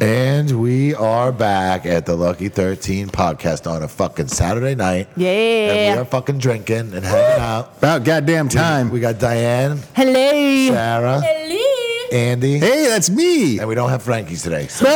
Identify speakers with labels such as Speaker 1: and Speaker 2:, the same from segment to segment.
Speaker 1: And we are back at the Lucky 13 podcast on a fucking Saturday night. And we
Speaker 2: Yeah.
Speaker 1: are fucking drinking and hanging out.
Speaker 3: About goddamn time.
Speaker 1: We got Diane,
Speaker 2: Hello.
Speaker 1: Sarah, Andy,
Speaker 3: hey, that's me.
Speaker 1: and we don't have Frankie's today. So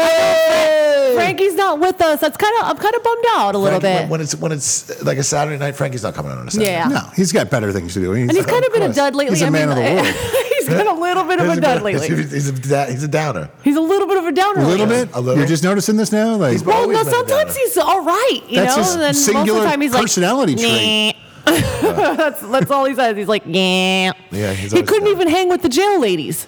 Speaker 2: Frankie's not with us. That's kind of I'm kind of bummed out a little
Speaker 1: Frankie- when,
Speaker 2: bit.
Speaker 1: when it's when it's uh, like a Saturday night, Frankie's not coming out on a Saturday.
Speaker 2: yeah.
Speaker 3: No, he's got better things to do.
Speaker 2: and he's kind of been a dud lately.
Speaker 3: He's a
Speaker 2: I
Speaker 3: man
Speaker 2: mean, eh,
Speaker 3: of the world.
Speaker 2: he's been a little bit of
Speaker 1: He's
Speaker 2: a
Speaker 1: a-
Speaker 2: dud lately.
Speaker 1: He's, he's a, da- he's a downer.
Speaker 2: He's a little bit of a downer.
Speaker 3: A little
Speaker 2: lately.
Speaker 3: bit.
Speaker 1: A little.
Speaker 3: You're just noticing this now. Like,
Speaker 1: He's been-
Speaker 2: Well,
Speaker 1: Always
Speaker 2: no,
Speaker 1: been a
Speaker 2: sometimes
Speaker 1: downer.
Speaker 2: he's all right, you
Speaker 3: That's
Speaker 2: know.
Speaker 3: his
Speaker 2: and then most
Speaker 3: singular
Speaker 2: of the time he's
Speaker 3: personality
Speaker 2: like,
Speaker 3: trait.
Speaker 2: "Nah." that's that's all he says. He's like, yeah.
Speaker 1: Yeah, he's
Speaker 2: he
Speaker 1: always
Speaker 2: couldn't
Speaker 1: down.
Speaker 2: even hang with the jail ladies.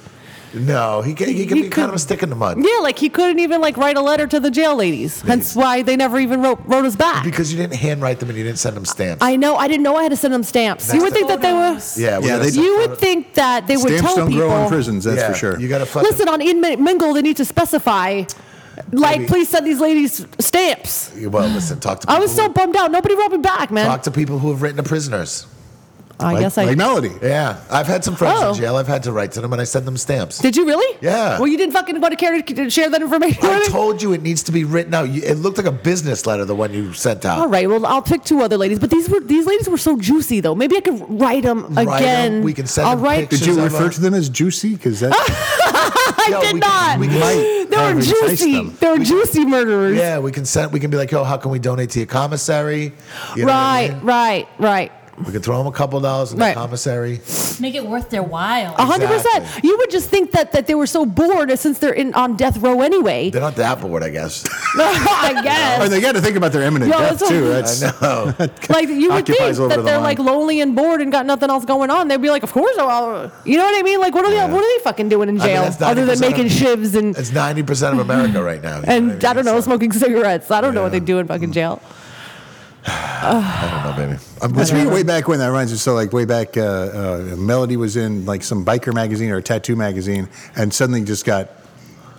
Speaker 1: No, he can, he can
Speaker 2: He
Speaker 1: be kind
Speaker 2: could-
Speaker 1: of a stick in the mud.
Speaker 2: Yeah, like he couldn't even like write a letter to the jail ladies. Hence why they never even wrote wrote us back.
Speaker 1: Because you didn't handwrite them and you didn't send them stamps.
Speaker 2: I know. I didn't know I had to send them stamps. You
Speaker 1: Next
Speaker 2: would think that they were.
Speaker 1: yeah,
Speaker 3: Yeah, they-
Speaker 2: You would think that they would
Speaker 3: stamps
Speaker 2: tell
Speaker 3: don't
Speaker 2: people.
Speaker 3: grow in prisons. That's for sure.
Speaker 1: You got to fucking
Speaker 2: Listen, on mingle, they need to specify. Like,
Speaker 1: Maybe.
Speaker 2: please send these ladies stamps.
Speaker 1: Well, listen, talk to people.
Speaker 2: I was
Speaker 1: who-
Speaker 2: so bummed out. Nobody wrote me back, man.
Speaker 1: talk to people who have written to prisoners.
Speaker 2: I
Speaker 3: like,
Speaker 2: guess I.
Speaker 3: like Melody.
Speaker 1: Yeah, I've had some friends
Speaker 2: Oh.
Speaker 1: in jail. I've had to write to them, and I send them stamps.
Speaker 2: did you really?
Speaker 1: Yeah.
Speaker 2: Well, you didn't fucking want to care to share that information.
Speaker 1: I
Speaker 2: with me?
Speaker 1: told you it needs to be written out. You- It looked like a business letter, the one you sent out.
Speaker 2: All right. Well, I'll pick two other ladies, but these were these ladies were so juicy though. Maybe I could write them again.
Speaker 1: 'em. We can send
Speaker 2: I'll
Speaker 1: them
Speaker 2: write.
Speaker 1: pictures.
Speaker 3: Did you
Speaker 1: She's
Speaker 3: refer
Speaker 1: over.
Speaker 3: to them as juicy? Because that's
Speaker 2: I
Speaker 1: Yo,
Speaker 2: did
Speaker 1: we can-
Speaker 2: not.
Speaker 1: we
Speaker 3: we might.
Speaker 2: they
Speaker 3: have
Speaker 2: were
Speaker 3: enticed
Speaker 2: juicy.
Speaker 3: them.
Speaker 2: They were juicy murderers.
Speaker 1: Yeah, we can send. We can be like, yo, how can we donate to your commissary? You know what I
Speaker 2: Right,
Speaker 1: mean?
Speaker 2: right, right.
Speaker 1: We can throw them a couple dollars in
Speaker 2: Right.
Speaker 1: the commissary.
Speaker 4: Make it worth their while.
Speaker 2: A hundred percent.
Speaker 1: Exactly.
Speaker 2: You would just think that that they were so bored since they're in on death row anyway.
Speaker 1: They're not that bored, I guess.
Speaker 2: I guess.
Speaker 3: or they got to think about their imminent
Speaker 2: Yo,
Speaker 3: death
Speaker 2: that's
Speaker 3: too.
Speaker 2: what-
Speaker 3: That's
Speaker 1: no,
Speaker 2: like you would think
Speaker 3: occupies
Speaker 2: that
Speaker 3: over
Speaker 2: they're
Speaker 3: the line.
Speaker 2: like lonely and bored and got nothing else going on. They'd be like, of course, they're all, you know what I mean? Like, what are
Speaker 1: Yeah.
Speaker 2: they? What are they fucking doing in
Speaker 1: I mean,
Speaker 2: jail
Speaker 1: that's
Speaker 2: other than
Speaker 1: 90%
Speaker 2: making
Speaker 1: of-
Speaker 2: shivs and
Speaker 1: it's ninety percent of America right now. you know
Speaker 2: and
Speaker 1: what
Speaker 2: I don't know,
Speaker 1: So,
Speaker 2: smoking cigarettes? I don't know what
Speaker 1: Yeah. Mm.
Speaker 2: they do in fucking jail.
Speaker 1: I don't know, baby. I'm
Speaker 3: That's weird. Way back when that reminds me. So like way back, uh, uh, Melody was in like some biker magazine or a tattoo magazine, and suddenly just got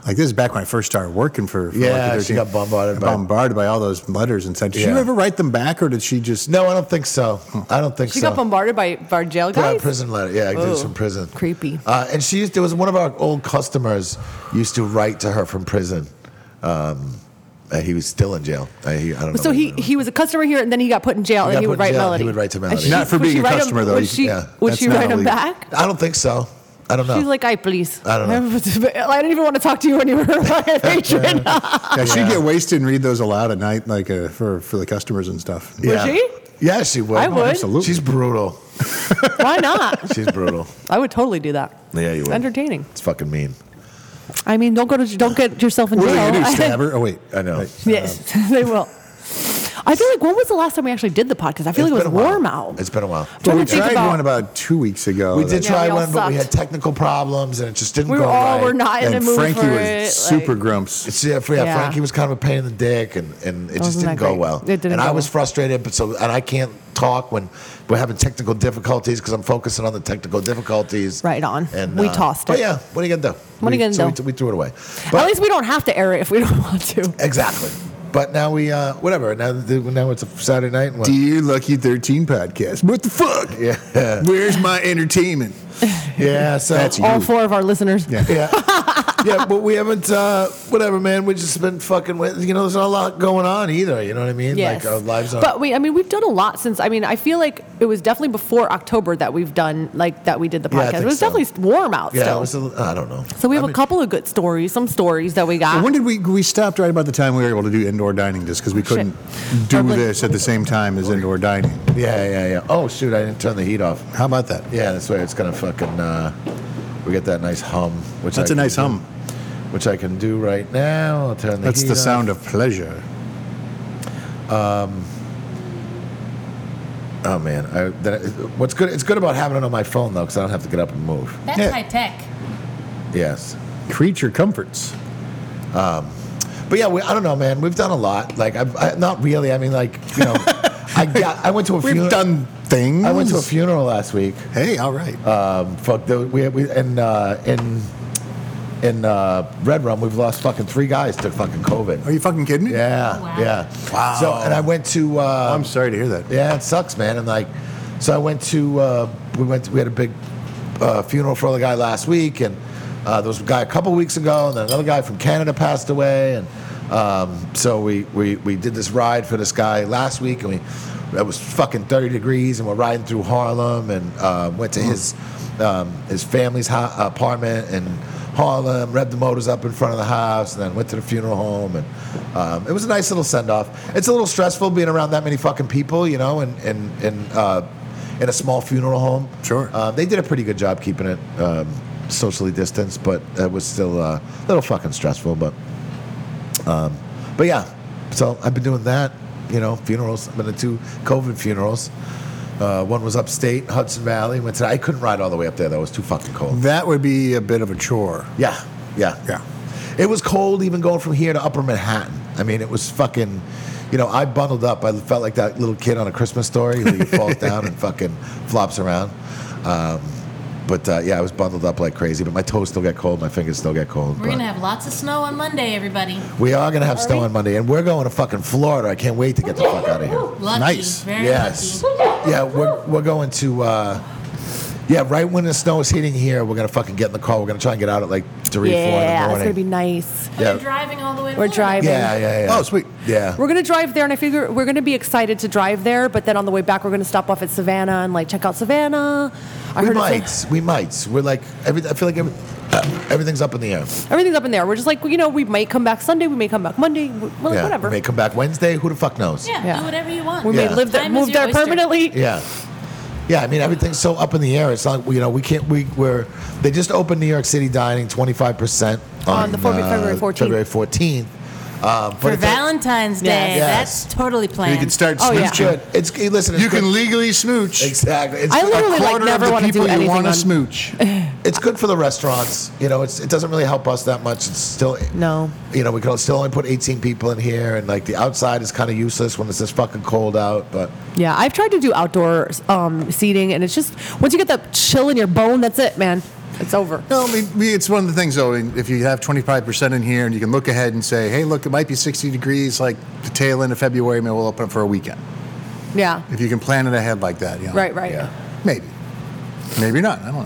Speaker 3: like this is back when I first started working for. for
Speaker 1: Yeah,
Speaker 3: Lucky
Speaker 1: she
Speaker 3: 13.
Speaker 1: got bombarded by-
Speaker 3: bombarded by all those letters and said, did
Speaker 1: Yeah.
Speaker 3: she ever write them back or did she just?
Speaker 1: No, I don't think so. I don't think
Speaker 2: She
Speaker 1: so.
Speaker 2: got bombarded by by jail
Speaker 1: Put out a
Speaker 2: guys.
Speaker 1: prison letter. Yeah, it was
Speaker 2: Ooh,
Speaker 1: from prison.
Speaker 2: creepy.
Speaker 1: Uh, and she used. There was one of our old customers used to write to her from prison. Um, uh, he was still in jail. Uh, he, I don't know.
Speaker 2: So
Speaker 1: what
Speaker 2: he, he was a customer here, and then he got put in jail, and
Speaker 1: got
Speaker 2: he
Speaker 1: put
Speaker 2: would
Speaker 1: in
Speaker 2: write
Speaker 1: jail,
Speaker 2: melody.
Speaker 1: he would write to
Speaker 2: And
Speaker 1: Melody.
Speaker 2: she-
Speaker 3: Not for
Speaker 2: would she
Speaker 3: being a
Speaker 2: write him-
Speaker 3: customer, though.
Speaker 2: Would
Speaker 3: You-
Speaker 2: she,
Speaker 1: yeah,
Speaker 2: would
Speaker 3: that's
Speaker 2: she
Speaker 3: not
Speaker 2: write him
Speaker 3: illegal.
Speaker 2: back?
Speaker 1: I don't think so. I don't know.
Speaker 2: She's like, I please.
Speaker 1: I don't
Speaker 2: know. I didn't even want to talk to you when you were a patron.
Speaker 3: Yeah, she'd get wasted and read those aloud at night, like uh, for for the customers and stuff. Oh,
Speaker 1: yeah.
Speaker 2: she?
Speaker 1: Yeah, she would.
Speaker 2: I would.
Speaker 3: absolutely.
Speaker 1: She's brutal.
Speaker 2: Why not?
Speaker 1: She's brutal.
Speaker 2: I would totally do that.
Speaker 1: yeah, you
Speaker 2: It's
Speaker 1: would.
Speaker 2: entertaining.
Speaker 1: It's fucking mean.
Speaker 2: I mean, don't go to don't get yourself in
Speaker 3: What
Speaker 2: jail.
Speaker 3: are they gonna do? Stab her? Oh wait,
Speaker 1: I know.
Speaker 2: yes, they will. I feel like when was the last time we actually did the podcast? I feel
Speaker 1: It's
Speaker 2: like it
Speaker 1: been
Speaker 2: was
Speaker 1: a while.
Speaker 2: warm out.
Speaker 1: It's been a while.
Speaker 2: Trying
Speaker 3: Well, we
Speaker 2: to think
Speaker 3: tried
Speaker 2: about-
Speaker 3: one about two weeks ago.
Speaker 1: We did
Speaker 2: Yeah,
Speaker 1: try
Speaker 2: we all
Speaker 1: one, but we had
Speaker 2: sucked.
Speaker 1: technical problems, and it just didn't
Speaker 2: we
Speaker 1: go
Speaker 2: were all
Speaker 1: right.
Speaker 2: were not in
Speaker 3: and
Speaker 2: the mood
Speaker 3: Frankie
Speaker 2: for
Speaker 3: was
Speaker 2: it. like-
Speaker 3: super grumps.
Speaker 1: It's, yeah, for, yeah,
Speaker 2: Yeah.
Speaker 1: Frankie was kind of a pain in the dick, and, and it just
Speaker 2: Wasn't
Speaker 1: didn't
Speaker 2: that
Speaker 1: go
Speaker 2: great?
Speaker 1: well.
Speaker 2: It didn't
Speaker 1: and
Speaker 2: go
Speaker 1: I was
Speaker 2: well.
Speaker 1: frustrated, but so and I can't talk when we're having technical difficulties because I'm focusing on the technical difficulties. uh,
Speaker 2: Right on. We tossed
Speaker 1: But
Speaker 2: it.
Speaker 1: yeah, what are you gonna do?
Speaker 2: What are you
Speaker 1: We-
Speaker 2: gonna
Speaker 1: so
Speaker 2: do?
Speaker 1: We, t- we threw it away.
Speaker 2: At
Speaker 1: But-
Speaker 2: least we don't have to air it if we don't want to.
Speaker 1: exactly. But now we uh, whatever. Now th- now it's a Saturday night. And what-
Speaker 3: Dear Lucky Thirteen podcast. What the fuck?
Speaker 1: yeah,
Speaker 3: Where's my entertainment?
Speaker 1: yeah. So
Speaker 3: That's you.
Speaker 2: All four of our listeners.
Speaker 1: Yeah. yeah, but we haven't, uh, whatever, man. We've just been fucking with, you know, there's not a lot going on either. You know what I mean?
Speaker 2: Yes.
Speaker 1: Like our lives are.
Speaker 2: But we, I mean, we've done a lot since. I mean, I feel like it was definitely before October that we've done like that. We did the
Speaker 1: Yeah, I
Speaker 2: podcast.
Speaker 1: think
Speaker 2: it was
Speaker 1: so.
Speaker 2: definitely warm out
Speaker 1: yeah,
Speaker 2: still.
Speaker 1: it was a, I don't know.
Speaker 2: so we have
Speaker 1: I mean,
Speaker 2: a couple of good stories, some stories that we got.
Speaker 3: When did we we stopped right about the time we were able to do indoor dining just because we couldn't do
Speaker 2: Public-
Speaker 3: this at the same time as indoor dining.
Speaker 1: Yeah, yeah, yeah. Oh shoot, I didn't turn the heat off.
Speaker 3: How about that?
Speaker 1: Yeah, that's where it's gonna fucking. Uh, we get that nice hum, which
Speaker 3: That's
Speaker 1: a
Speaker 3: a nice hum.
Speaker 1: which I can do right now. I'll turn the
Speaker 3: That's
Speaker 1: heat
Speaker 3: the
Speaker 1: off.
Speaker 3: sound of pleasure.
Speaker 1: Oh man, I, that, what's good? It's good about having it on my phone though, because I don't have to get up and move.
Speaker 4: That's
Speaker 3: Yeah.
Speaker 4: high tech.
Speaker 1: Yes,
Speaker 3: Creature comforts.
Speaker 1: but yeah, we, I don't know, man. We've done a lot. Like, I've, I, not really. I mean, like, you know, I got. I went to a
Speaker 3: We've
Speaker 1: funeral.
Speaker 3: done things.
Speaker 1: I went to a funeral last week.
Speaker 3: Hey, all right.
Speaker 1: Um, fuck, the, we, we and uh, in in uh, Red Rum, we've lost fucking three guys to fucking COVID.
Speaker 3: Are you fucking kidding me?
Speaker 1: Yeah,
Speaker 4: Wow.
Speaker 1: yeah.
Speaker 3: Wow.
Speaker 1: So, and I went to. Uh,
Speaker 3: I'm sorry to hear that.
Speaker 1: yeah, it sucks, man. And like, so I went to. Uh, we went. To, we had a big uh, funeral for the guy last week, and uh, there was a guy a couple weeks ago, and then another guy from Canada passed away, and Um, so we, we, we did this ride for this guy last week, and we it was fucking 30 degrees, and we're riding through Harlem, and uh, went to his um, his family's ho- apartment in Harlem, revved the motors up in front of the house, and then went to the funeral home, and um, it was a nice little send off. It's a little stressful being around that many fucking people, you know, and and and. Uh, in a small funeral home.
Speaker 3: Sure.
Speaker 1: Uh, they did a pretty good job keeping it um, socially distanced, but it was still uh, a little fucking stressful. But, um, but yeah, so I've been doing that. You know, funerals. I've been to two COVID funerals. Uh, one was upstate, Hudson Valley. Went to. I couldn't ride all the way up there though. It was too fucking cold.
Speaker 3: That would be a bit of a chore.
Speaker 1: Yeah, yeah,
Speaker 3: Yeah.
Speaker 1: It was cold even going from here to Upper Manhattan. I mean, it was fucking. You know, I bundled up. I felt like that little kid on a Christmas story who falls down and fucking flops around. Um, but uh, yeah, I was bundled up like crazy. But my toes still get cold. My fingers still get cold.
Speaker 4: We're
Speaker 1: but
Speaker 4: gonna have lots of snow on Monday, everybody.
Speaker 1: we are gonna have snow on Monday, and we're going to fucking Florida. I can't wait to get the fuck out of here.
Speaker 4: Lucky,
Speaker 3: Nice.
Speaker 4: very
Speaker 1: yes.
Speaker 4: lucky.
Speaker 1: Yeah, we're, we're going to. Uh, yeah, right when the snow is hitting here, we're gonna fucking get in the car. We're gonna try and get out at like three, four in the
Speaker 2: Yeah,
Speaker 1: morning.
Speaker 2: it's gonna be nice.
Speaker 4: But
Speaker 1: Yeah.
Speaker 4: We're driving all the way. To
Speaker 2: We're
Speaker 4: Florida.
Speaker 2: driving.
Speaker 1: yeah, yeah, yeah.
Speaker 3: Oh, sweet.
Speaker 1: Yeah.
Speaker 2: We're gonna drive there, and I figure we're gonna be excited to drive there. But then on the way back, we're gonna stop off at Savannah and like check out Savannah. I
Speaker 1: We
Speaker 2: heard it's a-
Speaker 1: might. We might. We're like every. I feel like every, everything's up in the air.
Speaker 2: everything's up in there. We're just like, you know, we might come back Sunday, we may come back Monday, we- well,
Speaker 1: yeah.
Speaker 2: Oh, whatever.
Speaker 1: We may come back Wednesday. Who the fuck knows?
Speaker 4: Yeah,
Speaker 2: Yeah.
Speaker 4: do whatever you want.
Speaker 2: we
Speaker 1: Yeah.
Speaker 2: may live there,
Speaker 4: Time is
Speaker 2: move
Speaker 4: your
Speaker 2: there
Speaker 4: oyster.
Speaker 2: permanently.
Speaker 1: Yeah. Yeah, I mean everything's so up in the air. It's like you know we can't we we're they just opened New York City dining twenty five percent uh,
Speaker 2: On the four- February 14th.
Speaker 1: February fourteenth. Um, but
Speaker 4: For
Speaker 1: it's a-
Speaker 4: Valentine's Day,
Speaker 1: Yes.
Speaker 4: that's totally planned.
Speaker 3: You can start
Speaker 2: Oh, yeah.
Speaker 1: it's
Speaker 3: smooching.
Speaker 1: good. It's hey, listen. It's
Speaker 3: You can
Speaker 1: good.
Speaker 3: legally smooch.
Speaker 1: exactly. It's,
Speaker 2: I
Speaker 1: good-
Speaker 2: literally,
Speaker 3: A
Speaker 2: like,
Speaker 3: quarter
Speaker 2: never
Speaker 3: of
Speaker 2: wanna
Speaker 3: the
Speaker 2: do
Speaker 3: people you
Speaker 2: anything
Speaker 3: want to
Speaker 2: on-
Speaker 3: smooch.
Speaker 1: it's good for the restaurants. You know, it's it doesn't really help us that much. It's still
Speaker 2: No.
Speaker 1: you know, we can still only put 18 people in here, and like the outside is kind of useless when it's this fucking cold out. But
Speaker 2: Yeah, I've tried to do outdoor um, seating, and it's just once you get that chill in your bone, that's it, man. It's over.
Speaker 3: No, I mean, we- it's one of the things, though, and if you have 25% in here and you can look ahead and say, hey, look, it might be 60 degrees, like the tail end of February, maybe we'll open it for a weekend.
Speaker 2: Yeah,
Speaker 3: If you can plan it ahead like that, you know.
Speaker 2: right, right.
Speaker 1: yeah,
Speaker 3: Maybe. Maybe not. I don't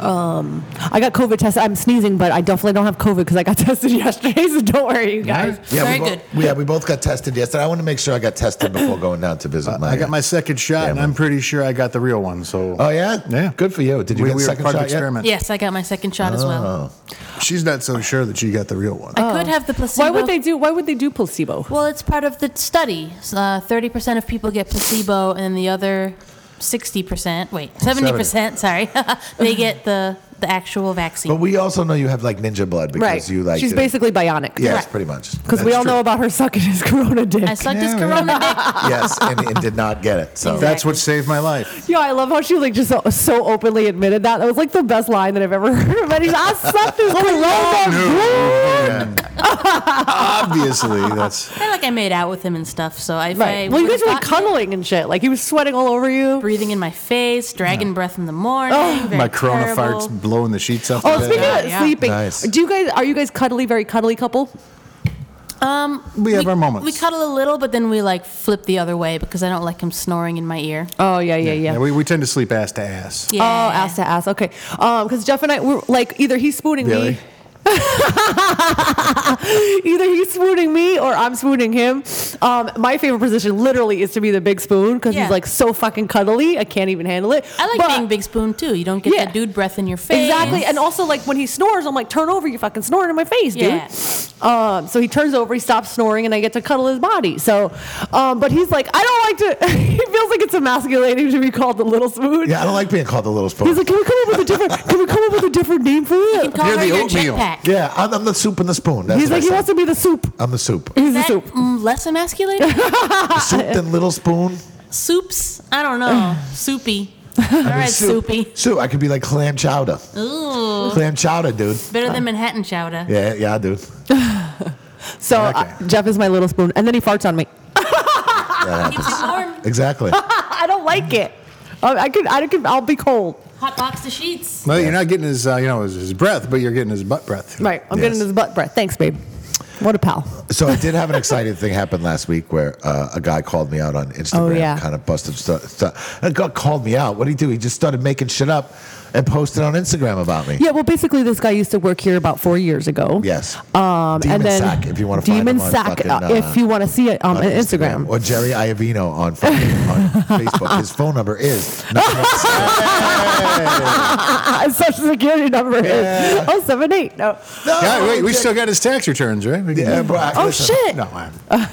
Speaker 3: know.
Speaker 2: I got COVID tested. I'm sneezing, but I definitely don't have COVID because I got tested yesterday. So don't worry, you guys.
Speaker 1: yeah,
Speaker 4: Very
Speaker 1: we
Speaker 4: good.
Speaker 1: Both, yeah, we both got tested yesterday. I want to make sure I got tested before going down to visit my.
Speaker 3: Uh, I got my second shot, and
Speaker 1: well-
Speaker 3: I'm pretty sure I got the real one. So,
Speaker 1: Oh yeah,
Speaker 3: Yeah.
Speaker 1: Good for you. Did you
Speaker 3: we,
Speaker 1: get
Speaker 3: we
Speaker 1: the
Speaker 3: were
Speaker 1: second
Speaker 3: part of
Speaker 1: shot
Speaker 3: the experiment.
Speaker 4: Yes, I got my second shot as well.
Speaker 3: She's not so sure that she got the real one.
Speaker 4: I could have the placebo.
Speaker 2: Why would they do? Why would they do placebo?
Speaker 4: Well, it's part of the study. uh, Thirty percent of people get placebo, and the other sixty percent, wait, seventy percent, sorry, they get the the actual vaccine.
Speaker 1: But we also know you have like ninja blood because
Speaker 2: Right.
Speaker 1: you like.
Speaker 2: She's
Speaker 1: did-
Speaker 2: basically bionic.
Speaker 1: Yes,
Speaker 4: Correct.
Speaker 1: pretty much.
Speaker 2: Because we all know about her sucking his corona dick.
Speaker 4: I sucked his
Speaker 3: Yeah,
Speaker 4: corona dick.
Speaker 1: yes, and, and did not get it. So
Speaker 3: That's what saved my life.
Speaker 2: Yeah, I love how she like just so, so openly admitted that. That was like the best line that I've ever heard. But she's, I sucked his corona. dick."
Speaker 3: Obviously, that's.
Speaker 4: I feel like I made out with him and stuff. So I, if I
Speaker 2: Right. Well, you
Speaker 4: would've
Speaker 2: guys were like
Speaker 4: gotten it,
Speaker 2: cuddling and shit. Like he was sweating all over you.
Speaker 4: breathing in my face, dragon breath in the morning. very
Speaker 3: Oh, My corona
Speaker 4: terrible.
Speaker 3: farts blowing the sheets off.
Speaker 2: Oh,
Speaker 3: the
Speaker 2: speaking
Speaker 3: bed.
Speaker 2: of
Speaker 4: Yeah.
Speaker 2: sleeping,
Speaker 1: Nice.
Speaker 2: do you guys are you guys cuddly? Very cuddly couple.
Speaker 3: we have our moments.
Speaker 4: We cuddle a little, but then we like flip the other way because I don't like him snoring in my ear.
Speaker 2: Oh yeah, yeah, yeah.
Speaker 3: Yeah, we, we tend to sleep ass to ass.
Speaker 4: Yeah.
Speaker 2: Oh, ass to ass. Okay. Um, because Jeff and I were like either he's spooning
Speaker 1: Really?
Speaker 2: me. either he's spooning me or I'm spooning him. Um, my favorite position literally is to be the big spoon because
Speaker 4: Yeah.
Speaker 2: he's like so fucking cuddly. I can't even handle it.
Speaker 4: I like
Speaker 2: But-
Speaker 4: being big spoon too. You don't get
Speaker 2: Yeah.
Speaker 4: that dude breath in your face.
Speaker 2: Exactly. And also, like, when he snores, I'm like, turn over, you fucking snoring in my face, dude.
Speaker 4: Yeah.
Speaker 2: Um, so he turns over, he stops snoring, and I get to cuddle his body. So, um, but he's like, I don't like to, he feels like it's emasculating to be called the little spoon.
Speaker 1: yeah, I don't like being called the little spoon.
Speaker 2: He's like, can we come up with a different, can we come up with a different name for
Speaker 4: You
Speaker 2: it?
Speaker 4: can call
Speaker 3: You're
Speaker 4: her
Speaker 3: the
Speaker 4: your
Speaker 3: oatmeal.
Speaker 4: jetpack.
Speaker 1: yeah, I'm, I'm the soup and the spoon. That's
Speaker 2: He's
Speaker 1: what I
Speaker 2: like, he
Speaker 1: said.
Speaker 2: wants to be the soup.
Speaker 1: I'm the soup.
Speaker 2: He's the
Speaker 4: That,
Speaker 2: soup.
Speaker 4: mm, less emasculating?
Speaker 1: soup and little spoon.
Speaker 4: Soups? I don't know. Soupy. All right, soupy.
Speaker 1: Soup. I could be like clam chowder.
Speaker 4: Ooh.
Speaker 1: Clam chowder, dude.
Speaker 4: Better than Manhattan chowder.
Speaker 1: Yeah, yeah, dude.
Speaker 2: So uh,
Speaker 3: Okay.
Speaker 2: Jeff is my little spoon, and then he farts on me.
Speaker 4: Keeps you warm.
Speaker 1: Exactly.
Speaker 2: I don't like it. I, I could, I could, I'll be cold.
Speaker 4: Hot box the sheets.
Speaker 3: Well, you're not getting his, uh, you know, his, his breath, but you're getting his butt breath.
Speaker 2: Right. I'm getting
Speaker 1: Yes.
Speaker 2: his butt breath. Thanks, babe. What a pal.
Speaker 1: so I did have an exciting thing happen last week where uh, a guy called me out on Instagram,
Speaker 2: Oh, yeah.
Speaker 1: kind of busted stuff. Stu- a guy called me out. What did he do? He just started making shit up. and posted on Instagram about me.
Speaker 2: Yeah, well, basically, this guy used to work here about four years ago.
Speaker 1: Yes.
Speaker 2: Um,
Speaker 1: Demon
Speaker 2: and then
Speaker 1: Sack, if you wanna find
Speaker 2: Demon
Speaker 1: him on
Speaker 2: Sack,
Speaker 1: fucking, Oh,
Speaker 2: uh,
Speaker 1: uh,
Speaker 2: if you want to see it um, on Instagram.
Speaker 1: Or Jerry Iavino on, fucking- on Facebook. His phone number is.
Speaker 2: His social security number is oh seven eight. No,
Speaker 3: Yeah, wait, we still got his tax returns, right? We can-
Speaker 1: Yeah, bro, I-
Speaker 2: Oh,
Speaker 1: listen,
Speaker 2: shit.
Speaker 1: No, I'm, I,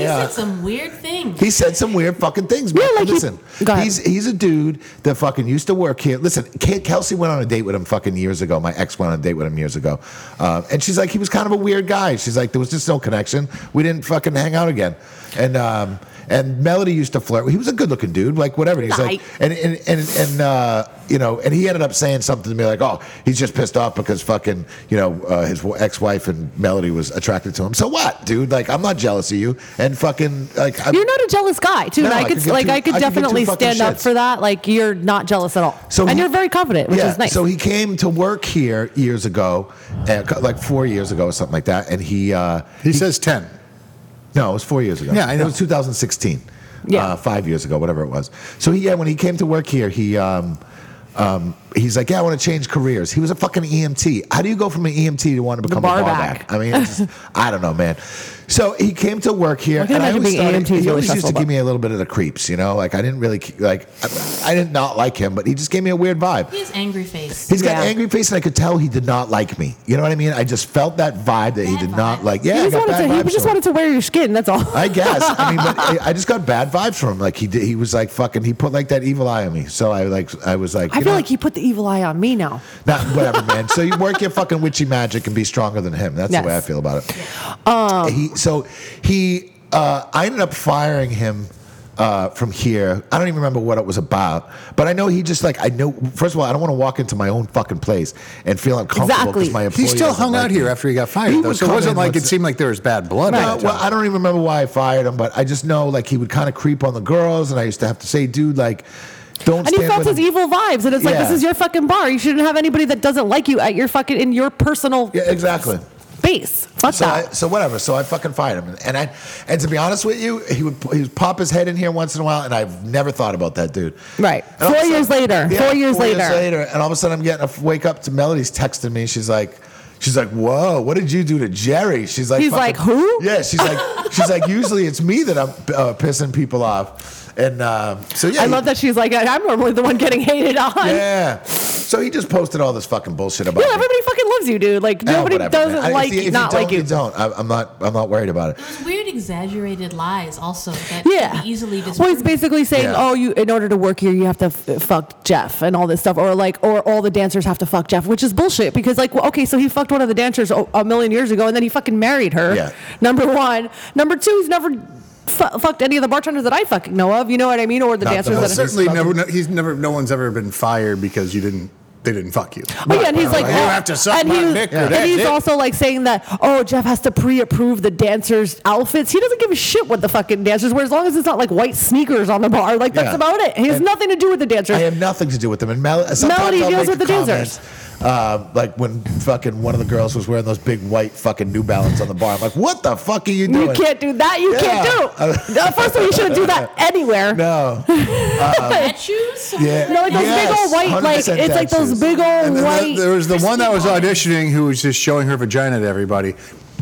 Speaker 4: He
Speaker 1: uh,
Speaker 4: said some weird things.
Speaker 1: He said some weird fucking things. Man.
Speaker 2: Yeah, like he-
Speaker 1: listen,
Speaker 2: Go ahead.
Speaker 1: he's he's a dude that fucking used to work here. Listen, Kate Kelsey went on a date with him fucking years ago. My ex went on a date with him years ago, uh, and she's like, he was kind of a weird guy. She's like, there was just no connection. We didn't fucking hang out again, and. um and Melody used to flirt. He was a good-looking dude, like whatever. He's like,
Speaker 2: Right.
Speaker 1: and and and, and uh, you know, and he ended up saying something to me like, "Oh, he's just pissed off because fucking, you know, uh, his w- ex-wife and Melody was attracted to him." So what, dude? Like, I'm not jealous of you, and fucking, like, I'm,
Speaker 2: you're not a jealous guy, too.
Speaker 1: No,
Speaker 2: and I,
Speaker 1: I
Speaker 2: could
Speaker 1: could get
Speaker 2: like
Speaker 1: two-
Speaker 2: I could
Speaker 1: I could get two
Speaker 2: definitely
Speaker 1: fucking
Speaker 2: stand up
Speaker 1: shits.
Speaker 2: for that. Like you're not jealous at all,
Speaker 1: So
Speaker 2: and
Speaker 1: he-
Speaker 2: you're very confident, which is nice.
Speaker 1: So he came to work here years ago, uh, co- like four years ago or something like that. And he, uh,
Speaker 3: He says 10.
Speaker 1: no, it was four years ago.
Speaker 3: Yeah, I know.
Speaker 1: It was 2016.
Speaker 2: Yeah.
Speaker 1: Uh, five years ago, whatever it was. So he, yeah, when he came to work here, he, um, um, he's like, yeah, I want to change careers. He was a fucking EMT. How do you go from an EMT to want to become
Speaker 2: bar
Speaker 1: a barback?
Speaker 2: back.
Speaker 1: I mean, it's just, I don't know, man. So he came to work here,
Speaker 2: I can
Speaker 1: and I
Speaker 2: imagine
Speaker 1: always started,
Speaker 2: being AMT is
Speaker 1: he
Speaker 2: really
Speaker 1: always used
Speaker 2: stressful,
Speaker 1: to
Speaker 2: but-
Speaker 1: give me a little bit of the creeps, you know. Like I didn't really like, I, I did not like him, but he just gave me a weird vibe.
Speaker 4: He has angry face.
Speaker 1: He's got
Speaker 2: Yeah.
Speaker 1: an angry face, and I could tell he did not like me. You know what I mean? I just felt that vibe that he
Speaker 4: Bad
Speaker 1: did not
Speaker 4: vibes.
Speaker 1: like. Yeah,
Speaker 2: He
Speaker 1: I
Speaker 2: just
Speaker 1: got
Speaker 2: wanted
Speaker 1: bad
Speaker 2: to. He
Speaker 1: vibes
Speaker 2: just
Speaker 1: from him.
Speaker 2: wanted to wear your skin. That's all.
Speaker 1: I guess. I mean, but I- I just got bad vibes from him. Like he did, he was like fucking. He put like that evil eye on me. So I like, I was like,
Speaker 2: I
Speaker 1: you
Speaker 2: feel
Speaker 1: know,
Speaker 2: like he put the evil eye on me now.
Speaker 1: not whatever, man. So you work your fucking witchy magic and be stronger than him. That's
Speaker 2: Yes. Um,
Speaker 1: the way I feel about it. he so he uh, I ended up firing him. Uh, from here, I don't even remember what it was about, but I know he just like I know. First of all, I don't want to walk into my own fucking place and feel uncomfortable because
Speaker 2: Exactly.
Speaker 1: my
Speaker 3: He
Speaker 1: employee
Speaker 3: still
Speaker 1: doesn't
Speaker 3: hung
Speaker 1: like
Speaker 3: out
Speaker 1: me.
Speaker 3: here after he got fired,
Speaker 1: He
Speaker 3: though.
Speaker 1: would
Speaker 3: So it
Speaker 1: come
Speaker 3: wasn't
Speaker 1: in
Speaker 3: like it
Speaker 1: once-
Speaker 3: seemed like there was bad blood. at
Speaker 1: No,
Speaker 3: that
Speaker 1: well,
Speaker 3: time.
Speaker 1: I don't even remember why I fired him, but I just know like he would kind of creep on the girls, and I used to have to say, "Dude, like, don't."
Speaker 2: And he
Speaker 1: stand
Speaker 2: felt
Speaker 1: with
Speaker 2: his
Speaker 1: him."
Speaker 2: evil vibes, and it's like this
Speaker 1: Yeah.
Speaker 2: is your fucking bar. You shouldn't have anybody that doesn't like you at your fucking in your personal
Speaker 1: Yeah, exactly.
Speaker 2: space. Fuck
Speaker 1: So, I,
Speaker 2: that.
Speaker 1: so whatever. So I fucking fired him, and I, and to be honest with you, he would he would pop his head in here once in a while, and I've never thought about that dude.
Speaker 2: Right.
Speaker 1: And all of a
Speaker 2: Four years later. Four years later.
Speaker 1: And all of a sudden, I'm getting a wake up to Melody's texting me. She's like, she's like, whoa, what did you do to Jerry? She's like,
Speaker 2: He's
Speaker 1: fucking-
Speaker 2: like, who?
Speaker 1: Yeah. She's like, she's like, usually it's me that I'm uh, pissing people off, and um, so yeah.
Speaker 2: I
Speaker 1: he-
Speaker 2: love that she's like, I'm normally the one getting hated on.
Speaker 1: Yeah. So he just posted all this fucking bullshit about.
Speaker 2: Yeah,
Speaker 1: me.
Speaker 2: everybody fucking loves you, dude. Like
Speaker 1: Ah,
Speaker 2: nobody
Speaker 1: whatever, man.
Speaker 2: doesn't
Speaker 1: I- if
Speaker 2: like
Speaker 1: you- if
Speaker 2: you, not
Speaker 1: you.
Speaker 2: like
Speaker 1: don't,
Speaker 2: you.
Speaker 1: don't. I, I'm not. I'm not worried about it.
Speaker 4: Those weird exaggerated lies also that
Speaker 2: Yeah.
Speaker 4: can be easily
Speaker 2: well, he's
Speaker 4: disproven.
Speaker 2: basically saying,
Speaker 1: Yeah.
Speaker 2: oh, you in order to work here, you have to f- fuck Jeff and all this stuff, or like, or all the dancers have to fuck Jeff, which is bullshit because like, well, okay, so he fucked one of the dancers a, a million years ago, and then he fucking married her.
Speaker 1: Yeah.
Speaker 2: Number one, number two, he's never. Fu- fucked any of the bartenders that I fucking know of, you know what I mean, or the
Speaker 1: Not the
Speaker 2: dancers
Speaker 1: most
Speaker 2: that.
Speaker 1: certain
Speaker 3: certainly
Speaker 1: He's
Speaker 3: never. No, he's never. No one's ever been fired because you didn't. They didn't fuck you.
Speaker 2: Oh, yeah, and he's like,
Speaker 3: you
Speaker 2: oh,
Speaker 3: have to suck
Speaker 2: and
Speaker 3: my
Speaker 2: he-
Speaker 3: dick. or
Speaker 2: and
Speaker 3: that's
Speaker 2: he's
Speaker 3: it.
Speaker 2: also like saying that, oh, Jeff has to pre-approve the dancers' outfits. He doesn't give a shit what the fucking dancers wear, as long as it's not like white sneakers on the bar. Like that's
Speaker 1: Yeah.
Speaker 2: about it. He has
Speaker 1: And-
Speaker 2: nothing to do with the dancers.
Speaker 1: I have nothing to do with them. And Mel- sometimes
Speaker 2: Melody
Speaker 1: I'll
Speaker 2: deals
Speaker 1: make
Speaker 2: with
Speaker 1: a
Speaker 2: the
Speaker 1: comment,
Speaker 2: dancers.
Speaker 1: uh, like when fucking one of the girls was wearing those big white fucking New Balance on the bar. I'm like, what the fuck are you doing?
Speaker 2: you can't do that. You
Speaker 1: Yeah.
Speaker 2: can't do. No, First of all, you shouldn't do that anywhere.
Speaker 1: No.
Speaker 4: Dad shoes?
Speaker 1: Yeah.
Speaker 2: No, like those big
Speaker 1: Yes,
Speaker 2: old white, like it's
Speaker 1: 100%
Speaker 2: like those
Speaker 1: dancers.
Speaker 2: big
Speaker 3: And
Speaker 2: old
Speaker 3: then
Speaker 2: white.
Speaker 3: There was the one that was
Speaker 4: Crispy
Speaker 3: auditioning who was just showing her vagina to everybody.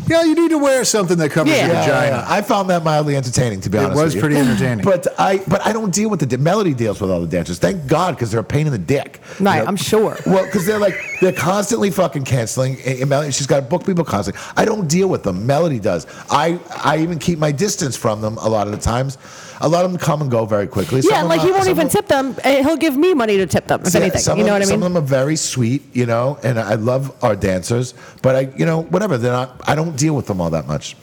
Speaker 3: Yeah, you need to wear something that covers
Speaker 2: Yeah.
Speaker 3: your
Speaker 1: Yeah,
Speaker 3: vagina.
Speaker 1: yeah. I found that mildly entertaining, to be honest.
Speaker 3: was
Speaker 1: with you.
Speaker 3: pretty entertaining.
Speaker 1: but I, but I don't deal with the da- melody deals with all the dancers. Thank God, because they're a pain in the dick. You
Speaker 2: Right,
Speaker 1: know?
Speaker 2: I'm sure.
Speaker 1: Well, because they're like they're constantly fucking canceling. And and melody, she's got to book people constantly. I don't deal with them. Melody does. I, I even keep my distance from them a lot of the times. A lot of them come and go very quickly.
Speaker 2: yeah,
Speaker 1: Some of
Speaker 2: like
Speaker 1: them
Speaker 2: he
Speaker 1: are-
Speaker 2: won't
Speaker 1: some
Speaker 2: even
Speaker 1: of-
Speaker 2: tip them. and He'll give me money to tip them, if
Speaker 1: yeah,
Speaker 2: anything.
Speaker 1: some
Speaker 2: You
Speaker 1: of
Speaker 2: know
Speaker 1: them-
Speaker 2: what I
Speaker 1: Some
Speaker 2: mean?
Speaker 1: of them are very sweet, you know, and I love our dancers, but I, you know, whatever. They're not. I don't deal with them all that much.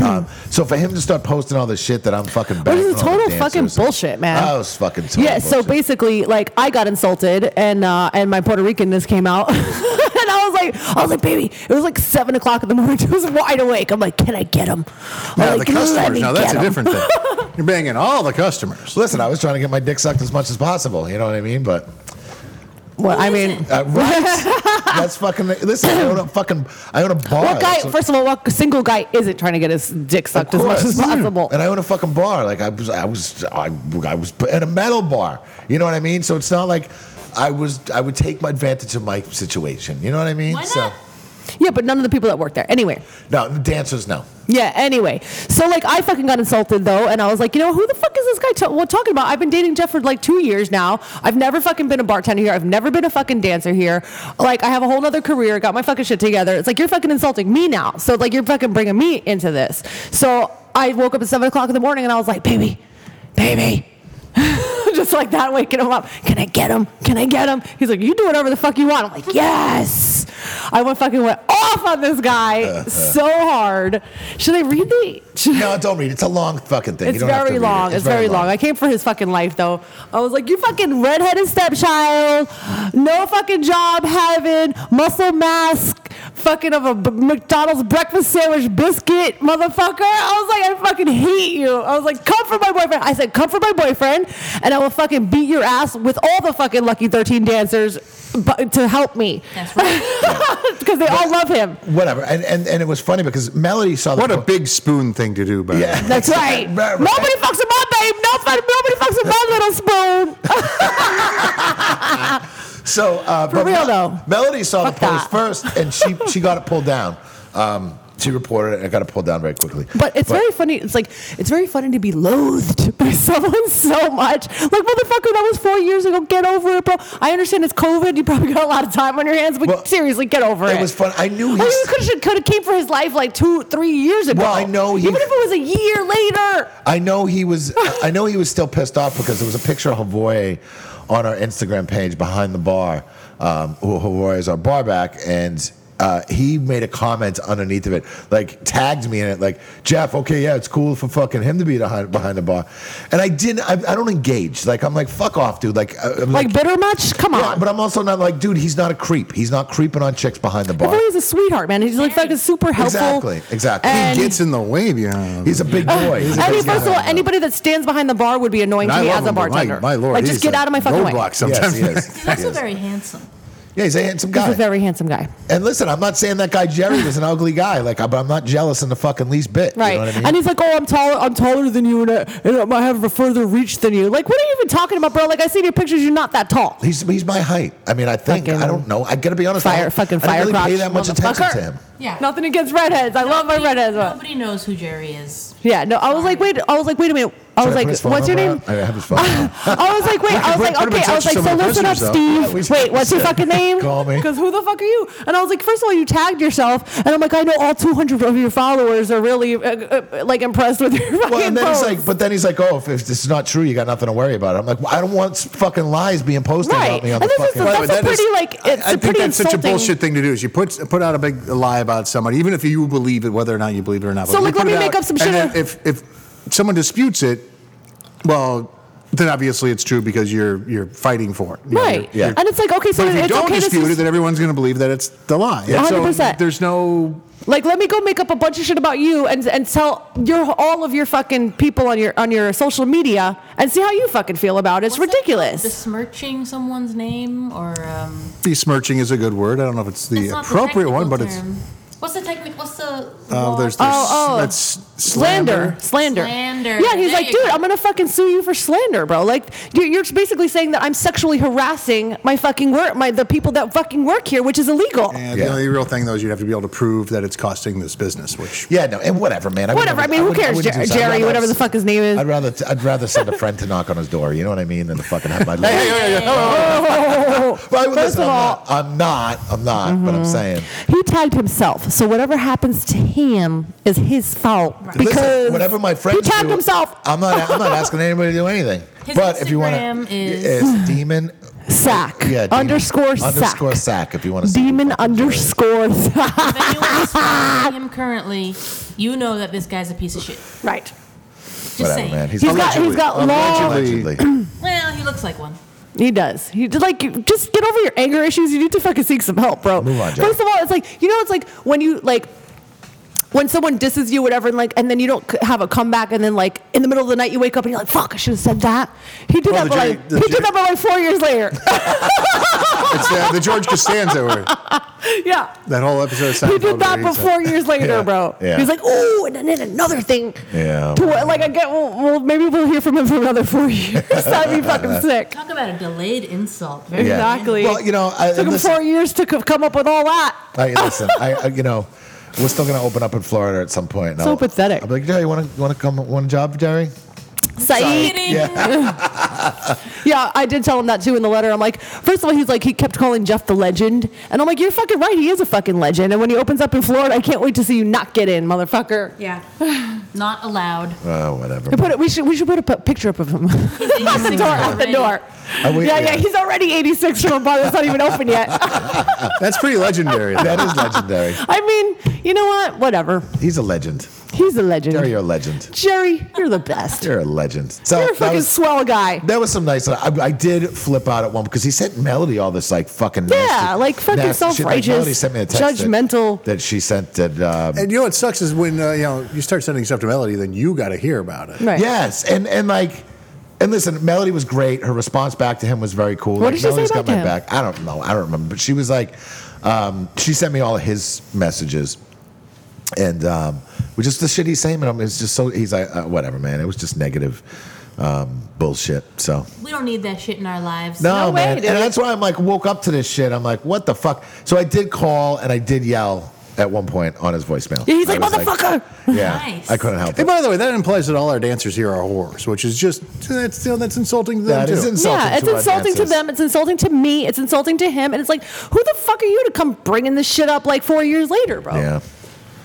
Speaker 1: um, so for him to start posting all this shit that I'm fucking back,
Speaker 2: Which is total fucking bullshit, man.
Speaker 1: I was Oh, fucking total
Speaker 2: yeah so
Speaker 1: bullshit.
Speaker 2: basically like i got insulted and uh and my puerto ricanness came out and i was like i was like baby it was like seven o'clock in the morning i was wide awake i'm like can i get him
Speaker 3: Now
Speaker 2: Uh,
Speaker 3: the customers. Now that's a different thing. You're banging all the customers.
Speaker 1: Listen, I was trying to get my dick sucked as much as possible. You know what I mean? But
Speaker 2: well i mean
Speaker 1: uh, right, that's fucking. Listen, I own a fucking. I own a bar.
Speaker 2: what guy
Speaker 1: That's
Speaker 2: first of all what single guy isn't trying to get his dick
Speaker 1: Of
Speaker 2: sucked as much
Speaker 1: course.
Speaker 2: as possible
Speaker 1: And I own a fucking bar. Like I was, I was, I, I was at a metal bar. You know what I mean? So it's not like I was I would take my advantage of my situation. You know what I mean?
Speaker 4: Why not?
Speaker 2: Yeah, but none of the people that work there. Anyway.
Speaker 1: no, the dancers no.
Speaker 2: Yeah, anyway. So, like, I fucking got insulted, though, and I was like, you know, who the fuck is this guy ta- well, talking about? I've been dating Jeff for like two years now. I've never fucking been a bartender here. I've never been a fucking dancer here. Like, I have a whole other career, got my fucking shit together. It's like, you're fucking insulting me now. So, like, you're fucking bringing me into this. So, I woke up at seven o'clock in the morning and I was like, baby, baby. Just like that, waking him up. Can I get him? Can I get him? He's like, you do whatever the fuck you want. I'm like, yes. I went fucking went off on this guy so hard. Should I read the? should-
Speaker 1: No, don't read. it. It's a long fucking thing.
Speaker 2: it's
Speaker 1: you don't have to
Speaker 2: very
Speaker 1: read
Speaker 2: long.
Speaker 1: It.
Speaker 2: It's, very long. I came for his fucking life though. I was like, you fucking redheaded stepchild, no fucking job having, muscle mask, fucking of a b- McDonald's breakfast sandwich biscuit, motherfucker. I was like, I fucking hate you. I was like, come for my boyfriend. I said, come for my boyfriend, and I will fucking beat your ass with all the fucking Lucky 13 dancers bu- to help me.
Speaker 4: That's right.
Speaker 2: Because they all love him.
Speaker 1: Whatever. And, and and it was funny because Melody saw the
Speaker 3: What a
Speaker 1: po-
Speaker 3: big spoon thing to do, by
Speaker 1: Yeah.
Speaker 3: yeah.
Speaker 2: That's right.
Speaker 1: Right, right.
Speaker 2: Nobody fucks with my babe. Nobody, nobody fucks with my little spoon.
Speaker 1: So uh,
Speaker 2: For
Speaker 1: but
Speaker 2: real,
Speaker 1: Mel-
Speaker 2: though.
Speaker 1: Melody saw
Speaker 2: Fuck
Speaker 1: the post
Speaker 2: that.
Speaker 1: first, and she she got it pulled down. Um, she reported it. and got it pulled down very quickly.
Speaker 2: But it's very funny. It's like it's very funny to be loathed by someone so much. Like motherfucker, that was four years ago. Get over it, bro. I understand it's COVID. You probably got a lot of time on your hands, but
Speaker 1: Well,
Speaker 2: seriously, get over it.
Speaker 1: it was fun. I knew
Speaker 2: Well,
Speaker 1: he's-
Speaker 2: he could have could have came for his life like two, three years ago.
Speaker 1: Well, I know he-
Speaker 2: Even if it was a year later.
Speaker 1: I know he was. I know he was still pissed off because there was a picture of Havoy on our Instagram page behind the bar. Um, who Havoy is our bar back, and uh, he made a comment underneath of it, like tagged me in it, like Jeff. Okay, yeah, it's cool for fucking him to be behind, behind the bar, and I didn't. I, I don't engage. Like I'm like fuck off, dude. Like, I- I'm
Speaker 2: Like, bitter much? Come on.
Speaker 1: Yeah, but I'm also not like, dude, he's not a creep. He's not creeping on chicks behind the
Speaker 2: I
Speaker 1: bar.
Speaker 2: thought he was a sweetheart, man. He's like fucking super helpful.
Speaker 1: Exactly, exactly. He
Speaker 2: And-
Speaker 3: He gets in the way behind.
Speaker 1: He's a big boy. He's a
Speaker 2: Any,
Speaker 1: big guy.
Speaker 2: first of all, anybody that stands behind the bar would be annoying
Speaker 3: And
Speaker 2: to
Speaker 3: I
Speaker 2: me
Speaker 3: love
Speaker 2: as a
Speaker 3: him, but my-
Speaker 2: bartender.
Speaker 3: My, lord,
Speaker 2: like,
Speaker 3: he's
Speaker 2: just get
Speaker 3: a
Speaker 2: out of my fucking way.
Speaker 3: roadblock
Speaker 1: Yes,
Speaker 3: sometimes.
Speaker 1: he is.
Speaker 4: He's also very handsome.
Speaker 1: Yeah, he's a handsome
Speaker 2: He's
Speaker 1: guy.
Speaker 2: a very handsome guy.
Speaker 1: and listen, I'm not saying that guy Jerry was an ugly guy, like, but I'm not jealous in the fucking least bit.
Speaker 2: Right.
Speaker 1: You know what I mean?
Speaker 2: And he's like, oh, I'm taller. I'm taller than you, and I, and I have a further reach than you. Like, what are you even talking about, bro? Like, I see in your pictures, you're not that tall.
Speaker 1: He's, he's my height. I mean, I think
Speaker 2: Fucking
Speaker 1: I don't know. I gotta be honest. I
Speaker 2: fire-
Speaker 1: don't-
Speaker 2: fucking
Speaker 1: I don't really
Speaker 2: firecrotch
Speaker 1: pay that much attention
Speaker 2: motherfucker.
Speaker 1: to him.
Speaker 4: Yeah.
Speaker 2: Nothing against redheads. I love my redheads. but-
Speaker 4: Nobody knows who Jerry is.
Speaker 2: Yeah. No, I was like, wait. I was like, wait a minute. I
Speaker 1: Should
Speaker 2: was
Speaker 1: I put
Speaker 2: like,
Speaker 1: his phone
Speaker 2: what's your
Speaker 1: number out?
Speaker 2: name?
Speaker 1: I have his phone number.
Speaker 2: I was like, wait. I was
Speaker 3: put-
Speaker 2: like,
Speaker 3: put him in
Speaker 2: okay. I
Speaker 3: touch
Speaker 2: was
Speaker 3: with
Speaker 2: like,
Speaker 3: some
Speaker 2: so
Speaker 3: of the
Speaker 2: listen up,
Speaker 3: prisoners, though.
Speaker 1: Yeah, we
Speaker 2: Steve. Wait, what's your fucking name?
Speaker 1: Call me.
Speaker 2: Because who the fuck are you? And I was like, first of all, you tagged yourself, and I'm like, I know all 200 of your followers are really uh, uh, like impressed with your fucking
Speaker 1: Well, and then he's
Speaker 2: post.
Speaker 1: like, but then he's like, oh, if, if this is not true, you got nothing to worry about. I'm like, well, I don't want fucking lies being posted
Speaker 2: Right.
Speaker 1: about me on
Speaker 2: And
Speaker 1: the
Speaker 2: this is
Speaker 1: fucking.
Speaker 2: the-
Speaker 3: By the
Speaker 2: That's
Speaker 3: way,
Speaker 2: a
Speaker 3: that
Speaker 2: pretty, like,
Speaker 3: I-
Speaker 2: it's
Speaker 3: I
Speaker 2: a
Speaker 3: think
Speaker 2: pretty
Speaker 3: that's such a
Speaker 2: insulting-
Speaker 3: bullshit thing to do. Is you put put out a big lie about somebody, even if you believe it, whether or not you believe it or not.
Speaker 2: So,
Speaker 3: but you
Speaker 2: like, let
Speaker 3: put
Speaker 2: me
Speaker 3: it
Speaker 2: make
Speaker 3: out,
Speaker 2: up some
Speaker 3: and
Speaker 2: shit
Speaker 3: then
Speaker 2: or-
Speaker 3: If if someone disputes it, well, then obviously it's true because you're you're fighting for it. You know,
Speaker 2: Right.
Speaker 3: you're- you're-
Speaker 2: And it's like, okay, so
Speaker 3: But if you
Speaker 2: it's
Speaker 3: don't
Speaker 2: okay
Speaker 3: dispute
Speaker 2: to
Speaker 3: it, then everyone's going to believe that it's the lie. And so
Speaker 2: 100%.
Speaker 3: There's no
Speaker 2: Like, let me go make up a bunch of shit about you and and tell your all of your fucking people on your on your social media and see how you fucking feel about it. It's
Speaker 4: What's that called?
Speaker 2: ridiculous.
Speaker 4: Besmirching someone's name or um,
Speaker 3: besmirching is a good word. I don't know if it's the
Speaker 4: that's not
Speaker 3: appropriate one, but
Speaker 4: technical
Speaker 3: it's
Speaker 4: term. what's the technical? What's the
Speaker 3: uh,
Speaker 4: law?
Speaker 3: there's, there's
Speaker 2: Oh, oh.
Speaker 3: that's
Speaker 2: Slander. slander,
Speaker 4: Slander.
Speaker 2: Yeah, he's
Speaker 4: There
Speaker 2: like,
Speaker 4: you
Speaker 2: dude,
Speaker 4: go.
Speaker 2: I'm gonna fucking sue you for slander, bro. Like, you're, you're basically saying that I'm sexually harassing my fucking work, my the people that fucking work here, which is illegal.
Speaker 3: And
Speaker 1: Yeah.
Speaker 3: the only real thing, though, is you'd have to be able to prove that it's costing this business, which
Speaker 1: Yeah, no, and whatever, man. I would
Speaker 2: Whatever,
Speaker 1: never-
Speaker 2: I mean, who
Speaker 1: wouldn't- I
Speaker 2: cares,
Speaker 1: wouldn't do
Speaker 2: Jer-
Speaker 1: something. I'd
Speaker 2: Jerry,
Speaker 1: rather-
Speaker 2: whatever the fuck his name is.
Speaker 1: I'd rather I'd rather send a friend to knock on his door. You know what I mean? Than to fucking have my.
Speaker 2: Oh.
Speaker 1: Well, I-
Speaker 2: First
Speaker 1: listen,
Speaker 2: of
Speaker 1: I'm
Speaker 2: all,
Speaker 1: not, I'm
Speaker 2: Mm-hmm.
Speaker 1: not, I'm not, but I'm saying.
Speaker 2: he tagged himself, so whatever happens to him is his fault because
Speaker 1: listen, whatever my friends
Speaker 2: he tagged
Speaker 1: do,
Speaker 2: himself.
Speaker 1: I'm not. I'm not asking anybody to do anything.
Speaker 4: His
Speaker 1: but if you want
Speaker 4: Instagram
Speaker 1: to,
Speaker 4: is-
Speaker 1: it's demon.
Speaker 2: Sack.
Speaker 1: Yeah, demon,
Speaker 2: underscore sack.
Speaker 1: underscore sack. If you want to,
Speaker 2: Demon underscore sack.
Speaker 4: If anyone is following him currently, you know that this guy's a piece of shit.
Speaker 2: right.
Speaker 4: Just
Speaker 1: Whatever,
Speaker 4: saying.
Speaker 1: man. He's,
Speaker 2: He's got- he's got long-
Speaker 1: allegedly.
Speaker 4: Well, he looks like one.
Speaker 2: He does. He did like you- just get over your anger issues. You need to fucking seek some help, bro.
Speaker 1: Move on, Jack.
Speaker 2: First of all, it's like you know, it's like when you like when someone disses you, whatever, and like, and then you don't c- have a comeback, and then like in the middle of the night you wake up and you're like, "Fuck, I should have said that." He did
Speaker 3: Well,
Speaker 2: that,
Speaker 3: the
Speaker 2: but
Speaker 3: Jerry-
Speaker 2: like,
Speaker 3: the
Speaker 2: he
Speaker 3: Jerry-
Speaker 2: did that, but like four years later.
Speaker 3: It's uh, the George Costanza word.
Speaker 2: yeah.
Speaker 3: That whole episode. Of
Speaker 2: He
Speaker 3: Seinfeld where
Speaker 2: did that
Speaker 3: he's, uh,
Speaker 2: but four years later,
Speaker 3: Yeah,
Speaker 2: bro.
Speaker 1: yeah.
Speaker 2: He's like, oh, and then another thing.
Speaker 1: Yeah.
Speaker 2: To what- like I get, well, well, maybe we'll hear from him for another four years. That'd be fucking sick.
Speaker 4: Talk about a delayed insult.
Speaker 1: Yeah.
Speaker 4: Very
Speaker 2: Exactly.
Speaker 1: Well, you know, I,
Speaker 2: Took him
Speaker 1: listen,
Speaker 2: four years to c- come up with all that.
Speaker 1: I, listen I, I, you know, we're still going to open up in Florida at some point. and
Speaker 2: So
Speaker 1: I'll-
Speaker 2: pathetic.
Speaker 1: I'll be like, Jerry, you want to want to come one job, Jerry?
Speaker 2: Saeed. Yeah, I did tell him that too in the letter. I'm like, first of all, he's like, he kept calling Jeff the legend. And I'm like, you're fucking right. He is a fucking legend. And when he opens up in Florida, I can't wait to see you not get in, motherfucker.
Speaker 4: Yeah. Not allowed.
Speaker 1: Oh, whatever.
Speaker 2: We Put it, we should we should put a p- picture up of him. Door out the door.
Speaker 1: Are we-
Speaker 2: yeah, yeah,
Speaker 1: yeah.
Speaker 2: he's already 86 from a bar that's not even open yet.
Speaker 3: That's pretty legendary.
Speaker 1: That is legendary.
Speaker 2: I mean, you know what? Whatever.
Speaker 1: He's a legend.
Speaker 2: He's a legend.
Speaker 1: Jerry, you're a legend.
Speaker 2: Jerry, you're the best.
Speaker 1: You're a legend. So
Speaker 2: you're a
Speaker 1: that
Speaker 2: fucking
Speaker 1: was-
Speaker 2: swell guy.
Speaker 1: That was some nice. I, I did flip out at one because he sent Melody all this like fucking nasty-
Speaker 2: Yeah, like fucking
Speaker 1: nasty shit.
Speaker 2: self-righteous,
Speaker 1: Melody sent me a text that-
Speaker 2: judgmental.
Speaker 1: that, she sent that. Um,
Speaker 3: And you know what sucks is when uh, you know you start sending stuff to Melody, then you got to hear about it.
Speaker 2: Right.
Speaker 1: Yes, and and like. And listen, Melody was great. Her response back to him was very cool.
Speaker 2: What
Speaker 1: like,
Speaker 2: did she say
Speaker 1: Melody's
Speaker 2: back
Speaker 1: got
Speaker 2: to
Speaker 1: my
Speaker 2: him?
Speaker 1: back. I don't know. I don't remember. But she was like, um, she sent me all of his messages, and um, which is the shit he's saying. And I'm- it's just so he's like, uh, whatever, man. It was just negative um, bullshit. So
Speaker 4: We don't need that shit in our lives.
Speaker 1: No,
Speaker 2: No way,
Speaker 1: man.
Speaker 2: dude.
Speaker 1: and that's why I'm like woke up to this shit. I'm like, what the fuck? So I did call and I did yell at one point on his voicemail.
Speaker 2: Yeah, he's
Speaker 1: I
Speaker 2: like,
Speaker 1: was
Speaker 2: motherfucker.
Speaker 1: yeah,
Speaker 4: Nice.
Speaker 1: I couldn't help
Speaker 3: And
Speaker 1: it.
Speaker 3: by the way, that implies that all our dancers here are whores, which is just that's you know, that's insulting to them
Speaker 1: That is
Speaker 3: too.
Speaker 1: insulting.
Speaker 2: yeah, it's
Speaker 1: to our
Speaker 2: insulting to
Speaker 1: dancers.
Speaker 2: them. It's insulting to me. It's insulting to him. And it's like, who the fuck are you to come bringing this shit up like four years later, bro?
Speaker 1: Yeah.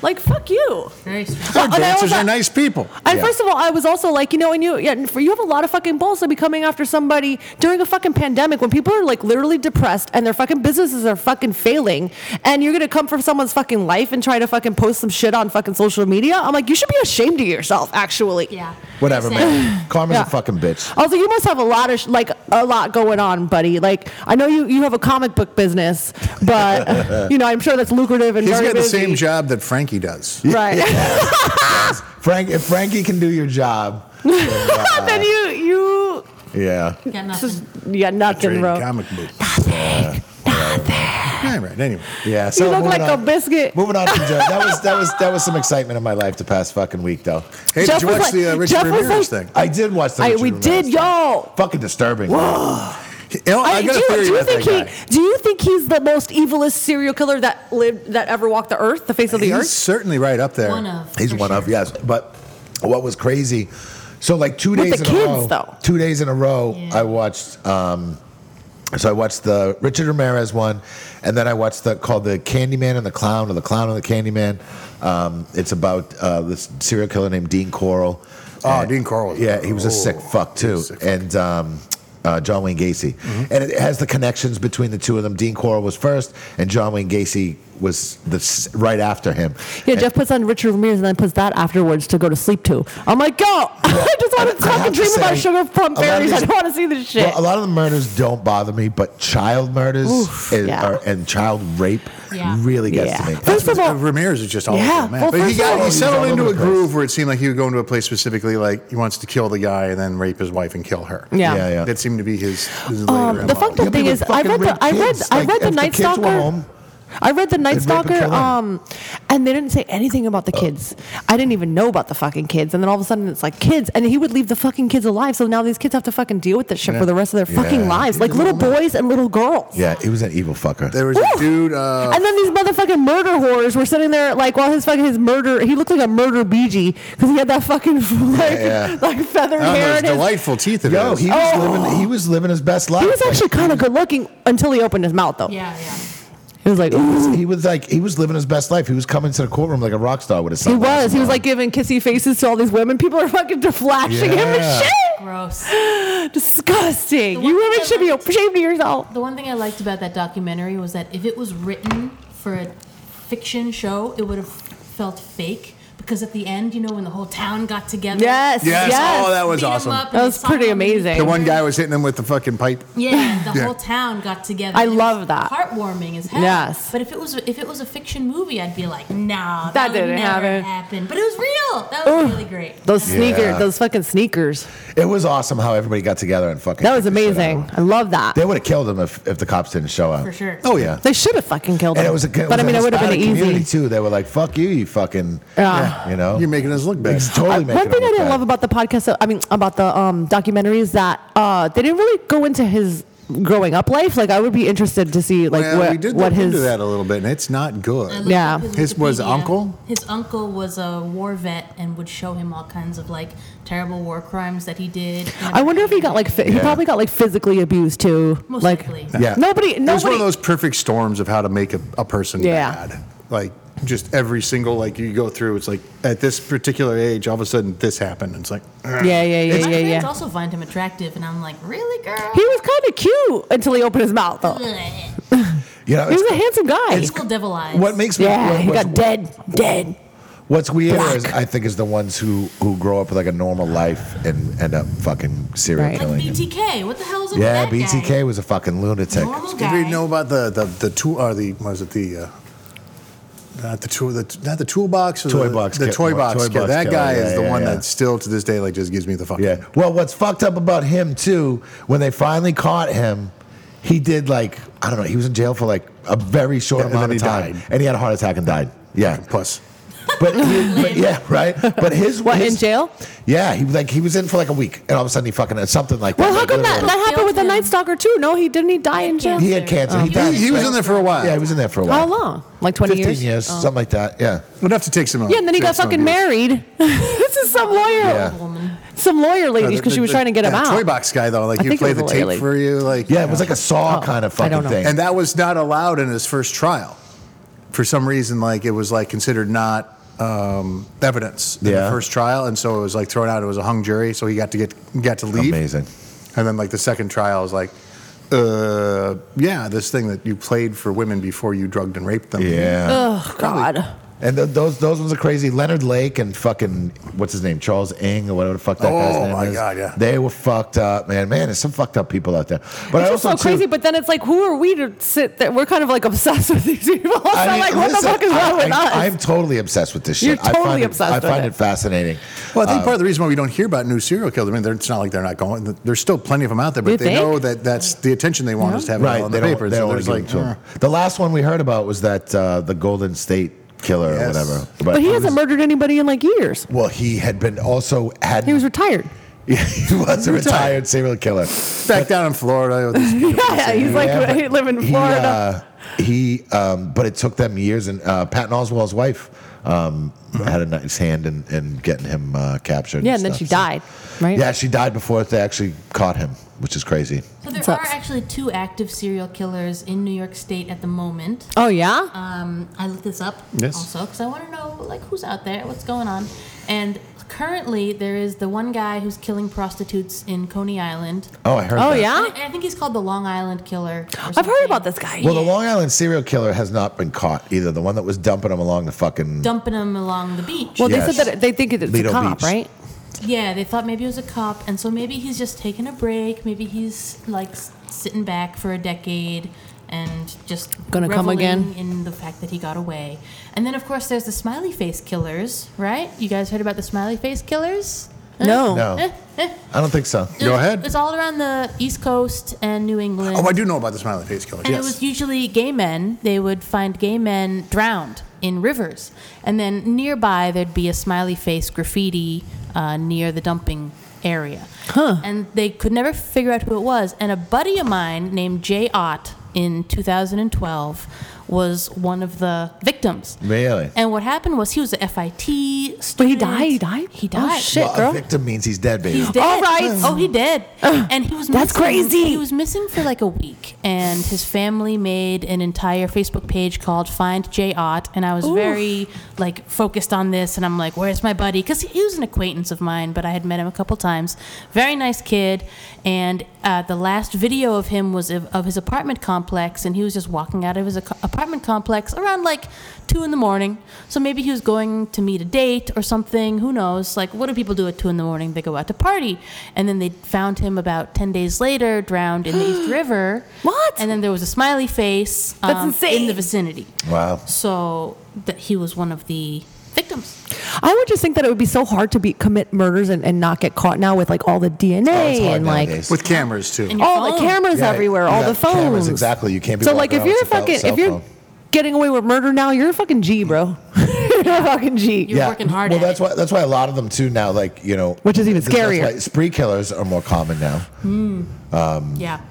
Speaker 2: Like, fuck you.
Speaker 4: Very strange.
Speaker 3: our
Speaker 2: and I
Speaker 3: dancers
Speaker 2: also-
Speaker 3: are nice people.
Speaker 2: And
Speaker 1: Yeah.
Speaker 2: first of all, I was also like, you know, and you, yeah, and for, you have a lot of fucking balls to be coming after somebody during a fucking pandemic when people are like literally depressed and their fucking businesses are fucking failing, and you're gonna come for someone's fucking life and try to fucking post some shit on fucking social media. I'm like, you should be ashamed of yourself, actually.
Speaker 4: Yeah.
Speaker 1: Whatever,
Speaker 4: Same.
Speaker 1: man. Karma's
Speaker 2: Yeah.
Speaker 1: a fucking bitch.
Speaker 2: Also, you must have a lot of sh- like a lot going on, buddy. Like I know you, you have a comic book business, but you know I'm sure that's lucrative and
Speaker 3: He's
Speaker 2: very
Speaker 3: got the
Speaker 2: busy.
Speaker 3: same job that Frankie does.
Speaker 2: right? Ah!
Speaker 1: Frank, if Frankie can do your job,
Speaker 2: then you you
Speaker 1: yeah.
Speaker 4: Got
Speaker 2: this
Speaker 4: nothing.
Speaker 2: is- yeah nothing,
Speaker 3: Trading
Speaker 2: bro.
Speaker 3: comic book. Yeah, right. Anyway,
Speaker 1: Yeah, so
Speaker 2: look
Speaker 1: moving
Speaker 2: like a
Speaker 1: on-
Speaker 2: biscuit.
Speaker 1: Moving on from Joe, that was that was that was some excitement in my life the past fucking week though.
Speaker 3: hey,
Speaker 2: Jeff
Speaker 3: did you
Speaker 2: was
Speaker 3: watch
Speaker 2: like-
Speaker 3: the uh, Richard
Speaker 2: Jeff was
Speaker 3: Ramirez
Speaker 2: like-
Speaker 3: thing?
Speaker 1: I did watch that.
Speaker 2: I, we did, y'all.
Speaker 1: Fucking disturbing.
Speaker 3: You know, I,
Speaker 2: I, do,
Speaker 3: got a
Speaker 2: you-
Speaker 3: theory
Speaker 2: do you
Speaker 3: about
Speaker 2: think
Speaker 3: that
Speaker 2: he?
Speaker 3: guy.
Speaker 2: Do you think he's the most evilest serial killer that lived, that ever walked the earth, the face of the
Speaker 3: He's
Speaker 2: earth?
Speaker 3: certainly right up there.
Speaker 4: One of.
Speaker 1: He's
Speaker 4: for
Speaker 1: one
Speaker 4: sure.
Speaker 1: of yes, but what was crazy? So like two
Speaker 2: With
Speaker 1: days
Speaker 2: the
Speaker 1: in
Speaker 2: kids,
Speaker 1: a row,
Speaker 2: though.
Speaker 1: two days in a row,
Speaker 4: Yeah.
Speaker 1: I watched. Um, so I watched the Richard Ramirez one, and then I watched the called the Candyman and the Clown or the Clown and the Candyman. Um, it's about uh, this serial killer named Dean Coral.
Speaker 3: Oh,
Speaker 1: And-
Speaker 3: Dean Corll was-
Speaker 1: Yeah, he was a sick
Speaker 3: oh,
Speaker 1: fuck
Speaker 3: he
Speaker 1: too,
Speaker 3: was a sick fuck. Mm-hmm.
Speaker 1: and um, uh, John Wayne Gacy. And it has the connections between the two of them. Dean Coral was first, and John Wayne Gacy was the s- right after him.
Speaker 2: Yeah, Jeff puts on Richard Ramirez and then puts that afterwards to go to sleep to. I'm like, yo, I just want to
Speaker 1: I have
Speaker 2: fucking
Speaker 1: to
Speaker 2: dream about
Speaker 1: say,
Speaker 2: sugar plum
Speaker 1: a lot of
Speaker 2: fairies. I
Speaker 1: these-
Speaker 2: don't want to see this shit.
Speaker 1: Well, a lot of the murders don't bother me, but child murders
Speaker 2: Oof,
Speaker 1: and,
Speaker 2: yeah.
Speaker 1: are- and child rape
Speaker 4: Yeah.
Speaker 1: really gets to
Speaker 2: Yeah.
Speaker 1: me.
Speaker 2: First of all,
Speaker 3: Ramirez is just all
Speaker 2: Yeah,
Speaker 3: over the map.
Speaker 2: well,
Speaker 3: but he
Speaker 2: first of
Speaker 3: got
Speaker 2: all-
Speaker 3: he settled
Speaker 1: He's all
Speaker 3: into
Speaker 1: over
Speaker 3: a
Speaker 1: the place.
Speaker 3: groove where it seemed like he would go into a place specifically like he wants to kill the guy and then rape his wife and kill her.
Speaker 2: Yeah.
Speaker 1: Yeah, yeah.
Speaker 3: That seemed to be his, his
Speaker 2: Um,
Speaker 3: later
Speaker 2: the
Speaker 3: MO.
Speaker 2: fucked
Speaker 1: Yeah,
Speaker 2: up thing
Speaker 1: people
Speaker 2: is, I
Speaker 1: fucking
Speaker 2: read
Speaker 1: rape
Speaker 2: the I read
Speaker 1: kids.
Speaker 2: I
Speaker 1: Like,
Speaker 2: read the
Speaker 1: if the
Speaker 2: Night
Speaker 1: kids were
Speaker 2: Stalker.
Speaker 1: home,
Speaker 2: I read the Night
Speaker 1: they'd rape and
Speaker 2: Stalker,
Speaker 1: kill 'em.
Speaker 2: um, and they didn't say anything about the kids. I didn't even know about the fucking kids, and then all of a sudden it's like kids, and he would leave the fucking kids alive. So now these kids have to fucking deal with this shit for the rest of their fucking
Speaker 1: Yeah.
Speaker 2: lives, like
Speaker 1: He's a
Speaker 2: little
Speaker 1: little man.
Speaker 2: boys and little girls.
Speaker 1: yeah, he was an evil fucker.
Speaker 3: There was a
Speaker 2: Ooh.
Speaker 3: dude. Uh,
Speaker 2: And then these motherfucking murder whores were sitting there like while his fucking his murder he looked like a murder BG because he had that fucking like,
Speaker 1: yeah.
Speaker 2: like feathered
Speaker 3: I don't know,
Speaker 2: hair
Speaker 3: his
Speaker 2: and his,
Speaker 3: delightful teeth of
Speaker 1: Yo,
Speaker 3: his.
Speaker 1: he was living. He was living his best life.
Speaker 2: Oh. he was
Speaker 1: Like,
Speaker 2: actually kind of good looking until he opened his mouth though.
Speaker 4: Yeah, yeah.
Speaker 2: He was like, "Ooh."
Speaker 1: he was like he was living his best life. He was coming to the courtroom like a rock star with his.
Speaker 2: he was he was like giving kissy faces to all these women. People are fucking flashing him
Speaker 1: Yeah.
Speaker 2: and shit.
Speaker 4: Gross.
Speaker 2: Disgusting.
Speaker 4: The
Speaker 2: You
Speaker 4: one
Speaker 2: women
Speaker 4: thing
Speaker 2: should
Speaker 4: I
Speaker 2: be
Speaker 4: liked-
Speaker 2: ashamed of yourself.
Speaker 4: The one thing I liked about that documentary was that if it was written for a fiction show, it would have felt fake. because at the end, you know, when the whole town got together.
Speaker 2: Yes.
Speaker 3: Yes.
Speaker 2: Yes.
Speaker 3: Oh, that was
Speaker 4: beat 'em
Speaker 3: awesome.
Speaker 4: up and
Speaker 2: That
Speaker 4: they
Speaker 2: was
Speaker 4: saw
Speaker 2: pretty
Speaker 4: them and-
Speaker 2: amazing.
Speaker 3: The one guy was hitting him with the fucking pipe.
Speaker 4: Yeah, the
Speaker 3: Yeah.
Speaker 4: whole town got together.
Speaker 2: I
Speaker 4: It was
Speaker 2: love that.
Speaker 4: Heartwarming as hell.
Speaker 2: Yes.
Speaker 4: But if it was if it was a fiction movie, I'd be like, nah, that,
Speaker 2: That
Speaker 4: would
Speaker 2: didn't
Speaker 4: never
Speaker 2: happen.
Speaker 4: happen. But it was real. That was really great.
Speaker 2: Those sneakers,
Speaker 1: Yeah.
Speaker 2: those fucking sneakers.
Speaker 1: It was awesome how everybody got together and fucking.
Speaker 2: That was
Speaker 1: kicked the shit out of
Speaker 2: amazing.
Speaker 1: him.
Speaker 2: I love that.
Speaker 1: They would have killed him if, if the cops didn't show up.
Speaker 4: For sure.
Speaker 1: Oh yeah.
Speaker 2: They should have fucking killed him.
Speaker 1: And it was a good.
Speaker 2: but I mean, it would have been
Speaker 1: community
Speaker 2: easy.
Speaker 1: too. They were like, "Fuck you, you fucking."
Speaker 2: Yeah.
Speaker 1: You know.
Speaker 3: You're making us look bad.
Speaker 1: It's totally making
Speaker 2: One
Speaker 1: him
Speaker 2: thing I
Speaker 1: look
Speaker 2: didn't
Speaker 1: bad.
Speaker 2: love about the podcast, I mean, about the um, documentary is that uh, they didn't really go into his growing up life. Like, I would be interested to see like
Speaker 3: Well,
Speaker 2: what
Speaker 3: we did
Speaker 2: what
Speaker 3: look
Speaker 2: his
Speaker 3: into that a little bit, and it's not
Speaker 4: I
Speaker 3: good.
Speaker 4: looked
Speaker 2: Yeah.
Speaker 4: up
Speaker 3: His was
Speaker 4: Wikipedia.
Speaker 3: uncle?
Speaker 4: His uncle was a war vet and would show him all kinds of like terrible war crimes that he did.
Speaker 2: I wonder if he got like fi- he
Speaker 1: Yeah.
Speaker 2: probably got like physically abused too.
Speaker 4: Most
Speaker 2: like
Speaker 4: likely.
Speaker 1: Yeah.
Speaker 2: nobody
Speaker 3: It was one
Speaker 2: nobody
Speaker 3: of those perfect storms of how to make a, a person
Speaker 2: Yeah.
Speaker 3: bad. Like just every single like you go through, it's like at this particular age, all of a sudden this happened. It's like "Uh,
Speaker 2: Yeah, yeah, yeah,
Speaker 4: My
Speaker 2: yeah,
Speaker 4: friends
Speaker 2: yeah.
Speaker 4: also find him attractive, and I'm like, really, girl?
Speaker 2: he was kind of cute until he opened his mouth though.
Speaker 4: Bleh.
Speaker 1: You know,
Speaker 2: He was
Speaker 1: it's-
Speaker 2: a handsome guy.
Speaker 4: Little devil eyes.
Speaker 1: What makes me
Speaker 2: Yeah,
Speaker 1: what-
Speaker 2: he
Speaker 1: what's,
Speaker 2: got dead, dead.
Speaker 1: what's weird
Speaker 2: black.
Speaker 1: is I think is the ones who who grow up with like a normal life and end up fucking serial
Speaker 2: Right. Like
Speaker 1: killing.
Speaker 4: like
Speaker 1: and-
Speaker 4: BTK? What the hell's up
Speaker 1: yeah,
Speaker 4: with that
Speaker 1: BTK
Speaker 4: guy?
Speaker 1: was a fucking lunatic.
Speaker 4: Normal
Speaker 3: Did we
Speaker 4: guy.
Speaker 3: know about the the the tool or the was it the uh, not the tool the not the toolbox or
Speaker 1: Toy
Speaker 3: the,
Speaker 1: box
Speaker 3: the
Speaker 1: ki-
Speaker 3: toy
Speaker 1: toy
Speaker 3: box,
Speaker 1: box
Speaker 3: kid. that
Speaker 1: killer.
Speaker 3: guy is
Speaker 1: Yeah,
Speaker 3: the
Speaker 1: yeah,
Speaker 3: one
Speaker 1: yeah.
Speaker 3: that still to this day like just gives me the fuck
Speaker 1: Yeah. Well, what's fucked up about him too, when they finally caught him, he did like I don't know, he was in jail for like a very short
Speaker 3: Yeah, and
Speaker 1: amount
Speaker 3: then
Speaker 1: of
Speaker 3: he
Speaker 1: time.
Speaker 3: died.
Speaker 1: And he had a heart attack and died. Yeah.
Speaker 3: plus
Speaker 1: But, he- but yeah, right. But his
Speaker 2: What
Speaker 1: his-
Speaker 2: in jail?
Speaker 1: Yeah, he like he was in for like a week, and all of a sudden he fucking uh, something like that.
Speaker 2: Well, how
Speaker 1: Like,
Speaker 2: come that,
Speaker 1: literally.
Speaker 2: that happened with the
Speaker 4: Killed him.
Speaker 2: Night Stalker too? No, he didn't. He die in jail.
Speaker 1: He had cancer.
Speaker 2: Um,
Speaker 1: He, died,
Speaker 3: he was in there for a while
Speaker 1: Yeah, he was in there for a while.
Speaker 2: How long? Like twenty
Speaker 1: 15 years,
Speaker 2: years. Oh.
Speaker 1: something like that. Yeah.
Speaker 3: we'd have to take some uh,
Speaker 2: Yeah, and then he
Speaker 3: take
Speaker 2: got
Speaker 3: some
Speaker 2: fucking
Speaker 3: abuse.
Speaker 2: married. this is some lawyer,
Speaker 1: Yeah.
Speaker 4: Woman.
Speaker 2: some lawyer
Speaker 3: No,
Speaker 2: lady,
Speaker 3: the-
Speaker 2: because she
Speaker 3: the-
Speaker 2: was trying to get him
Speaker 3: that
Speaker 2: out.
Speaker 3: toy box guy though like
Speaker 2: I
Speaker 3: he
Speaker 2: think it
Speaker 3: played
Speaker 2: was
Speaker 3: the
Speaker 2: a
Speaker 3: tape
Speaker 2: lady.
Speaker 3: for you like
Speaker 1: Yeah, it was like a saw
Speaker 2: Oh,
Speaker 1: kind of
Speaker 2: I
Speaker 1: fucking
Speaker 2: don't know.
Speaker 1: thing.
Speaker 3: and that was not allowed in his first trial for some reason like it was like considered not um, evidence in
Speaker 1: Yeah.
Speaker 3: the first trial and so it was like thrown out it was a hung jury so he got to get got to leave
Speaker 1: Amazing.
Speaker 3: And then like the second trial is like, uh, yeah, this thing that you played for women before you drugged and raped them.
Speaker 1: Yeah.
Speaker 2: Oh God.
Speaker 1: And th- those those ones are crazy. Leonard Lake and fucking what's his name, Charles Ng or whatever the fuck that guy's
Speaker 3: Oh,
Speaker 1: name
Speaker 3: my
Speaker 1: is.
Speaker 3: God, yeah.
Speaker 1: They were fucked up, man. Man, there's some fucked up people out there. But I
Speaker 2: It's just
Speaker 1: also
Speaker 2: so
Speaker 1: too-
Speaker 2: crazy, but then it's like, who are we to sit there? We're kind of like obsessed with these people. So,
Speaker 1: I mean,
Speaker 2: like, what the
Speaker 1: listen,
Speaker 2: fuck is
Speaker 1: I-
Speaker 2: wrong with
Speaker 1: I,
Speaker 2: us?
Speaker 1: am totally obsessed with this shit.
Speaker 2: You're
Speaker 1: I
Speaker 2: totally
Speaker 1: find
Speaker 2: obsessed
Speaker 1: It, I
Speaker 2: with
Speaker 1: find
Speaker 2: it.
Speaker 1: it, fascinating.
Speaker 3: Well, I
Speaker 1: Uh,
Speaker 3: think part of the reason why we don't hear about new serial killers, I mean, they're- it's not like they're not going. There's still plenty of them out there,
Speaker 2: You
Speaker 3: but they
Speaker 2: think?
Speaker 3: know that that's the attention they want us to have it all
Speaker 1: right?
Speaker 3: on
Speaker 1: They
Speaker 3: the
Speaker 1: don't,
Speaker 3: paper.
Speaker 1: they
Speaker 3: so
Speaker 1: don't
Speaker 3: there's
Speaker 1: want
Speaker 3: like,
Speaker 1: to give it
Speaker 3: uh,
Speaker 1: to them. The last one we heard about was that uh, the Golden State Killer or
Speaker 3: Yes.
Speaker 1: whatever.
Speaker 2: But he
Speaker 1: I
Speaker 2: hasn't
Speaker 1: was-
Speaker 2: murdered anybody in like years.
Speaker 1: Well, he had been also had.
Speaker 2: He was retired.
Speaker 1: he was a
Speaker 3: Retired.
Speaker 1: retired serial killer.
Speaker 3: back down in Florida. with this-
Speaker 2: Yeah, he's like
Speaker 1: Yeah,
Speaker 2: he
Speaker 1: but
Speaker 2: living in
Speaker 1: he,
Speaker 2: Florida.
Speaker 1: uh, He, um, but it took them years, and uh, Patton Oswald's wife um, had a nice hand in, in getting him uh, captured.
Speaker 2: yeah, and then she
Speaker 1: stuff, so-
Speaker 2: died, right?
Speaker 1: Yeah, she died before they actually caught him, which is crazy.
Speaker 4: So there
Speaker 2: Sucks.
Speaker 4: are actually two active serial killers in New York State at the moment.
Speaker 2: Oh yeah.
Speaker 4: Um, I looked this up
Speaker 3: Yes.
Speaker 4: also because I want to know like who's out there, what's going on, and currently there is the one guy who's killing prostitutes in Coney Island.
Speaker 1: Oh, I heard.
Speaker 2: Oh
Speaker 1: that.
Speaker 2: yeah.
Speaker 4: And I, I think he's called the Long Island Killer. or
Speaker 2: I've heard
Speaker 4: something.
Speaker 2: about this guy.
Speaker 1: Well, the Long Island serial killer has not been caught either. The one that was dumping him along the fucking.
Speaker 4: Dumping them along the beach.
Speaker 2: Well, they
Speaker 1: Yes.
Speaker 2: said that it- they think it's a
Speaker 1: Lido
Speaker 2: cop,
Speaker 1: Beach.
Speaker 2: right?
Speaker 4: yeah, they thought maybe it was a cop, and so maybe he's just taking a break. Maybe he's like s- sitting back for a decade and just
Speaker 2: Gonna come
Speaker 4: reveling
Speaker 2: again.
Speaker 4: in the fact that he got away. And then of course there's the smiley face killers, right? You guys heard about the smiley face killers?
Speaker 2: No.
Speaker 1: No,
Speaker 4: Eh, eh.
Speaker 1: I don't think so.
Speaker 3: Go ahead.
Speaker 4: It's all around the East Coast and New England.
Speaker 3: oh, I do know about the smiling face killer.
Speaker 4: And it
Speaker 3: yes.
Speaker 4: was usually gay men. They would find gay men drowned in rivers, and then nearby there'd be a smiley face graffiti uh, near the dumping area. And they could never figure out who it was. And a buddy of mine named Jay Ott in 2012 was one of the victims.
Speaker 1: Really?
Speaker 4: And what happened was he was a FIT student.
Speaker 2: But he died. He died.
Speaker 4: He
Speaker 2: Oh,
Speaker 4: died.
Speaker 2: shit,
Speaker 1: well,
Speaker 2: girl.
Speaker 1: a victim means he's dead, baby.
Speaker 4: He's dead.
Speaker 2: All right.
Speaker 4: Oh, he did. And he was
Speaker 2: That's
Speaker 4: missing-
Speaker 2: crazy.
Speaker 4: He was missing for like a week, and his family made an entire Facebook page called "Find J Ott," and I was very like focused on this, and I'm like, "Where's my buddy?" Because he was an acquaintance of mine, but I had met him a couple times. Very nice kid, and uh, the last video of him was of, of his apartment complex, and he was just walking out of his ac- apartment apartment complex around like two in the morning. So maybe he was going to meet a date or something. Who knows? Like, what do people do at two in the morning? They go out to party. And then they found him about 10 days later, drowned in the East River.
Speaker 2: What?
Speaker 4: And then there was a smiley face um,
Speaker 2: That's
Speaker 4: in
Speaker 2: insane.
Speaker 4: the vicinity.
Speaker 1: Wow.
Speaker 4: So that he was one of the victims.
Speaker 2: I would just think that it would be so hard to be commit murders and, and not get caught now with like all the DNA
Speaker 1: Oh, it's hard
Speaker 2: and like
Speaker 1: nowadays.
Speaker 3: With cameras too.
Speaker 4: And your
Speaker 2: all the
Speaker 4: phone.
Speaker 2: cameras
Speaker 1: Yeah,
Speaker 2: everywhere,
Speaker 1: you
Speaker 2: all
Speaker 1: got
Speaker 2: the phones.
Speaker 1: cameras, exactly. You can't be
Speaker 2: So like
Speaker 1: walking
Speaker 2: if
Speaker 1: around
Speaker 2: you're
Speaker 1: with a fel-
Speaker 2: fucking
Speaker 1: cell
Speaker 2: if you're
Speaker 1: phone.
Speaker 2: getting away with murder now, you're a fucking G, bro. you're a fucking G.
Speaker 4: You're working hard
Speaker 1: Well,
Speaker 4: at
Speaker 1: that's
Speaker 4: it.
Speaker 1: why that's why a lot of them too now, like you know,
Speaker 2: Which is even
Speaker 1: that's
Speaker 2: scarier.
Speaker 1: why spree killers are more common now.
Speaker 4: Yeah.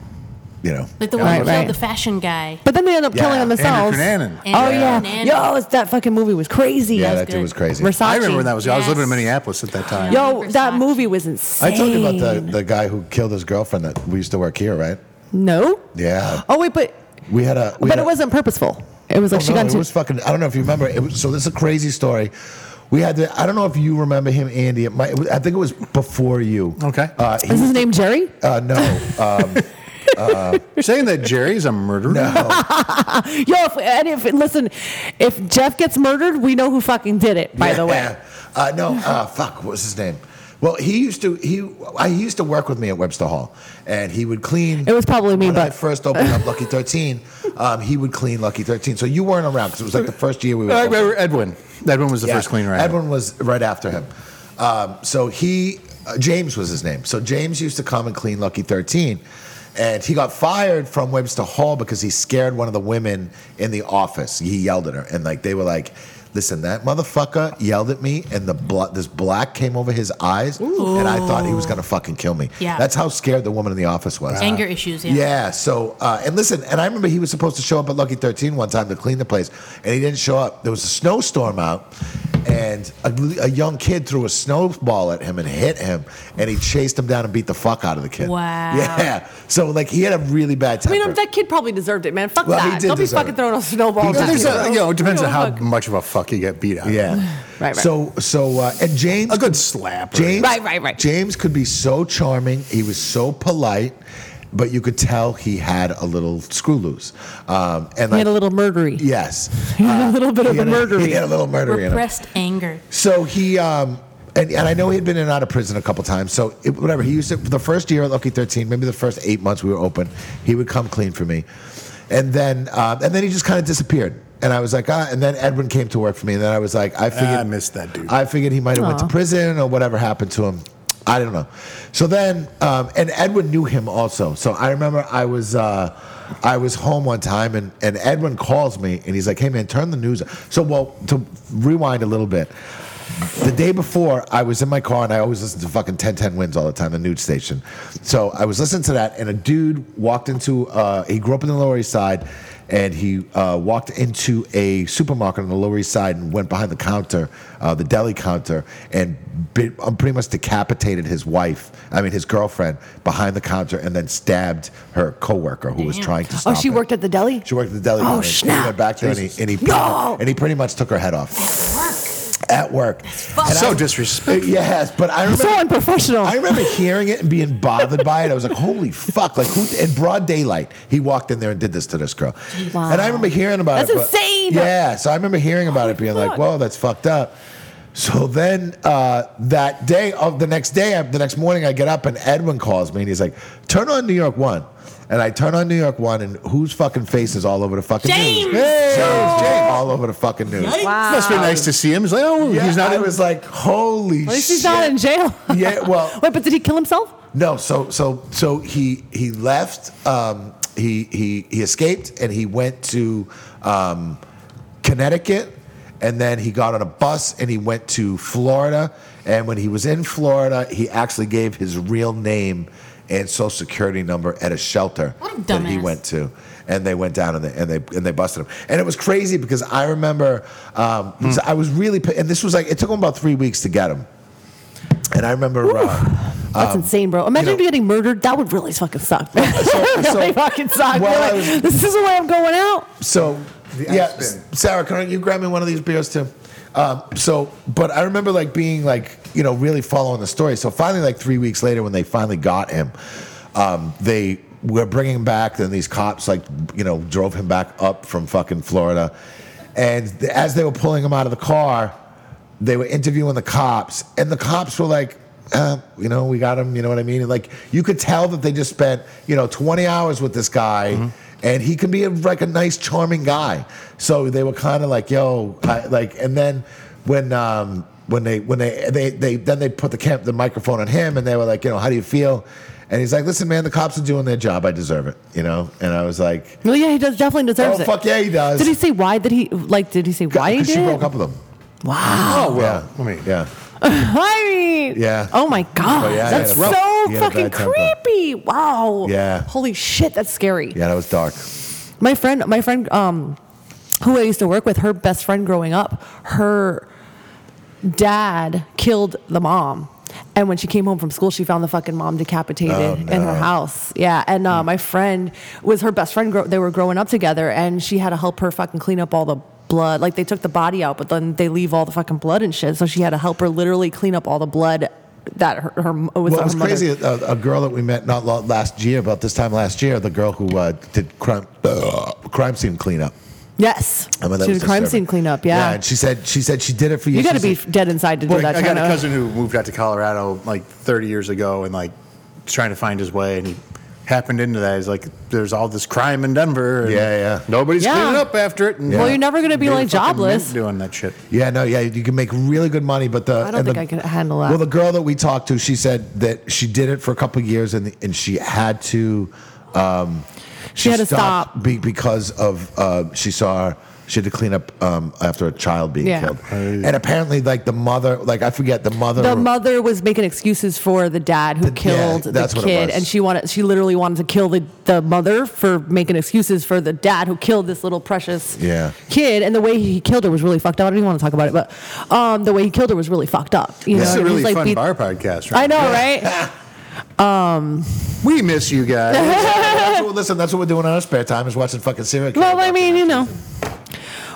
Speaker 1: You know,
Speaker 4: Like the one who
Speaker 2: Mm. Right,
Speaker 4: killed
Speaker 2: right.
Speaker 4: the fashion guy. uh,
Speaker 2: but then they end up
Speaker 1: Yeah.
Speaker 2: killing them
Speaker 1: Andrew
Speaker 2: themselves.
Speaker 3: Andrew Cunanan.
Speaker 2: Oh
Speaker 4: Andrew
Speaker 2: yeah,
Speaker 4: Cunanan.
Speaker 2: yo, it's- that fucking movie was crazy.
Speaker 1: yeah,
Speaker 4: was
Speaker 1: that dude
Speaker 4: good.
Speaker 1: was crazy.
Speaker 2: Versace.
Speaker 3: I remember when that was. I was living in
Speaker 4: Yes.
Speaker 3: Minneapolis at that time.
Speaker 4: Yeah.
Speaker 2: Yo, that
Speaker 4: Versace.
Speaker 2: movie was insane.
Speaker 1: I told you about the the guy who killed his girlfriend that we used to work here, right?
Speaker 2: no.
Speaker 1: Yeah,
Speaker 2: Oh wait, but
Speaker 1: we had a. We
Speaker 2: but
Speaker 1: had
Speaker 2: it
Speaker 1: a-
Speaker 2: wasn't purposeful. It was like
Speaker 1: Oh,
Speaker 2: she
Speaker 1: no,
Speaker 2: got
Speaker 1: it
Speaker 2: into
Speaker 1: was fucking. I don't know if you remember. It was, so this is a crazy story. We had to. I don't know if you remember him, Andy. It might, I think it was before you.
Speaker 3: Okay.
Speaker 1: Uh, he,
Speaker 2: is his name Jerry?
Speaker 1: uh, no. Um,
Speaker 3: You're saying that Jerry's a murderer?
Speaker 2: Yo, if, and if listen, if Jeff gets murdered, we know who fucking did it. By the way,
Speaker 1: Uh, no, uh, fuck, what was his name? Well, he used to he I, he used to work with me at Webster Hall, and he would clean.
Speaker 2: It was probably me,
Speaker 1: when I
Speaker 2: but-
Speaker 1: first opened up Lucky Thirteen, um, he would clean Lucky Thirteen. So you weren't around because it was like the first year we were.
Speaker 3: I
Speaker 1: open.
Speaker 3: remember Edwin. Edwin was the first cleaner. I had.
Speaker 1: Edwin was right after him. Um, so he, uh, James was his name. So James used to come and clean Lucky 13. And he got fired from Webster Hall because he scared one of the women in the office. He yelled at her. And like they were like, listen, that motherfucker yelled at me and the bl- this black came over his eyes and I thought he was going to fucking kill me.
Speaker 4: Yeah.
Speaker 1: That's how scared the woman in the office was.
Speaker 4: Anger issues. Yeah.
Speaker 1: Yeah. so, uh, and listen, and I remember he was supposed to show up at Lucky 13 one time to clean the place, and he didn't show up. There was a snowstorm out, and a, a young kid threw a snowball at him and hit him, and he chased him down and beat the fuck out of the kid.
Speaker 4: Wow.
Speaker 1: Yeah. So, like, he had a really bad
Speaker 2: I
Speaker 1: temper.
Speaker 2: mean, um, that kid probably deserved it, man. Fuck
Speaker 1: Well, he
Speaker 2: that.
Speaker 1: did
Speaker 2: Don't be
Speaker 1: deserve
Speaker 2: fucking
Speaker 1: it.
Speaker 2: throwing a snowball.
Speaker 1: He
Speaker 2: at
Speaker 1: did
Speaker 3: There's
Speaker 2: people.
Speaker 1: deserve
Speaker 3: a, you know, it depends
Speaker 2: Give
Speaker 3: on
Speaker 2: a
Speaker 3: how
Speaker 2: fuck.
Speaker 3: much of a fuck you get beat on.
Speaker 1: yeah.
Speaker 2: Right, right.
Speaker 1: So, so, uh, and James.
Speaker 3: A good slap. or-
Speaker 1: James,
Speaker 2: Right, right, right.
Speaker 1: James could be so charming. He was so polite, but you could tell he had a little screw loose. Um, and
Speaker 2: He
Speaker 1: like,
Speaker 2: had a little murdery.
Speaker 1: yes.
Speaker 2: He had a little bit of a
Speaker 1: He had a-
Speaker 2: murdery.
Speaker 1: He had a little murder in him.
Speaker 4: Repressed anger.
Speaker 1: So he, um, and, and I know he'd been in and out of prison a couple times. So it, whatever, he used to, the first year at Lucky 13, maybe the first eight months we were open, he would come clean for me. And then, um, and then he just kind of disappeared. And I was like, ah, and then Edwin came to work for me. And then I was like, I figured,
Speaker 3: Ah, I missed that dude.
Speaker 1: I figured he might have went to prison or whatever happened to him. I don't know. So then, um, and Edwin knew him also. So I remember I was uh, I was home one time, and, and Edwin calls me, and he's like, "Hey man, turn the news." on." So well, to rewind a little bit, the day before, I was in my car and I always listen to fucking 1010 Wins all the time, the news station. So I was listening to that, and a dude walked into, uh, he grew up in the Lower East Side, and he uh, walked into a supermarket on the Lower East Side and went behind the counter, uh, the deli counter, and bit, um, pretty much decapitated his wife, I mean, his girlfriend, behind the counter, and then stabbed her coworker who was trying to
Speaker 2: Oh,
Speaker 1: stop
Speaker 2: she
Speaker 1: him.
Speaker 2: worked at the deli.
Speaker 1: She worked at the deli.
Speaker 2: Oh,
Speaker 1: counter, and he
Speaker 2: snap.
Speaker 1: went back there and he, and, he pretty,
Speaker 2: No!
Speaker 1: and he pretty much took her head off at work.
Speaker 4: fucked.
Speaker 1: And I-
Speaker 3: So disrespectful.
Speaker 1: Yes, but I remember.
Speaker 2: So unprofessional.
Speaker 1: I remember hearing it and being bothered by it. I was like, "Holy fuck!" Like, who, in broad daylight, he walked in there and did this to this girl. And I remember hearing about
Speaker 2: That's
Speaker 1: it. but-
Speaker 2: insane.
Speaker 1: Yeah, so I remember hearing about it, being like,
Speaker 2: fuck.
Speaker 1: "Whoa, that's fucked up." So then uh, that day, of the next day, I- the next morning, I get up and Edwin calls me and he's like, "Turn on New York One." And I turn on New York One, and whose fucking face is all over the fucking
Speaker 4: James!
Speaker 1: news? James, James, all over the fucking news.
Speaker 3: Wow. Must be nice to see him. He's like, oh,
Speaker 1: Yeah,
Speaker 3: he's not.
Speaker 1: I
Speaker 3: in-
Speaker 1: was like, "Holy
Speaker 2: At least
Speaker 1: shit!"
Speaker 2: he's not in jail.
Speaker 1: Yeah, well-
Speaker 2: wait, but did he kill himself?
Speaker 1: No, so so so he he left. Um, he he he escaped and he went to um, Connecticut, and then he got on a bus and he went to Florida. And when he was in Florida, he actually gave his real name and social security number at a shelter
Speaker 4: What a
Speaker 1: that he
Speaker 4: dumbass.
Speaker 1: went to. And they went down and they and they and they busted him. And it was crazy because I remember um, so I was really pi- and this was like it took him about three weeks to get him. And I remember. Uh,
Speaker 2: That's insane, bro. Imagine
Speaker 1: you know-
Speaker 2: if you getting murdered. That would really fucking suck. really
Speaker 1: so-
Speaker 2: fucking suck.
Speaker 1: Well, I
Speaker 2: You're
Speaker 1: was-
Speaker 2: like, this is the way I'm going out.
Speaker 1: So
Speaker 3: The
Speaker 1: yeah,
Speaker 3: ice bin.
Speaker 1: S- Sarah, can you grab me one of these beers too? Um, so, but I remember like being like you know really following the story. So finally, like three weeks later, when they finally got him, um, they we're bringing him back. Then these cops, like, you know, drove him back up from fucking Florida. And th- as they were pulling him out of the car, they were interviewing the cops, and the cops were like, uh, you know, we got him, you know what I mean? And like, you could tell that they just spent, you know, 20 hours with this guy,
Speaker 3: Mm-hmm.
Speaker 1: and he can be a, like a nice, charming guy. So they were kind of like, yo, I, like, and then when, um, when they, when they, they, they, then they put the camp, the microphone on him, and they were like, you know, how do you feel? And he's like, listen, man, the cops are doing their job. I deserve it, you know? And I was like,
Speaker 2: Well, yeah, he does definitely deserves
Speaker 1: oh,
Speaker 2: it.
Speaker 1: fuck yeah, he does.
Speaker 2: Did he say why? Did he like? Did he say why he
Speaker 1: Because
Speaker 2: did?
Speaker 1: she
Speaker 2: it?
Speaker 1: broke up with him.
Speaker 2: Wow.
Speaker 1: Oh, well.
Speaker 3: I mean-
Speaker 1: yeah.
Speaker 2: I mean,
Speaker 1: Yeah.
Speaker 2: Oh my god,
Speaker 1: Oh, yeah, he
Speaker 2: that's
Speaker 1: had a-
Speaker 2: so
Speaker 1: he had a
Speaker 2: fucking
Speaker 1: bad temper.
Speaker 2: creepy. Wow.
Speaker 1: Yeah.
Speaker 2: Holy shit, that's scary.
Speaker 1: Yeah, that was dark.
Speaker 2: My friend, my friend, um, who I used to work with, her best friend growing up, her dad killed the mom. And when she came home from school, she found the fucking mom decapitated
Speaker 1: Oh,
Speaker 2: in her house. Yeah. And
Speaker 1: Hmm.
Speaker 2: uh, my friend was her best friend. Grow- they were growing up together, and she had to help her fucking clean up all the blood. Like they took the body out, but then they leave all the fucking blood and shit. So she had to help her literally clean up all the blood that her, her was on
Speaker 1: Well,
Speaker 2: her
Speaker 1: it was
Speaker 2: mother.
Speaker 1: crazy. A, a girl that we met not lo- last year, about this time last year, the girl who uh, did crime uh, crime scene cleanup.
Speaker 2: Yes.
Speaker 1: I mean, Oh, that
Speaker 2: she
Speaker 1: was
Speaker 2: did crime
Speaker 1: disturbing.
Speaker 2: scene cleanup. Yeah.
Speaker 1: and she said she said she did it for you.
Speaker 2: you got to
Speaker 1: She
Speaker 2: be
Speaker 1: said-
Speaker 2: dead inside to do
Speaker 3: Well,
Speaker 2: that.
Speaker 3: I
Speaker 2: kind
Speaker 3: got a
Speaker 2: of.
Speaker 3: cousin who moved out to Colorado like 30 years ago and like trying to find his way and he happened into that. He's like, there's all this crime in Denver. And
Speaker 1: Yeah, yeah.
Speaker 3: Nobody's
Speaker 2: Yeah.
Speaker 3: cleaning up after it. And
Speaker 2: Well, you're never gonna be,
Speaker 3: They're
Speaker 2: like,
Speaker 3: fucking mint
Speaker 2: jobless.
Speaker 3: doing that shit.
Speaker 1: Yeah, no, yeah, you can make really good money, but the
Speaker 2: I don't
Speaker 1: and
Speaker 2: think
Speaker 1: the-
Speaker 2: I could handle that.
Speaker 1: Well, the girl that we talked to, she said that she did it for a couple of years, and and she had to. Um,
Speaker 2: She had to
Speaker 1: stopped
Speaker 2: stop.
Speaker 1: be, because of uh, she saw she had to clean up um, after a child being
Speaker 2: Yeah.
Speaker 1: killed, and apparently, like the mother, like I forget the mother.
Speaker 2: the mother was making excuses for the dad who killed
Speaker 1: that's
Speaker 2: the
Speaker 1: what it
Speaker 2: kid,
Speaker 1: was.
Speaker 2: and she wanted she literally wanted to kill the, the mother for making excuses for the dad who killed this little precious
Speaker 1: Yeah.
Speaker 2: kid. And the way he killed her was really fucked up. I don't even want to talk about it, but um, the way he killed her was really fucked up. You
Speaker 3: This is
Speaker 2: know, it
Speaker 3: a
Speaker 2: was
Speaker 3: really
Speaker 2: like
Speaker 3: fun
Speaker 2: beat-
Speaker 3: bar podcast, right?
Speaker 2: I know, right?
Speaker 3: We miss you guys.
Speaker 1: that's what, Oh, listen, that's what we're doing in our spare time is watching fucking serial killers.
Speaker 2: Well, I mean, you know,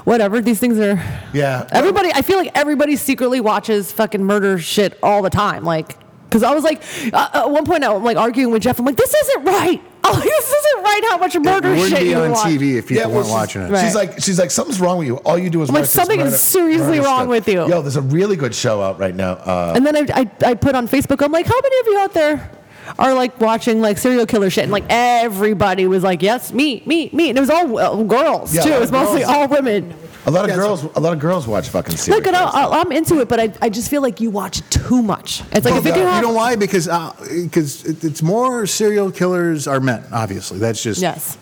Speaker 2: whatever. These things are.
Speaker 1: yeah.
Speaker 2: Everybody, I feel like everybody secretly watches fucking murder shit all the time. Like, because I was like, uh, at one point, I'm like arguing with Jeff. I'm like, this isn't right. Oh, this isn't right. How much murder
Speaker 3: it wouldn't
Speaker 2: shit
Speaker 3: be
Speaker 2: you
Speaker 3: on
Speaker 2: watch.
Speaker 3: TV if people
Speaker 1: well,
Speaker 3: weren't
Speaker 1: she's-
Speaker 3: watching it.
Speaker 2: Right.
Speaker 1: She's like, she's like, something's wrong with you. All you do is
Speaker 2: I'm like,
Speaker 1: watch this
Speaker 2: something is
Speaker 1: murder-
Speaker 2: seriously
Speaker 1: murder
Speaker 2: wrong
Speaker 1: stuff.
Speaker 2: with you.
Speaker 1: Yo, there's a really good show out right now. Uh,
Speaker 2: And then I, I, I put on Facebook. I'm like, how many of you out there are like watching like serial killer shit? And like everybody was like, yes, me, me, me. And it was all uh, girls
Speaker 1: Yeah,
Speaker 2: too. It was
Speaker 1: girls.
Speaker 2: mostly all women.
Speaker 1: a lot of
Speaker 3: Yeah,
Speaker 1: girls, a lot of girls watch fucking serial.
Speaker 2: Look, and
Speaker 1: killers.
Speaker 2: I, I'm into it, but I, I just feel like you watch too much. It's like if it
Speaker 1: yeah.
Speaker 2: could
Speaker 1: You
Speaker 2: have
Speaker 3: You know why? Because uh, because it, it's more serial killers are men. Obviously, that's just.
Speaker 2: yes.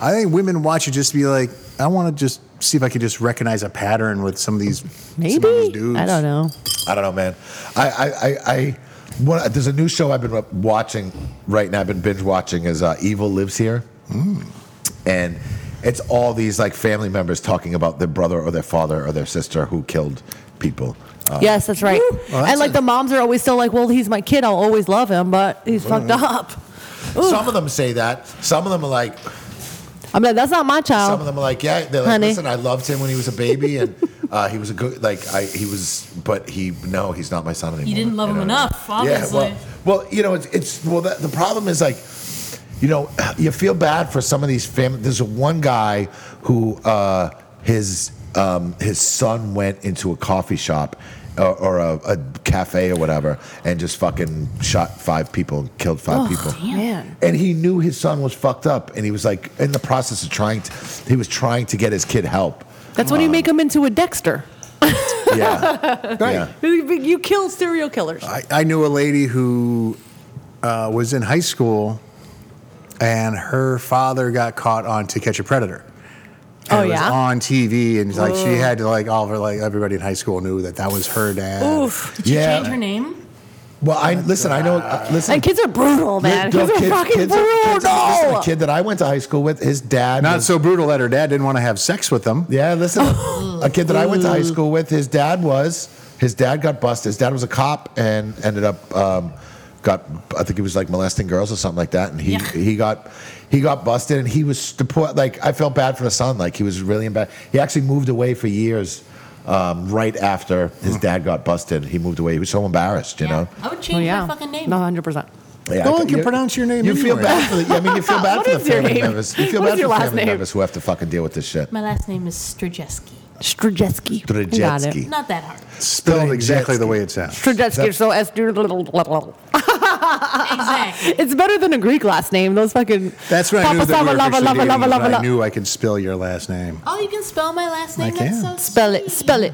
Speaker 3: I think women watch it just to be like, I want to just see if I can just recognize a pattern with some of these
Speaker 2: Maybe
Speaker 3: some of these dudes.
Speaker 2: I don't know.
Speaker 1: I don't know, man. I, I, I, I one, there's a new show I've been watching right now. I've been binge watching is uh, Evil Lives Here,
Speaker 2: Hmm.
Speaker 1: and it's all these like family members talking about their brother or their father or their sister who killed people. Uh,
Speaker 2: yes, that's right.
Speaker 3: Well,
Speaker 2: and
Speaker 3: that's
Speaker 2: like
Speaker 3: a-
Speaker 2: the moms are always still like, "Well, he's my kid. I'll always love him, but he's fucked up."
Speaker 1: some of them say that. Some of them are like,
Speaker 2: I'm like, "That's not my
Speaker 1: Some of
Speaker 2: child."
Speaker 1: them are like, yeah, they're like,
Speaker 2: Oh. Honey.
Speaker 1: listen, I loved him when he was a baby, and uh, he was a good, like, I he was, but he, no, he's not my son anymore.
Speaker 4: You didn't love him enough, obviously.
Speaker 1: Yeah, well, well, you know, it's, it's well, that, the problem is like, you know, you feel bad for some of these families. There's one guy who uh, his um, his son went into a coffee shop. Or, or a, a cafe or whatever, and just fucking shot five people and killed five people
Speaker 2: Man,
Speaker 1: and he knew his son was fucked up and he was like in the process of trying to he was trying to get his kid help
Speaker 2: that's when you make him into a Dexter.
Speaker 1: yeah yeah
Speaker 2: You kill serial killers.
Speaker 3: I, I knew a lady who uh, was in high school, and her father got caught on To Catch a Predator. And
Speaker 2: Oh,
Speaker 3: it was
Speaker 2: yeah?
Speaker 3: on TV, and like she had to like all of her like everybody in high school knew that that was her dad.
Speaker 2: Oof.
Speaker 4: Did she
Speaker 1: Yeah.
Speaker 4: change her name?
Speaker 1: well i listen i know uh, listen
Speaker 2: And kids are brutal, man.
Speaker 1: yo,
Speaker 2: Kids, are fucking
Speaker 1: kids
Speaker 2: brutal.
Speaker 1: kids are- listen, the kid that i went to high school with his dad
Speaker 3: Not
Speaker 1: was,
Speaker 3: so brutal that her dad didn't want to have sex with them.
Speaker 1: yeah listen a kid that i went to
Speaker 4: Mm.
Speaker 1: high school with his dad was his dad got busted his dad was a cop and ended up um, got i think he was like molesting girls or something like that and he
Speaker 4: Yeah.
Speaker 1: he got he got busted and he was deport- like i felt bad for the son like he was really in bad he actually moved away for years um, right
Speaker 4: Hmm.
Speaker 1: after his dad got busted he moved away he was so embarrassed you know
Speaker 4: I would change
Speaker 2: yeah,
Speaker 4: my fucking name.
Speaker 2: One hundred percent.
Speaker 1: Yeah,
Speaker 3: No
Speaker 1: I
Speaker 3: one
Speaker 1: think
Speaker 3: can
Speaker 1: you-
Speaker 3: pronounce your name
Speaker 1: You feel
Speaker 3: anyway.
Speaker 1: bad for the. I mean, you feel bad
Speaker 2: What
Speaker 1: for the
Speaker 2: is your
Speaker 1: family
Speaker 2: name?
Speaker 1: members. You feel
Speaker 2: What
Speaker 1: bad
Speaker 2: is your
Speaker 1: for the
Speaker 2: last
Speaker 1: family
Speaker 2: name?
Speaker 1: members who have to fucking deal with this shit.
Speaker 4: My last name is Strzelecki.
Speaker 2: Strzelecki. Got it.
Speaker 1: Strzelecki.
Speaker 4: Not that hard.
Speaker 3: Spelled exactly the way it sounds.
Speaker 2: Strzelecki. So S. Uh,
Speaker 4: Exactly.
Speaker 2: It's better than a Greek last name. Those fucking.
Speaker 3: That's when I knew that we were officially dating, was when I
Speaker 2: lava.
Speaker 3: knew I could spell your last name.
Speaker 4: Oh, you can spell my last name.
Speaker 3: can.
Speaker 4: That's so
Speaker 2: Spell it.
Speaker 4: sweet.
Speaker 2: Spell it.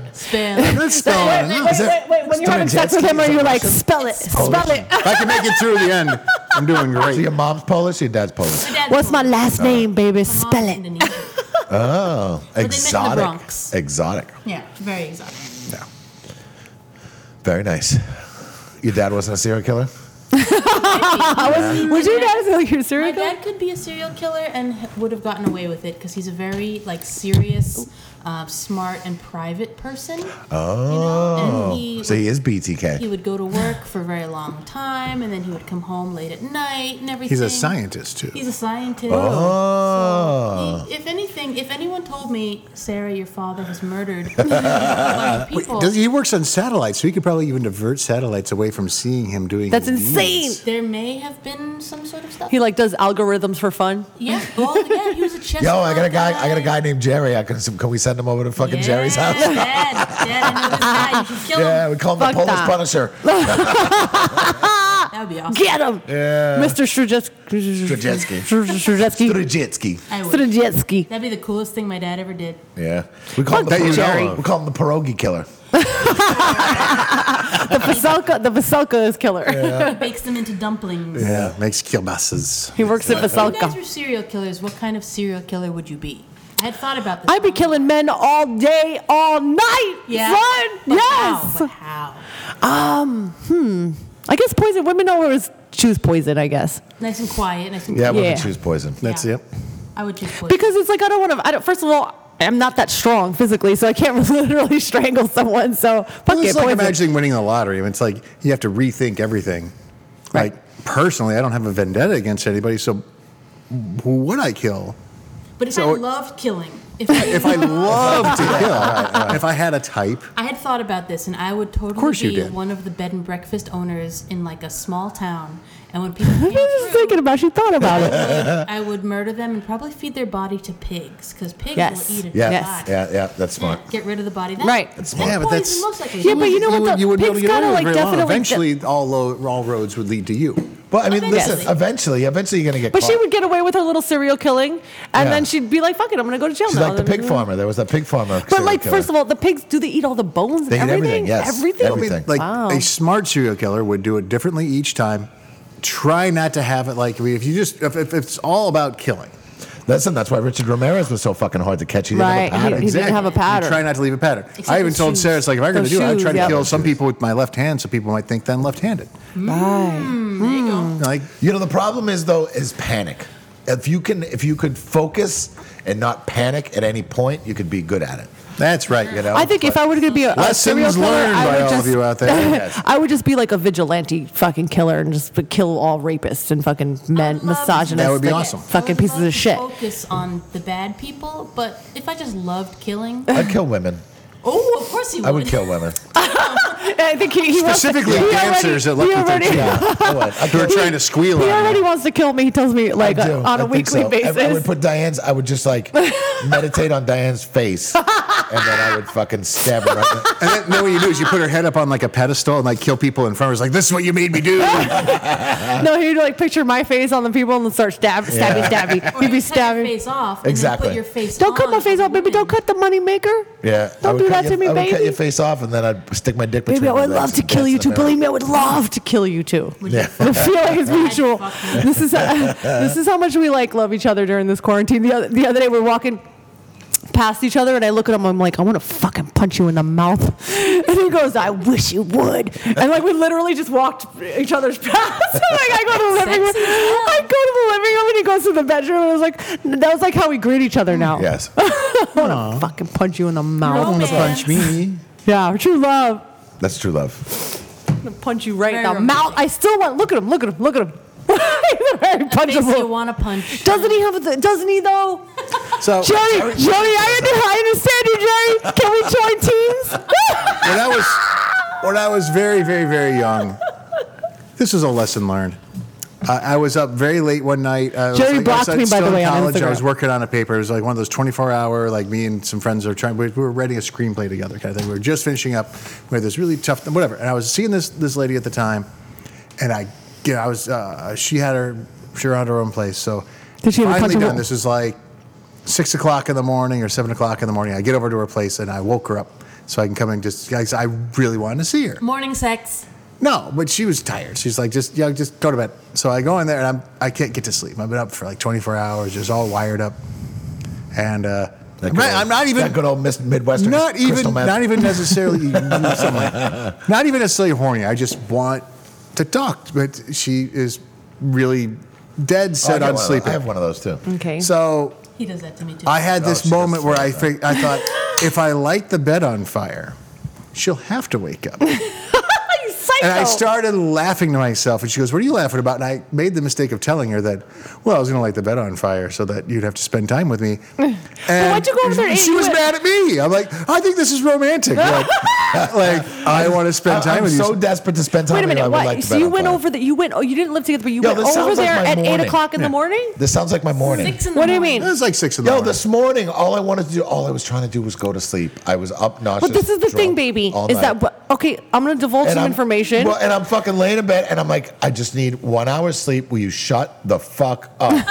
Speaker 4: Spell. it.
Speaker 3: That's spelling.
Speaker 2: Wait, wait, wait, wait. When you're having sex with him, are you like, spell it, spell it?
Speaker 3: If I can make it through the end, I'm doing
Speaker 1: So your
Speaker 3: great.
Speaker 1: mom's Polish, your dad's Polish.
Speaker 4: My dad's
Speaker 2: What's my
Speaker 4: Polish.
Speaker 2: last name, baby?
Speaker 4: My mom's
Speaker 2: Spell it.
Speaker 4: Indonesian.
Speaker 1: Oh,
Speaker 4: they met in the
Speaker 1: exotic.
Speaker 4: Bronx.
Speaker 1: Exotic.
Speaker 4: Yeah, very exotic.
Speaker 3: No.
Speaker 1: Very nice. Your dad wasn't a serial killer.
Speaker 2: Would you guys like your
Speaker 4: My
Speaker 2: serial killer?
Speaker 4: dad could be a serial killer and h- would have gotten away with it because he's a very like serious, uh, smart, and private person. Oh, and he,
Speaker 1: So he is
Speaker 4: he
Speaker 1: BTK.
Speaker 4: would go to work for a very long time, and then he would come home late at night and everything.
Speaker 3: He's a scientist too.
Speaker 4: He's a scientist.
Speaker 1: Oh.
Speaker 4: So he- if anything, if anyone told me, Sarah, your father has murdered a bunch of
Speaker 3: Wait,
Speaker 4: people,
Speaker 3: does- he works on satellites, so he could probably even divert satellites away from seeing him doing.
Speaker 2: That's
Speaker 3: his
Speaker 2: insane.
Speaker 3: deeds.
Speaker 4: there may have been some sort of stuff.
Speaker 2: He like does algorithms for fun.
Speaker 4: yeah, well, yeah, he was a chess.
Speaker 1: Yo, I got a guy. I got a guy named Jerry. I can, can we send him over to fucking Jerry's house?
Speaker 4: Dad, Dad, I know this guy. You should kill
Speaker 1: Yeah,
Speaker 4: him.
Speaker 1: we call him
Speaker 2: Fuck
Speaker 1: the Polish
Speaker 2: that.
Speaker 1: Punisher.
Speaker 4: That would be awesome.
Speaker 2: Get him, Mr.
Speaker 1: Strzelecki.
Speaker 2: Strzelecki. Strzelecki.
Speaker 1: Strzelecki.
Speaker 4: I would.
Speaker 2: Strzelecki.
Speaker 4: That'd be the coolest thing my dad ever did.
Speaker 1: Yeah, we call him the
Speaker 3: That you know
Speaker 1: Jerry.
Speaker 3: of.
Speaker 1: We call him the pierogi killer.
Speaker 2: The Vaselka. The Vaselka is killer.
Speaker 4: He bakes them into dumplings.
Speaker 3: Yeah, makes kielbasas.
Speaker 2: He works at
Speaker 4: If you guys were
Speaker 2: Vaselka.
Speaker 4: serial killers, what kind of serial killer would you be? I had thought about this.
Speaker 2: I be killing men all day, all night,
Speaker 4: Yeah.
Speaker 2: son.
Speaker 4: But
Speaker 2: Yes. Um, hmm.
Speaker 4: How? But how?
Speaker 2: I guess poison. Women always choose poison. I guess
Speaker 4: Nice and quiet. Nice and
Speaker 1: Yeah, women
Speaker 2: Yeah.
Speaker 1: choose poison.
Speaker 3: That's
Speaker 4: Yeah.
Speaker 3: it.
Speaker 4: I would choose poison.
Speaker 2: because it's like I don't want to. I don't. First of all, I'm not that strong physically, so I can't literally strangle someone. So fuck
Speaker 3: Well,
Speaker 2: it,
Speaker 3: it's like
Speaker 2: poison.
Speaker 3: imagining winning the lottery. I mean, it's like you have to rethink everything.
Speaker 2: Right.
Speaker 3: Like personally, I don't have a vendetta against anybody, so who would I kill?
Speaker 4: but if
Speaker 3: so-
Speaker 4: I loved killing, if I,
Speaker 3: If I love to kill, if I had a type,
Speaker 4: I had thought about this, and I would totally
Speaker 3: course you
Speaker 4: be
Speaker 3: did.
Speaker 4: one of the bed and breakfast owners in like a small town. And when people
Speaker 2: I
Speaker 4: came
Speaker 2: was just
Speaker 4: through,
Speaker 2: thinking about. She thought about it.
Speaker 4: I would murder them and probably feed their body to pigs because pigs
Speaker 2: Yes.
Speaker 4: will eat a
Speaker 1: Yeah,
Speaker 2: Yes.
Speaker 4: body.
Speaker 1: yeah, yeah. That's smart.
Speaker 4: Get rid of the body. That,
Speaker 2: Right.
Speaker 4: That's
Speaker 1: smart. Yeah,
Speaker 3: but
Speaker 4: poison
Speaker 3: that's-
Speaker 4: most likely.
Speaker 2: Yeah, but you know what?
Speaker 3: would-
Speaker 2: The
Speaker 3: you wouldn't be able
Speaker 2: pigs
Speaker 3: to get
Speaker 2: gotta,
Speaker 3: away with
Speaker 2: like,
Speaker 3: very long.
Speaker 2: definitely-
Speaker 3: Eventually, all, lo- all roads would lead to you.
Speaker 1: But I mean, listen.
Speaker 2: Eventually.
Speaker 1: Eventually, eventually, you're gonna get.
Speaker 2: But she
Speaker 1: caught.
Speaker 2: would get away with her little serial killing, and
Speaker 1: Yeah.
Speaker 2: then she'd be like, "Fuck it, I'm gonna go to jail
Speaker 1: She's
Speaker 2: now."
Speaker 1: like the pig farmer. There was that pig farmer.
Speaker 2: But like, first of all, the pigs do they eat all the bones
Speaker 1: They eat
Speaker 2: and
Speaker 1: everything,
Speaker 2: everything?
Speaker 1: yes.
Speaker 2: Everything.
Speaker 1: Everything. Everything.
Speaker 3: Like
Speaker 2: Wow.
Speaker 3: a smart serial killer would do it differently each time. Try not to have it like I mean, if you just if, if it's all about killing.
Speaker 1: listen, that's why Richard Ramirez was so fucking hard to catch. He didn't
Speaker 2: Right,
Speaker 1: have a pattern.
Speaker 2: He didn't have a pattern.
Speaker 3: You try not to leave a pattern.
Speaker 4: Except
Speaker 3: I even
Speaker 4: the
Speaker 3: told
Speaker 4: shoes.
Speaker 3: Sarah, it's like if I'm going
Speaker 2: Those
Speaker 3: to do it, I try to
Speaker 2: shoes,
Speaker 3: kill
Speaker 2: yep.
Speaker 3: some people with my left hand, so people might think that I'm left-handed.
Speaker 2: Right.
Speaker 4: There you
Speaker 2: Mm.
Speaker 4: go.
Speaker 3: Like
Speaker 1: You know, the problem is though is panic. If you can, if you could focus and not panic at any point, you could be good at it.
Speaker 3: that's right.
Speaker 1: You know,
Speaker 2: I think if I were to be a, a serial
Speaker 3: Lessons
Speaker 2: killer,
Speaker 3: learned
Speaker 2: I would
Speaker 3: by all
Speaker 2: just,
Speaker 3: of you out there.
Speaker 2: I would just be like a vigilante fucking killer and just f- kill all rapists and fucking men,
Speaker 4: I love-
Speaker 2: misogynists.
Speaker 3: That would be
Speaker 2: like,
Speaker 3: awesome.
Speaker 2: Fucking
Speaker 4: I would
Speaker 2: pieces
Speaker 4: love
Speaker 2: of
Speaker 4: to
Speaker 2: shit.
Speaker 4: Focus on the bad people, but if I just loved killing,
Speaker 1: I'd kill women.
Speaker 4: oh, of course he would.
Speaker 1: I would kill women.
Speaker 2: I think he, he wants to-
Speaker 3: Specifically
Speaker 2: he
Speaker 3: dancers that
Speaker 2: already,
Speaker 3: left with their
Speaker 2: he already,
Speaker 3: chin
Speaker 1: Yeah, I would. I
Speaker 3: Who are
Speaker 1: kill-
Speaker 3: trying to squeal
Speaker 2: He
Speaker 3: on
Speaker 2: already
Speaker 3: you.
Speaker 2: wants to kill me. He tells me like uh,
Speaker 1: I do.
Speaker 2: on
Speaker 1: I
Speaker 2: a
Speaker 1: think
Speaker 2: weekly
Speaker 1: so. I-
Speaker 2: basis.
Speaker 1: I, would put Diane's. I would just like meditate on Diane's face, and then I would fucking stab her. Right in-
Speaker 3: And then, then what you do is you put her head up on like a pedestal and like kill people in front of her. It's like this is what you made me do.
Speaker 2: No, he'd like picture my face on the people and then start stab, stabbing, stabbing.
Speaker 4: Or
Speaker 2: He'd be
Speaker 4: you cut your
Speaker 2: stabbing.
Speaker 4: face off. and then
Speaker 1: Exactly.
Speaker 4: put your face
Speaker 2: Don't cut
Speaker 4: on
Speaker 2: my face
Speaker 4: for
Speaker 2: off, baby.
Speaker 4: women.
Speaker 2: Don't cut the moneymaker.
Speaker 1: Yeah, I
Speaker 2: Don't
Speaker 1: would
Speaker 2: do
Speaker 1: cut
Speaker 2: that
Speaker 1: your-
Speaker 2: to me,
Speaker 1: I would cut your
Speaker 2: baby.
Speaker 1: face off, and then I'd stick my dick between.
Speaker 2: Baby, I
Speaker 1: your
Speaker 2: would
Speaker 1: legs
Speaker 2: love
Speaker 1: and
Speaker 2: to kill
Speaker 1: dance
Speaker 2: you
Speaker 1: in the
Speaker 2: too.
Speaker 1: mirror.
Speaker 2: Believe me, I would love to kill you too.
Speaker 1: Yeah.
Speaker 2: The feeling is mutual.
Speaker 4: fuck you.
Speaker 2: This is uh, this is how much we like love each other during this quarantine. The other, the other day we are walking past each other and I look at him. I'm like, I want to fucking punch you in the mouth. And he goes, I wish you would. And like we literally just walked each other's paths. like I go to the living room.
Speaker 4: Sexy as hell.
Speaker 2: I go to the living room and he goes to the bedroom. And I was like, that was like how we greet each other now.
Speaker 1: Yes.
Speaker 2: Fucking punch you in the mouth.
Speaker 4: Romance.
Speaker 3: Punch me.
Speaker 2: Yeah, true love.
Speaker 1: That's true love.
Speaker 2: I'm gonna punch you right in
Speaker 4: Very
Speaker 2: the
Speaker 4: romantic.
Speaker 2: mouth. I still want. Look at him. Look at him. Look at him. He's very
Speaker 4: Face you
Speaker 2: punchable.
Speaker 4: want to punch.
Speaker 2: Doesn't he have? The, doesn't he though?
Speaker 3: So
Speaker 2: Jerry, Jerry, I, under- I understand you, Jerry. Can we join teams?
Speaker 3: when I was when I was very, very, very young, this is a lesson learned. Uh, I was up very late one night. I was,
Speaker 2: Jerry
Speaker 3: like, I
Speaker 2: blocked
Speaker 3: was at
Speaker 2: me, by the
Speaker 3: Stone
Speaker 2: way, on
Speaker 3: College. I was
Speaker 2: Instagram.
Speaker 3: working on a paper. It was like one of those 24 hour, like me and some friends are trying, we, we were writing a screenplay together kind of thing. We were just finishing up. We had this really tough, whatever. And I was seeing this this lady at the time, and I, you know, I was, uh, she had her, she had her own place. So
Speaker 2: Did she have a
Speaker 3: finally
Speaker 2: punchable-
Speaker 3: done. This is like six o'clock in the morning or seven o'clock in the morning. I get over to her place and I woke her up so I can come and just, I I really wanted to see her.
Speaker 4: Morning sex.
Speaker 3: No, but she was tired. She's like, just yeah, just go to bed. So I go in there and I'm I can't get to sleep. I've been up for like 24 hours, just all wired up, and uh,
Speaker 1: That
Speaker 3: I'm,
Speaker 1: good
Speaker 3: not,
Speaker 1: old-
Speaker 3: I'm not even
Speaker 1: that good old Miss Midwestern.
Speaker 3: not
Speaker 1: crystal
Speaker 3: even
Speaker 1: meth.
Speaker 3: not even necessarily something like- not even necessarily horny. I just want to talk, but she is really
Speaker 1: Oh,
Speaker 3: dead
Speaker 1: I
Speaker 3: set
Speaker 1: got one
Speaker 3: on
Speaker 1: of those.
Speaker 3: sleeping.
Speaker 1: I have one of those too.
Speaker 2: Okay.
Speaker 3: So
Speaker 4: He does that to me too.
Speaker 3: I had this
Speaker 1: she does
Speaker 3: moment where I
Speaker 1: like
Speaker 3: think I thought if I light the bed on fire, she'll have to wake up.
Speaker 2: Psycho.
Speaker 3: And I started laughing to myself, and she goes, "What are you laughing about?" And I made the mistake of telling her that, well, I was going to light the bed on fire so that you'd have to spend time with me. And
Speaker 2: why'd you go over there and
Speaker 3: She
Speaker 2: you
Speaker 3: was
Speaker 2: went-
Speaker 3: mad at me. I'm like, I think this is romantic. Like, like, I want to spend time
Speaker 1: I'm
Speaker 3: with
Speaker 1: so
Speaker 3: you.
Speaker 1: desperate to spend time
Speaker 2: Wait a
Speaker 1: with you. I
Speaker 2: minute.
Speaker 1: would
Speaker 2: What?
Speaker 1: like to
Speaker 2: so
Speaker 1: bet
Speaker 2: you
Speaker 1: on
Speaker 2: went
Speaker 1: fire.
Speaker 2: over that? You went. Oh, you didn't live together, but you
Speaker 1: Yo,
Speaker 2: went
Speaker 1: this
Speaker 2: over
Speaker 1: sounds like
Speaker 2: there
Speaker 1: my
Speaker 2: at eight
Speaker 1: morning.
Speaker 2: o'clock in the morning.
Speaker 1: This sounds like my morning.
Speaker 4: Six in the
Speaker 2: What do you
Speaker 4: morning.
Speaker 2: mean?
Speaker 3: It was like six in the
Speaker 1: Yo,
Speaker 3: morning.
Speaker 1: this morning, all I wanted to do, all I was trying to do was go to sleep. I was up nauseous.
Speaker 2: But this is the thing,
Speaker 1: drunk,
Speaker 2: baby.
Speaker 1: all
Speaker 2: Is
Speaker 1: night.
Speaker 2: that what? Okay, I'm gonna divulge some
Speaker 1: I'm-
Speaker 2: information.
Speaker 1: Well, and I'm fucking laying in bed, and I'm like, I just need one hour's sleep. Will you shut the fuck up?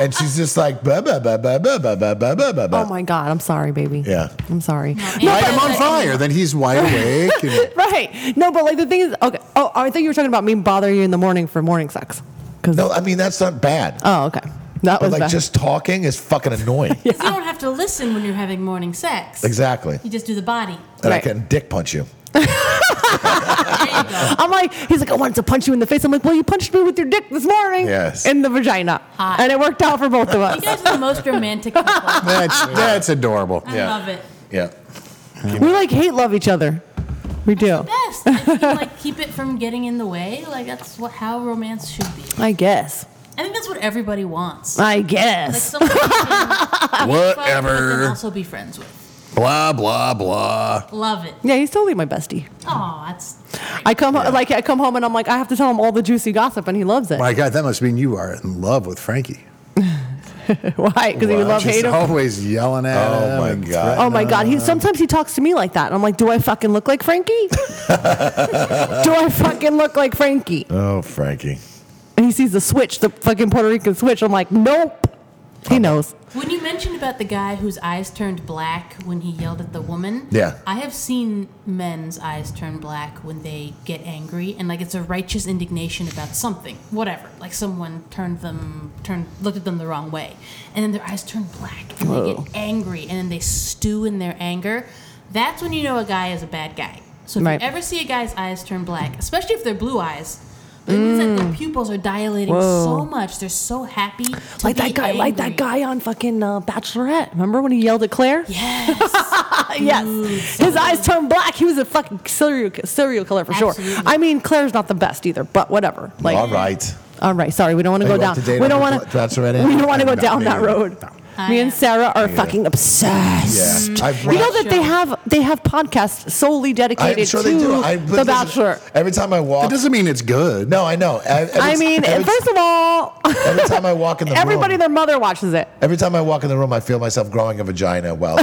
Speaker 1: and she's just like, bah, bah, bah, bah, bah, bah, bah, bah, bah, bah, bah.
Speaker 2: oh my God, I'm sorry, baby.
Speaker 1: Yeah.
Speaker 2: I'm sorry.
Speaker 4: No,
Speaker 3: Light
Speaker 4: but-
Speaker 3: him on fire. Then he's wide awake. and-
Speaker 2: Right. No, but like the thing is, okay. Oh, I thought you were talking about me bothering you in the morning for morning sex. Because
Speaker 1: No, I mean that's not bad.
Speaker 2: oh, okay, that
Speaker 1: but
Speaker 2: was
Speaker 1: like
Speaker 2: bad.
Speaker 1: just talking is fucking annoying.
Speaker 4: 'Cause you don't have to listen when you're having morning sex.
Speaker 1: Exactly.
Speaker 4: You just do the body.
Speaker 1: And I
Speaker 2: Right.
Speaker 1: can dick punch you.
Speaker 4: There you go.
Speaker 2: I'm like, he's like, I wanted to punch you in the face. I'm like, well, you punched me with your dick this morning.
Speaker 1: Yes.
Speaker 2: In the vagina.
Speaker 4: Hot.
Speaker 2: And it worked out for both of
Speaker 4: You
Speaker 2: us.
Speaker 4: guys are the most romantic people. I
Speaker 3: that's that's adorable.
Speaker 1: Yeah.
Speaker 4: love it.
Speaker 1: Yeah.
Speaker 2: we like hate love each other. We do.
Speaker 4: Best. If you, like keep it from getting in the way. Like that's what how romance should be.
Speaker 2: I guess.
Speaker 4: I think that's what everybody wants. Like
Speaker 2: I guess.
Speaker 4: someone you can fuck, but then
Speaker 3: Whatever.
Speaker 4: also be friends with.
Speaker 3: Blah blah blah.
Speaker 4: Love it.
Speaker 2: Yeah, he's totally my bestie.
Speaker 4: Oh, that's
Speaker 2: I come like I come home and I'm like I have to tell him all the juicy gossip and he loves it.
Speaker 3: My God, that must mean you are in love with Frankie.
Speaker 2: Why? Because he would
Speaker 3: Wow,
Speaker 2: love
Speaker 3: she's
Speaker 2: hate him.
Speaker 3: Always yelling at
Speaker 1: Oh,
Speaker 3: him.
Speaker 1: my
Speaker 3: and
Speaker 1: God.
Speaker 3: threatening
Speaker 2: Oh my God! He sometimes he talks to me like that. and I'm like, do I fucking look like Frankie? do I fucking look like Frankie?
Speaker 1: Oh, Frankie.
Speaker 2: And he sees the switch, the fucking Puerto Rican switch. I'm like, nope. He knows.
Speaker 4: When you mentioned about the guy whose eyes turned black when he yelled at the woman,
Speaker 1: Yeah.
Speaker 4: I have seen men's eyes turn black when they get angry, and like it's a righteous indignation about something, whatever. Like someone turned them, turned looked at them the wrong way, and then their eyes turn black, and they get angry, and then they stew in their anger. That's when you know a guy is a bad guy. So if
Speaker 2: Right.
Speaker 4: you ever see a guy's eyes turn black, especially if they're blue eyes. It means that
Speaker 2: Mm.
Speaker 4: their pupils are dilating so much. They're so happy. To
Speaker 2: Like
Speaker 4: be
Speaker 2: that guy, like that
Speaker 4: angry.
Speaker 2: guy on fucking uh, Bachelorette. Remember when he yelled at Claire?
Speaker 4: Yes.
Speaker 2: yes. His eyes turned black. He was a fucking serial serial killer for sure.
Speaker 4: Absolutely.
Speaker 2: I mean, Claire's not the best either, but whatever. Like,
Speaker 1: all right.
Speaker 2: all right, sorry, we don't want to
Speaker 1: Are
Speaker 2: go
Speaker 1: you up
Speaker 2: down.
Speaker 1: to date
Speaker 2: We
Speaker 1: on
Speaker 2: don't
Speaker 1: the
Speaker 2: want to.
Speaker 1: Bachelorette, Anna?
Speaker 2: We don't want to go
Speaker 1: No,
Speaker 2: down
Speaker 1: me
Speaker 2: that
Speaker 1: neither.
Speaker 2: road.
Speaker 4: I
Speaker 2: Me and
Speaker 4: am.
Speaker 2: Sarah are fucking obsessed.
Speaker 1: Yeah. I've
Speaker 2: mm. You know
Speaker 1: watched-
Speaker 2: that they have they have podcasts solely dedicated
Speaker 1: I'm sure
Speaker 2: to
Speaker 1: they do. I, but
Speaker 2: The
Speaker 1: listen,
Speaker 2: Bachelor.
Speaker 1: Every time I
Speaker 3: That
Speaker 1: walk.
Speaker 3: doesn't mean it's good.
Speaker 1: No, I know. E-, Every,
Speaker 2: I mean,
Speaker 1: every,
Speaker 2: first of all,
Speaker 1: every time I walk in the
Speaker 2: everybody,
Speaker 1: room,
Speaker 2: their mother watches it.
Speaker 1: Every time I walk in the room, I feel myself growing a vagina while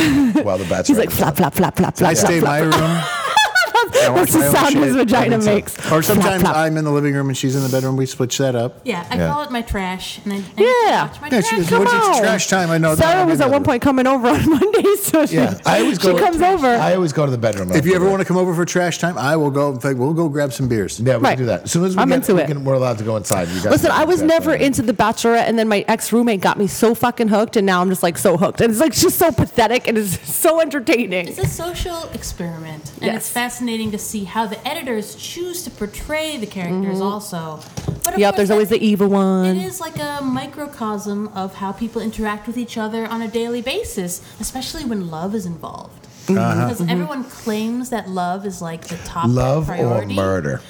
Speaker 1: while the bachelor.
Speaker 2: He's like flap, flap, flap, flap, flap.
Speaker 3: I stay in my room. That's
Speaker 2: That's the sound his vagina makes.
Speaker 3: Or
Speaker 2: Flap,
Speaker 3: sometimes
Speaker 2: flap.
Speaker 3: I'm in the living room and she's in the bedroom. We switch that up.
Speaker 4: Yeah, I
Speaker 1: Yeah.
Speaker 4: call it my trash, and I, I
Speaker 2: Yeah.
Speaker 4: watch my
Speaker 3: Yeah, she
Speaker 4: trash.
Speaker 3: is-
Speaker 2: Come
Speaker 3: Which it's
Speaker 2: on.
Speaker 3: trash time, I know that.
Speaker 2: Sarah
Speaker 3: I'm
Speaker 2: was
Speaker 3: in
Speaker 2: at
Speaker 3: the
Speaker 2: one point coming over on Mondays, so she,
Speaker 1: Yeah, I always
Speaker 2: she
Speaker 1: go.
Speaker 2: comes over.
Speaker 1: I always go to the bedroom.
Speaker 3: If you ever want to come over for trash time, I will go. In fact, we'll go grab some beers.
Speaker 1: yeah, we
Speaker 2: Right.
Speaker 1: can do that. As soon as we
Speaker 2: I'm
Speaker 1: get,
Speaker 2: into
Speaker 1: we
Speaker 2: it.
Speaker 1: Can, we're allowed to go inside. You guys
Speaker 2: Listen,
Speaker 1: can
Speaker 2: I was
Speaker 1: do that.
Speaker 2: never into The Bachelorette, and then my ex roommate got me so fucking hooked, and now I'm just like so hooked. And it's like just so pathetic, and it's so entertaining.
Speaker 4: It's a social experiment, and
Speaker 2: Yes.
Speaker 4: it's fascinating to see how the editors choose to portray the characters. Also, but of
Speaker 2: Yep,
Speaker 4: course
Speaker 2: there's always
Speaker 4: that-
Speaker 2: the evil one.
Speaker 4: It is like a microcosm of how people interact with each other on a daily basis, especially when love is involved.
Speaker 1: Uh-huh.
Speaker 4: Because everyone claims that love is like the top
Speaker 1: Love or
Speaker 4: priority.
Speaker 1: murder?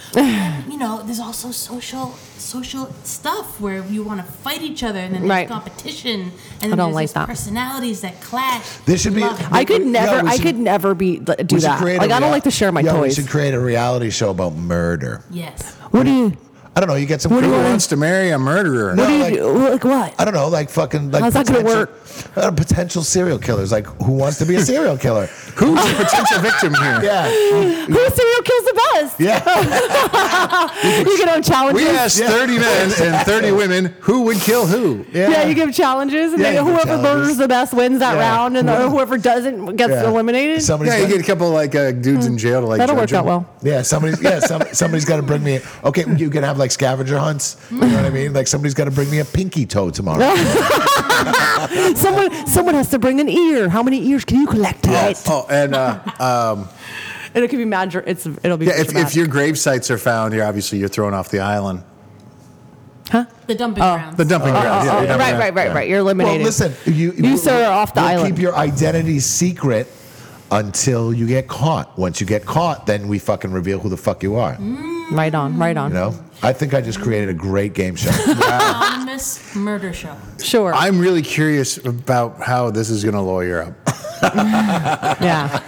Speaker 4: you know, there's also social social stuff where you want to fight each other, and then there's
Speaker 2: Right.
Speaker 4: competition, and then
Speaker 2: don't
Speaker 4: there's
Speaker 2: like
Speaker 4: these
Speaker 2: that.
Speaker 4: personalities that clash.
Speaker 1: This should be-
Speaker 4: Love it.
Speaker 2: I could
Speaker 1: Yeah,
Speaker 2: never,
Speaker 1: we
Speaker 2: I
Speaker 1: should-
Speaker 2: could never be do
Speaker 1: We should
Speaker 2: that.
Speaker 1: create a
Speaker 2: Like I don't
Speaker 1: rea-
Speaker 2: like to share my
Speaker 1: yeah,
Speaker 2: toys.
Speaker 1: We should create a reality show about murder.
Speaker 4: yes.
Speaker 2: What do you?
Speaker 1: I don't know. You get some.
Speaker 2: What do
Speaker 1: cool
Speaker 3: Who
Speaker 2: you
Speaker 1: ones.
Speaker 3: wants to marry a murderer?
Speaker 1: No,
Speaker 2: What do you
Speaker 1: like-
Speaker 2: do? Like what?
Speaker 1: I don't know, like fucking like
Speaker 2: How's that gonna work?
Speaker 1: uh, potential serial killers. Like who wants to be a serial killer?
Speaker 3: Who's the potential victim here?
Speaker 1: yeah.
Speaker 2: Who serial kills the best?
Speaker 1: Yeah.
Speaker 2: you give them challenges.
Speaker 3: We asked 30 men and 30 women who would kill who.
Speaker 2: yeah. you give challenges, and
Speaker 1: Yeah,
Speaker 2: then
Speaker 1: you give
Speaker 2: whoever
Speaker 1: challenges.
Speaker 2: murders the best wins that
Speaker 1: Yeah.
Speaker 2: round, and whoever doesn't gets
Speaker 1: Yeah.
Speaker 2: eliminated.
Speaker 1: Somebody's
Speaker 3: Yeah, you
Speaker 1: got-
Speaker 3: get a couple like uh, dudes in jail to like.
Speaker 2: That'll
Speaker 3: judge
Speaker 2: work out
Speaker 3: them.
Speaker 2: well.
Speaker 1: Yeah, somebody's yeah, some, somebody's got to bring me. Okay, you can have like scavenger hunts. You know what I mean? Like somebody's got to bring me a pinky toe tomorrow.
Speaker 2: someone, someone has to bring an ear. How many ears can you collect tonight?
Speaker 3: Oh, and uh, um,
Speaker 2: And it could be mad. It's it'll be.
Speaker 3: yeah, if, if
Speaker 2: dramatic.
Speaker 3: your grave sites are found here, obviously you're thrown off the island.
Speaker 4: The dumping grounds.
Speaker 3: The dumping grounds. yeah,
Speaker 2: Oh,
Speaker 3: you're
Speaker 2: right,
Speaker 3: dumping
Speaker 2: right,
Speaker 3: grounds.
Speaker 2: right, right, You're
Speaker 1: Well,
Speaker 2: eliminated.
Speaker 1: listen, you
Speaker 2: You, sir, are off the
Speaker 1: we'll
Speaker 2: island.
Speaker 1: Keep your identity secret until you get caught. Once you get caught, then we fucking reveal who the fuck you are. You
Speaker 2: right on, right on.
Speaker 1: know? I think I just created a great game show.
Speaker 4: Anonymous murder show.
Speaker 2: Sure.
Speaker 3: I'm really curious about how this is going to lawyer up.
Speaker 2: yeah.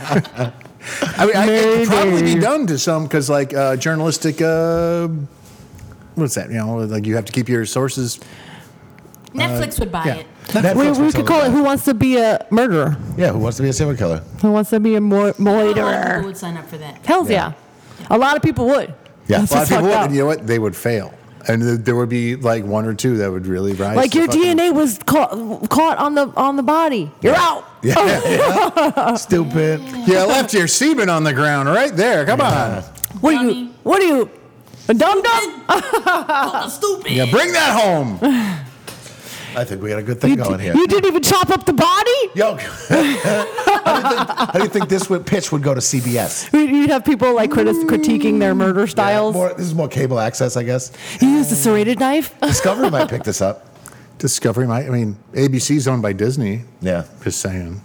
Speaker 3: I mean, I, it could probably be
Speaker 2: Maybe.
Speaker 3: done to some because, like, uh, journalistic. Uh, what's that? You know, like you have to keep your sources.
Speaker 4: Netflix would buy
Speaker 3: yeah.
Speaker 4: it.
Speaker 1: Netflix
Speaker 2: we
Speaker 1: would
Speaker 2: we
Speaker 1: totally
Speaker 2: could call
Speaker 1: buy
Speaker 2: it "Who Wants to Be a Murderer."
Speaker 1: Yeah, who wants to be a serial killer?
Speaker 2: Who wants to be a mur-
Speaker 4: A lot of
Speaker 2: murderer?
Speaker 4: people would sign up for that.
Speaker 2: Hells yeah. A lot of people would.
Speaker 1: Yeah.
Speaker 2: That's
Speaker 3: A lot of
Speaker 2: what's
Speaker 3: people would,
Speaker 2: fucked
Speaker 3: and
Speaker 2: up.
Speaker 3: you know what? They would fail, and th- there would be like one or two that would really rise.
Speaker 2: Like
Speaker 3: to
Speaker 2: your
Speaker 3: fucking-
Speaker 2: DNA was caught, caught on the on the body. You're out.
Speaker 1: Yeah.
Speaker 2: Uh,
Speaker 1: Stupid.
Speaker 3: Yeah, I left your semen on the ground right there. Come on.
Speaker 2: What are you?
Speaker 4: Dummy.
Speaker 2: What are you? A dum dum?
Speaker 4: Fucking stupid.
Speaker 3: Yeah, bring that home.
Speaker 1: I think we got a good thing
Speaker 2: You,
Speaker 1: going here.
Speaker 2: you didn't even chop up the body.
Speaker 1: Yo, how, do you think, how do you think this would pitch would go to CBS?
Speaker 2: You'd you'd have people like critis- critiquing their murder styles.
Speaker 1: More, this is more cable access, I guess.
Speaker 2: you used a serrated knife.
Speaker 1: Discovery might pick this up.
Speaker 3: Discovery might. I mean, ABC's owned by Disney.
Speaker 1: Yeah,
Speaker 3: Just saying.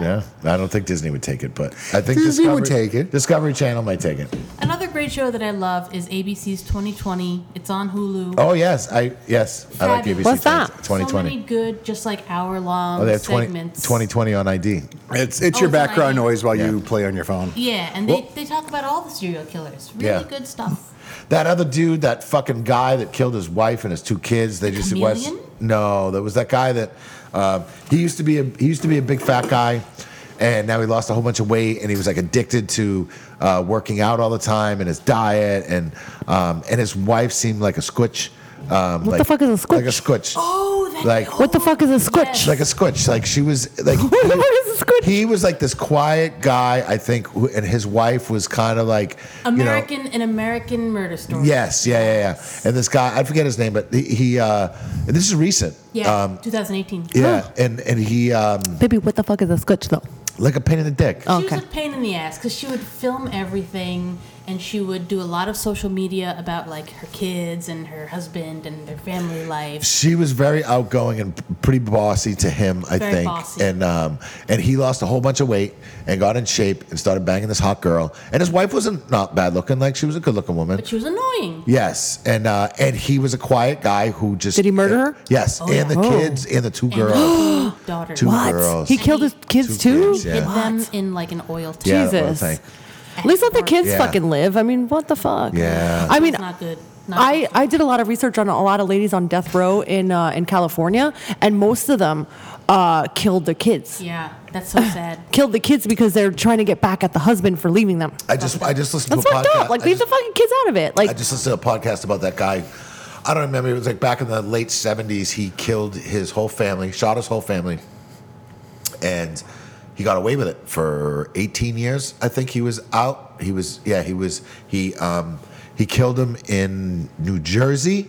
Speaker 1: yeah. I don't think Disney would take it, but I think
Speaker 3: Disney
Speaker 1: Discovery
Speaker 3: would take it.
Speaker 1: Discovery Channel might take it.
Speaker 4: Another great show that I love is ABC's 2020. It's on Hulu.
Speaker 1: Oh yes, I yes, I like ABC.
Speaker 4: Fabulous.
Speaker 2: What's that?
Speaker 1: 2020.
Speaker 4: So many good, just like hour long
Speaker 1: oh, they have 20,
Speaker 4: segments.
Speaker 1: 2020 on ID.
Speaker 3: It's it's
Speaker 4: Oh,
Speaker 3: your
Speaker 4: it's on
Speaker 3: background
Speaker 4: ID.
Speaker 3: noise while you
Speaker 1: Yeah.
Speaker 3: play on your phone.
Speaker 4: Yeah, and
Speaker 1: Well-
Speaker 4: they, they talk about all the serial killers. Really
Speaker 1: Yeah.
Speaker 4: good stuff.
Speaker 1: That other dude, that fucking guy that killed his wife and his two kids. They just was
Speaker 4: chameleon?
Speaker 1: no. There was that guy that uh, he used to be. A, he used to be a big fat guy, and now he lost a whole bunch of weight, and he was like addicted to uh, working out all the time and his diet, and um, and his wife seemed like a squitch. Um, what like,
Speaker 2: the fuck is a
Speaker 1: Like a
Speaker 2: squitch?
Speaker 1: squitch.
Speaker 4: Oh, that
Speaker 1: Like-
Speaker 2: What the fuck is a squitch?
Speaker 4: Yes.
Speaker 1: Like a squitch. Like she was like
Speaker 2: What is a squitch?
Speaker 1: He was like this quiet guy, I think, who, and his wife was kind of like You know,
Speaker 4: American an American murder story.
Speaker 1: Yes, yeah, yeah, yeah. And this guy, I forget his name, but he, he uh, and this is recent.
Speaker 4: Yeah,
Speaker 1: Um,
Speaker 4: 2018.
Speaker 1: yeah, and and he um,
Speaker 2: Baby, what the fuck is a scutch though?
Speaker 1: like a pain in the dick.
Speaker 2: Oh.
Speaker 4: She was
Speaker 2: Okay.
Speaker 4: a pain in the ass because she would film everything and she would do a lot of social media about like her kids and her husband and their family life.
Speaker 1: She was very outgoing and pretty bossy to him, I
Speaker 4: Very
Speaker 1: think.
Speaker 4: bossy.
Speaker 1: And um, and he lost a whole bunch of weight and got in shape and started banging this hot girl. And his wife wasn't not bad looking; like she was a good looking woman.
Speaker 4: But she was annoying.
Speaker 1: Yes, and uh, and he was a quiet guy who just
Speaker 2: Did he murder her?
Speaker 1: Yes,
Speaker 4: Oh,
Speaker 1: and
Speaker 4: yeah.
Speaker 1: the
Speaker 2: Oh.
Speaker 1: kids and the two girls.
Speaker 4: And two daughters.
Speaker 1: Two
Speaker 2: What?
Speaker 1: girls.
Speaker 2: He killed his
Speaker 1: Two
Speaker 2: kids too?
Speaker 1: kids, yeah.
Speaker 4: Hid them in like an oil tank.
Speaker 1: Yeah, that's what I
Speaker 2: Jesus.
Speaker 1: think.
Speaker 2: At least let the kids
Speaker 1: Yeah.
Speaker 2: fucking live. I mean, what the fuck?
Speaker 1: Yeah.
Speaker 2: I mean,
Speaker 4: It's not good. Not
Speaker 2: I,
Speaker 4: good.
Speaker 2: I did a lot of research on a lot of ladies on death row in uh, in California, and most of them uh, killed their kids.
Speaker 4: yeah, that's so sad.
Speaker 2: Killed the kids because they're trying to get back at the husband for leaving them.
Speaker 1: I just I just listened
Speaker 2: That's
Speaker 1: to a
Speaker 2: fucked
Speaker 1: podcast.
Speaker 2: up. Like,
Speaker 1: I
Speaker 2: leave
Speaker 1: just-
Speaker 2: the fucking kids out of it.
Speaker 1: I
Speaker 2: Like,
Speaker 1: just listened to a podcast about that guy. I don't remember. It was like back in the late seventies. He killed his whole family, shot his whole family, and he got away with it for eighteen years. I think he was out. He was yeah. He was he um he killed him in New Jersey,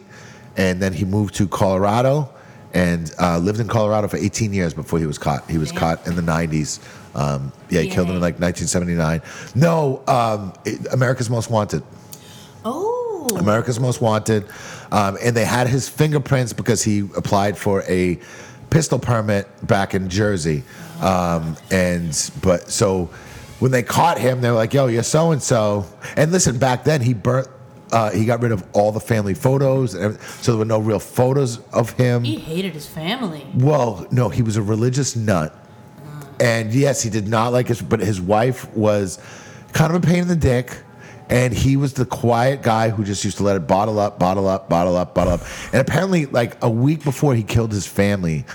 Speaker 1: and then he moved to Colorado and uh, lived in Colorado for eighteen years before he was caught. He was
Speaker 4: Damn.
Speaker 1: caught in the nineties. Um, yeah, he killed him in
Speaker 4: Yay.
Speaker 1: like 1979. No, um, it- America's Most Wanted.
Speaker 4: oh.
Speaker 1: America's Most Wanted, um, and they had his fingerprints because he applied for a pistol permit back in Jersey. Um, and but so when they caught him, they were like, "Yo, you're so and so." And listen, back then he burnt. Uh, he got rid of all the family photos, and everything, so there were no real photos of him.
Speaker 4: He hated his family.
Speaker 1: Well, no, he was a religious nut, and yes, he did not like his. But his wife was kind of a pain in the dick, And he was the quiet guy who just used to let it bottle up, bottle up, bottle up, bottle up. And apparently, like a week before he killed his family,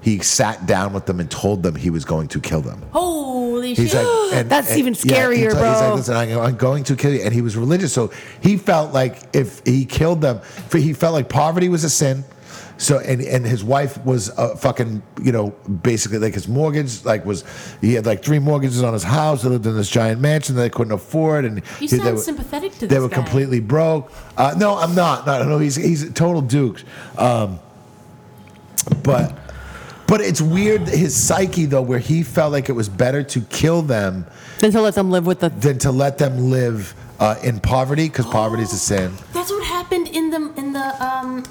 Speaker 1: he sat down with them and told them he was going to kill them.
Speaker 4: Holy
Speaker 1: He's
Speaker 4: shit.
Speaker 1: like, and,
Speaker 2: That's
Speaker 1: and-
Speaker 2: even
Speaker 1: he
Speaker 2: scarier,
Speaker 1: told- He's
Speaker 2: bro.
Speaker 1: like, listen, I'm, I'm going to kill you, and he was religious, so he felt like if he killed them, for he felt like poverty was a sin. So and and his wife was a fucking you know basically like his mortgage like was he had like three mortgages on his house. They lived in this giant mansion that they couldn't afford, and
Speaker 4: You
Speaker 1: he- they
Speaker 4: sound
Speaker 1: were-
Speaker 4: sympathetic
Speaker 1: They
Speaker 4: to this
Speaker 1: were
Speaker 4: guy.
Speaker 1: completely broke. Uh, no, I'm not. No, no, he's he's a total dukes. Um, but but it's weird his psyche though, where he felt like it was better to kill them
Speaker 2: Then to let them live with the.
Speaker 1: than to let them live uh, in poverty because poverty is a sin.
Speaker 4: That's what happened in the in the um,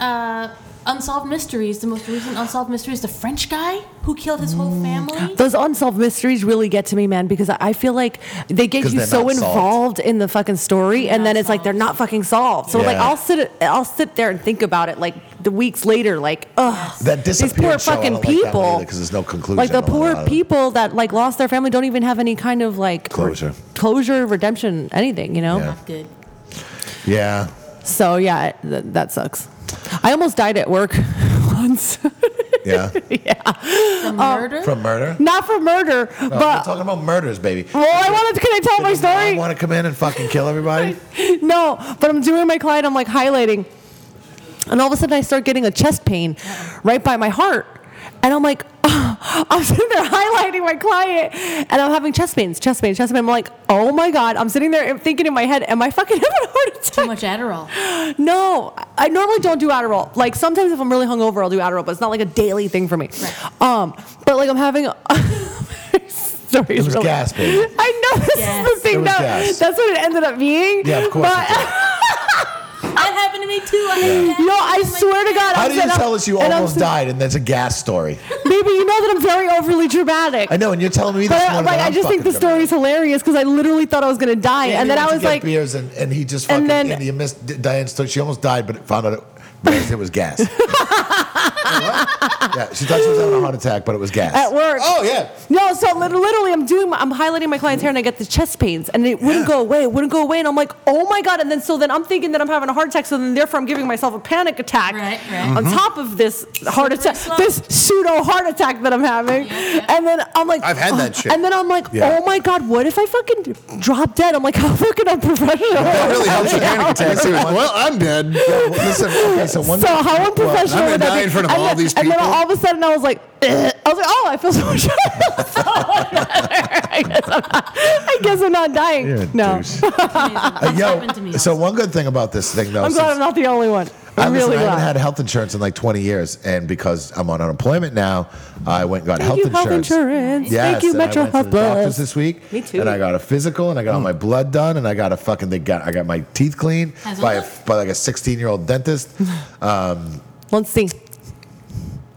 Speaker 4: uh, unsolved mysteries. The most recent unsolved mysteries. The French guy who killed his whole family.
Speaker 1: Mm.
Speaker 2: Those unsolved mysteries really get to me, man, because I- I feel like they get
Speaker 1: 'Cause
Speaker 2: you
Speaker 1: they're
Speaker 2: so
Speaker 1: not solved.
Speaker 2: involved in the fucking story, and
Speaker 4: They're
Speaker 2: then
Speaker 4: not
Speaker 2: it's like they're
Speaker 4: solved.
Speaker 2: not fucking solved. So like
Speaker 1: Yeah.
Speaker 2: I'll sit, I'll sit there and think about it like the weeks later, like ugh,
Speaker 1: That
Speaker 2: these
Speaker 1: disappeared
Speaker 2: poor
Speaker 1: show, I
Speaker 2: fucking
Speaker 1: don't like that one
Speaker 2: people.
Speaker 1: either 'cause there's no conclusion
Speaker 2: Like the
Speaker 1: on a lot
Speaker 2: poor
Speaker 1: of them.
Speaker 2: people that like lost their family don't even have any kind of like re-
Speaker 1: Closure.
Speaker 2: closure, redemption, anything, you know.
Speaker 1: Yeah.
Speaker 4: Not good.
Speaker 1: Yeah.
Speaker 2: So yeah, th- that sucks. I almost died at work once.
Speaker 1: Yeah. Uh,
Speaker 4: The murder.
Speaker 1: From murder?
Speaker 2: Not for murder,
Speaker 1: We're
Speaker 2: but
Speaker 1: talking about murders, baby.
Speaker 2: well, I wanted. Can I tell my
Speaker 1: I
Speaker 2: story?
Speaker 1: want to come in and fucking kill everybody.
Speaker 2: No, but I'm doing my client. I'm like highlighting, and all of a sudden I start getting a chest pain, right by my heart, and I'm like, I'm sitting there highlighting my client, and I'm having chest pains, chest pains, chest pain. I'm like, oh my god. I'm sitting there thinking in my head, am I fucking having a heart attack?
Speaker 4: Too much Adderall.
Speaker 2: No, I normally don't do Adderall. Like sometimes if I'm really hungover, I'll do Adderall, but it's not like a daily thing for me. Um, but like I'm having. A Sorry,
Speaker 1: It was gas, baby.
Speaker 2: I know this
Speaker 4: Gas.
Speaker 2: is the
Speaker 1: It
Speaker 2: thing.
Speaker 1: was
Speaker 2: Now,
Speaker 1: gas.
Speaker 2: that's what it ended up being.
Speaker 1: Yeah, of course
Speaker 2: But,
Speaker 1: it
Speaker 4: That happened to me too. I had that.
Speaker 2: yo, I
Speaker 4: Oh my
Speaker 2: swear to God,
Speaker 1: How
Speaker 2: I'm
Speaker 1: do you
Speaker 2: sitting up-
Speaker 1: tell us you
Speaker 2: and I'm
Speaker 1: almost
Speaker 2: sit-
Speaker 1: died and that's a gas story?
Speaker 2: Baby, you know that I'm very overly dramatic.
Speaker 1: I know, and you're telling me this
Speaker 2: But I,
Speaker 1: morning
Speaker 2: like,
Speaker 1: that
Speaker 2: I
Speaker 1: I'm
Speaker 2: just think the
Speaker 1: fucking dramatic.
Speaker 2: story's hilarious because I literally thought I was gonna die,
Speaker 1: Yeah,
Speaker 2: and
Speaker 1: they
Speaker 2: then I
Speaker 1: went to
Speaker 2: was
Speaker 1: get
Speaker 2: like,
Speaker 1: beers, and, and he just fucking
Speaker 2: and
Speaker 1: and
Speaker 2: then-
Speaker 1: he missed D- Diane's story. She almost died, but found out it, it was gas. Wait, what? Yeah, she thought she was having a heart attack, but it was gas.
Speaker 2: At work.
Speaker 1: Oh yeah.
Speaker 2: No, so lit- literally, I'm doing, my, I'm highlighting my client's hair, and I get the chest pains, and it wouldn't
Speaker 1: Yeah.
Speaker 2: go away. It wouldn't go away, and I'm like, oh my god! And then so then I'm thinking that I'm having a heart attack, so then therefore I'm giving myself a panic attack
Speaker 4: Right, right.
Speaker 3: Mm-hmm.
Speaker 2: on top of this heart
Speaker 4: Slippery
Speaker 2: attack,
Speaker 4: slope.
Speaker 2: this pseudo heart attack that I'm having,
Speaker 4: Yeah, yeah.
Speaker 2: and then I'm like,
Speaker 3: I've had that
Speaker 2: "Oh,"
Speaker 3: shit.
Speaker 2: and then I'm like,
Speaker 1: Yeah.
Speaker 2: oh my god, what if I fucking drop dead? I'm like, how fucking unprofessional.
Speaker 3: That really helps with
Speaker 2: Yeah.
Speaker 3: panic attacks. too. well, I'm dead.
Speaker 1: Well, listen, okay, so one
Speaker 2: So
Speaker 1: thing-
Speaker 2: how unprofessional
Speaker 3: I'm gonna
Speaker 2: would that
Speaker 3: die
Speaker 2: be?
Speaker 3: in front of
Speaker 2: and
Speaker 3: all
Speaker 2: then,
Speaker 3: these
Speaker 2: And then
Speaker 3: people.
Speaker 2: all of a sudden I was like, "Ugh." I was like, oh, I feel so much. I, guess I'm not, I guess I'm not dying.
Speaker 1: You're a
Speaker 2: no,
Speaker 1: douche.
Speaker 4: God. That's
Speaker 1: Yo,
Speaker 4: happened to me
Speaker 1: so
Speaker 4: also.
Speaker 1: one good thing about this thing, though,
Speaker 2: I'm glad I'm not the only one. I'm
Speaker 1: listen, I
Speaker 2: really
Speaker 1: haven't
Speaker 2: glad.
Speaker 1: had health insurance in like 20 years, and because I'm on unemployment now, I went and got
Speaker 2: Thank
Speaker 1: health
Speaker 2: you, health
Speaker 1: insurance.
Speaker 2: insurance.
Speaker 1: Yes,
Speaker 2: Thank you,
Speaker 1: and I
Speaker 2: Metro
Speaker 1: went to
Speaker 2: Health
Speaker 1: the
Speaker 2: Plus.
Speaker 1: doctors this week.
Speaker 2: Me too.
Speaker 1: And I got a physical, and I got all my blood done, and I got a fucking. They got I got my teeth cleaned
Speaker 4: Has
Speaker 1: by
Speaker 4: it
Speaker 1: a,
Speaker 4: looked?
Speaker 1: by like a 16 year old dentist.
Speaker 2: Let's see.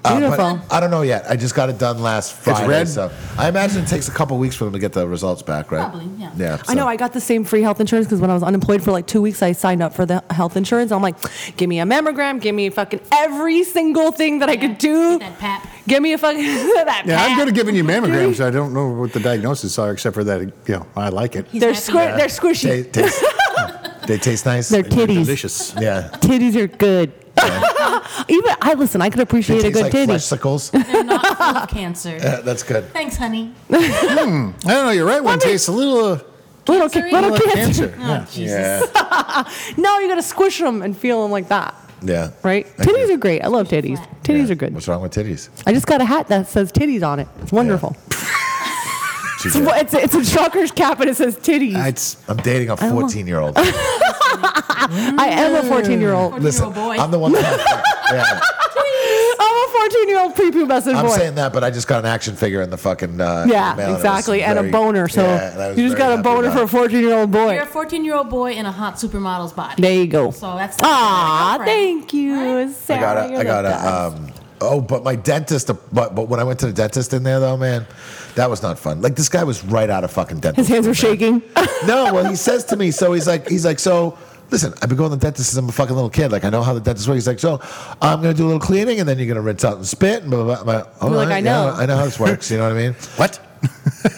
Speaker 1: Uh,
Speaker 2: Beautiful.
Speaker 1: but I don't know yet. I just got it done last Friday.
Speaker 3: red?
Speaker 1: So I imagine it takes a couple weeks for them to get the results back, right?
Speaker 4: Probably, yeah.
Speaker 1: Yeah.
Speaker 2: I
Speaker 1: so-
Speaker 2: know I got the same free health insurance because when I was unemployed for like two weeks, I signed up for the health insurance. I'm like, give me a mammogram, give me fucking every single thing that I could do.
Speaker 4: That pap.
Speaker 2: Give me a fucking that.
Speaker 3: Yeah,
Speaker 2: pap.
Speaker 3: I'm good at giving you mammograms. I don't know what the diagnoses are, except for that, you know, I like it.
Speaker 2: They're
Speaker 4: happy.
Speaker 2: squir- They're squishy.
Speaker 1: They taste, they taste nice.
Speaker 2: They're titties.
Speaker 3: Delicious.
Speaker 1: yeah.
Speaker 2: Titties are good. Even I listen. I could
Speaker 1: They
Speaker 2: appreciate a
Speaker 1: taste
Speaker 2: good
Speaker 1: like
Speaker 2: titty.
Speaker 1: fleshsicles.
Speaker 4: They're not full of cancer.
Speaker 1: Yeah, That's good.
Speaker 4: Thanks, honey.
Speaker 3: I don't know. Your right one
Speaker 2: Mommy.
Speaker 3: tastes a little, uh,
Speaker 2: Little,
Speaker 4: Cancer-y?
Speaker 2: ki- little
Speaker 3: little
Speaker 2: cancer.
Speaker 3: cancer.
Speaker 4: Oh,
Speaker 3: Yeah.
Speaker 4: Jesus.
Speaker 2: No, you gotta squish them and feel them like that,
Speaker 1: Yeah.
Speaker 2: right?
Speaker 1: Thank
Speaker 2: titties
Speaker 1: you.
Speaker 2: are great. I love titties.
Speaker 4: flat.
Speaker 2: Titties
Speaker 1: Yeah.
Speaker 2: are good.
Speaker 1: What's wrong with titties?
Speaker 2: I just got a hat that says titties on it. It's wonderful.
Speaker 1: She
Speaker 2: It's,
Speaker 1: did.
Speaker 2: a- it's, a- it's a trucker's cap and it says titties. I,
Speaker 3: It's,
Speaker 1: I'm dating a 14 year old.
Speaker 2: am a 14 year old.
Speaker 1: Listen,
Speaker 4: boy.
Speaker 1: I'm the one. That yeah.
Speaker 2: I'm a 14 year old prepubescent
Speaker 1: I'm
Speaker 2: boy.
Speaker 1: saying that, but I just got an action figure in the fucking. Uh,
Speaker 2: yeah,
Speaker 1: mail, and it was
Speaker 2: exactly. And
Speaker 1: very-
Speaker 2: a boner. So
Speaker 1: Yeah, and I was
Speaker 2: you just
Speaker 1: very
Speaker 2: got a
Speaker 1: happy
Speaker 2: boner
Speaker 1: about
Speaker 2: for a
Speaker 1: it.
Speaker 2: 14 year old boy.
Speaker 4: You're a 14 year old boy in a hot supermodel's body.
Speaker 2: There you go.
Speaker 4: So that's
Speaker 2: Aw,
Speaker 4: Right.
Speaker 2: thank you,
Speaker 4: Right?
Speaker 1: I
Speaker 2: Sarah.
Speaker 1: got a.
Speaker 2: you're
Speaker 1: I
Speaker 2: the
Speaker 1: got
Speaker 2: best.
Speaker 1: a. Um, oh, but my dentist. But but when I went to the dentist in there though, man, that was not fun. Like this guy was right out of fucking dental.
Speaker 2: His hands were
Speaker 1: school, man.
Speaker 2: shaking.
Speaker 1: no, well, he says to me, so he's like, he's like, so listen, I've been going to the dentist since I'm a fucking little kid. Like, I know how the dentist works. He's like, so I'm going to do a little cleaning and then you're going to rinse out and spit. And blah, blah, blah. I'm like, "All
Speaker 2: You're like, I
Speaker 1: yeah,
Speaker 2: know."
Speaker 1: I know how this works. You know what I mean?
Speaker 3: what?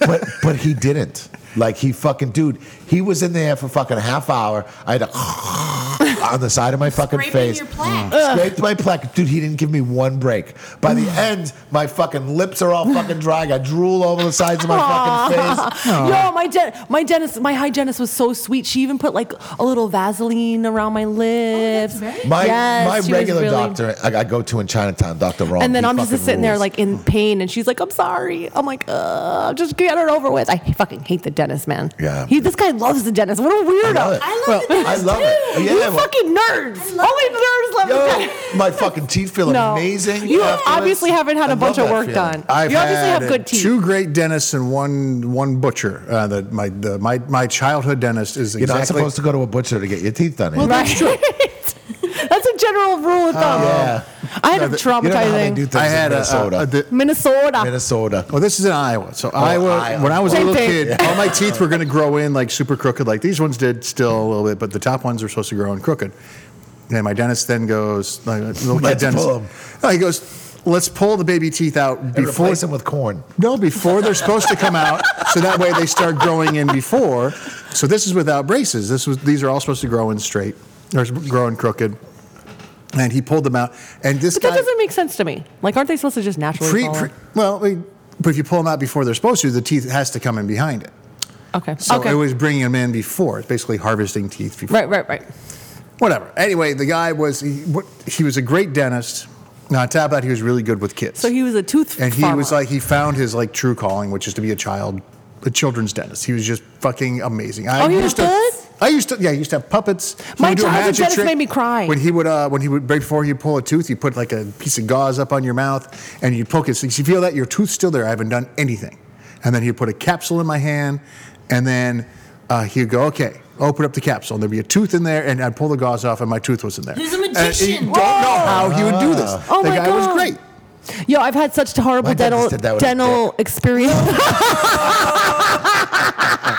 Speaker 1: But, but he didn't. Like he fucking dude, he was in there for fucking a half hour. I had a on the side of my fucking
Speaker 4: Scraping
Speaker 1: face. Mm.
Speaker 4: your plaque.
Speaker 1: Scraped my plaque. Dude, he didn't give me one break. By
Speaker 2: Mm.
Speaker 1: the end, my fucking lips are all fucking dry. I got drool all over the sides of my fucking face.
Speaker 2: Yo, my den- my dentist, my hygienist was so sweet. She even put like a little Vaseline around my lips.
Speaker 4: very
Speaker 1: My
Speaker 2: Yes, she was
Speaker 1: my regular
Speaker 2: really-
Speaker 1: doctor I, I go to in Chinatown, Dr. Wrong.
Speaker 2: And then
Speaker 1: he
Speaker 2: I'm just
Speaker 1: fucking
Speaker 2: sitting there
Speaker 1: rules.
Speaker 2: like in pain, and she's like, "I'm sorry." I'm like, "Uh, just get it over with." I fucking hate the dentist, man.
Speaker 1: Yeah.
Speaker 2: he, this guy loves the dentist. What a weirdo!
Speaker 1: I love it.
Speaker 4: I love
Speaker 1: Well,
Speaker 4: the dentist
Speaker 1: I love it.
Speaker 2: You
Speaker 1: Yeah, well-
Speaker 2: fucking nerds.
Speaker 4: love
Speaker 2: Only nerds love the
Speaker 1: Yo,
Speaker 2: dentist.
Speaker 1: my fucking teeth feel
Speaker 2: No.
Speaker 1: amazing.
Speaker 2: You
Speaker 1: afterwards.
Speaker 2: obviously haven't had
Speaker 1: I
Speaker 2: a bunch
Speaker 1: love
Speaker 2: of
Speaker 1: that
Speaker 2: work
Speaker 1: feeling.
Speaker 2: done.
Speaker 3: I've
Speaker 2: you obviously
Speaker 3: had
Speaker 2: have good teeth.
Speaker 3: two great dentists and one one butcher. Uh, the, my, the, my my childhood dentist is
Speaker 1: You're not
Speaker 3: exactly
Speaker 1: supposed to go to a butcher to get your teeth done. eh?
Speaker 2: right? That's a general rule of thumb.
Speaker 1: yeah.
Speaker 2: I had a
Speaker 3: No, the-
Speaker 1: You don't know how they
Speaker 2: traumatizing
Speaker 1: do things
Speaker 3: I had
Speaker 1: in Minnesota.
Speaker 3: A, a, a, the-
Speaker 2: Minnesota.
Speaker 1: Minnesota.
Speaker 3: Well, Oh, this is in Iowa. So Iowa,
Speaker 1: Oh, Iowa.
Speaker 3: when I was
Speaker 2: Same
Speaker 3: a little
Speaker 2: thing.
Speaker 3: kid, all my teeth were going to grow in like super crooked. Like these ones did still a little bit, but the top ones are supposed to grow in crooked. And my dentist then goes, like, little kid
Speaker 1: Let's
Speaker 3: dentist.
Speaker 1: pull 'em.
Speaker 3: No, he goes, let's pull the baby teeth out
Speaker 1: And
Speaker 3: before.
Speaker 1: replace them with corn.
Speaker 3: No, before they're supposed to come out, so that way they start growing in before. So this is without braces. This was these are all supposed to grow in straight or grow in crooked. And he pulled them out, and this
Speaker 2: but that
Speaker 3: guy.
Speaker 2: doesn't make sense to me. Like, aren't they supposed to just naturally?
Speaker 3: pre,
Speaker 2: fall
Speaker 3: pre,
Speaker 2: in?
Speaker 3: well, we- but if you pull them out before they're supposed to, the teeth has to come in behind it.
Speaker 2: okay.
Speaker 3: So
Speaker 2: okay.
Speaker 3: it was bringing them in before. It's basically harvesting teeth before.
Speaker 2: right, right, right.
Speaker 3: Whatever. Anyway, the guy was he, what, he was a great dentist. Now, on top of that, he was really good with kids.
Speaker 2: So he was a tooth.
Speaker 3: and he
Speaker 2: farmer.
Speaker 3: was like he found his like true calling, which is to be a child, a children's dentist. He was just fucking amazing. I
Speaker 2: Oh, he was
Speaker 3: used
Speaker 2: good?
Speaker 3: to. I used to, yeah, he used to have puppets. He
Speaker 2: My
Speaker 3: would do a
Speaker 2: childhood
Speaker 3: magic
Speaker 2: dentist
Speaker 3: trick.
Speaker 2: made me cry.
Speaker 3: When he would, uh, when he would, right before he'd pull a tooth, he put like a piece of gauze up on your mouth and you'd poke it. So you feel that your tooth's still there. I haven't done anything. And then he'd put a capsule in my hand and then uh, he'd go, okay, open up the capsule. And there'd be a tooth in there and I'd pull the gauze off and my tooth was in there.
Speaker 4: He's a
Speaker 3: And you
Speaker 4: magician.
Speaker 3: don't know how he would do this.
Speaker 2: Oh
Speaker 3: the
Speaker 2: my
Speaker 3: guy was
Speaker 2: God.
Speaker 3: great.
Speaker 2: Yo, I've had such horrible
Speaker 1: My
Speaker 2: dental
Speaker 1: dentist did that with a
Speaker 2: dental experience.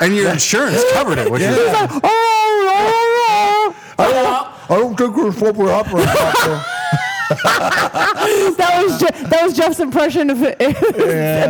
Speaker 3: And your insurance covered it, which is
Speaker 2: oh, oh,
Speaker 1: I don't, I don't think we're what we're operating on.
Speaker 2: oh. that was Je- that was Jeff's impression of it. a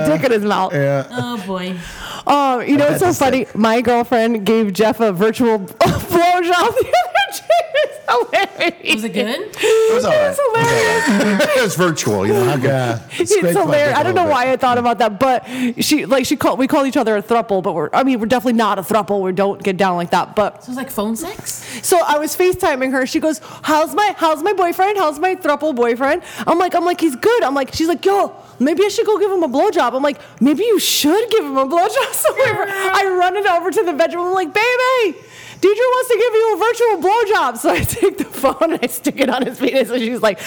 Speaker 2: dick in his mouth.
Speaker 4: Oh boy.
Speaker 2: Um, you know, it's so
Speaker 1: That's
Speaker 2: funny. My girlfriend gave Jeff a virtual blowjob the other day. It's hilarious.
Speaker 4: Was it good?
Speaker 1: It was all right.
Speaker 2: It's hilarious.
Speaker 3: it was virtual. You know how good.
Speaker 1: Yeah.
Speaker 2: It's hilarious. I don't know why I thought about that, but she like she called we call each other a thruple, but we're I mean we're definitely not a thruple. We don't get down like that. But
Speaker 4: So it was like phone sex?
Speaker 2: so I was FaceTiming her. She goes, "How's my how's my boyfriend? How's my thruple boyfriend?" I'm like, I'm like he's good. I'm like she's like, "Yo, maybe I should go give him a blowjob." I'm like, "Maybe you should give him a blowjob." So I, ru- I run it over to the bedroom. I'm like, "Baby, Deidre wants to give you a virtual blowjob." So I take the phone and I stick it on his penis, and she's like,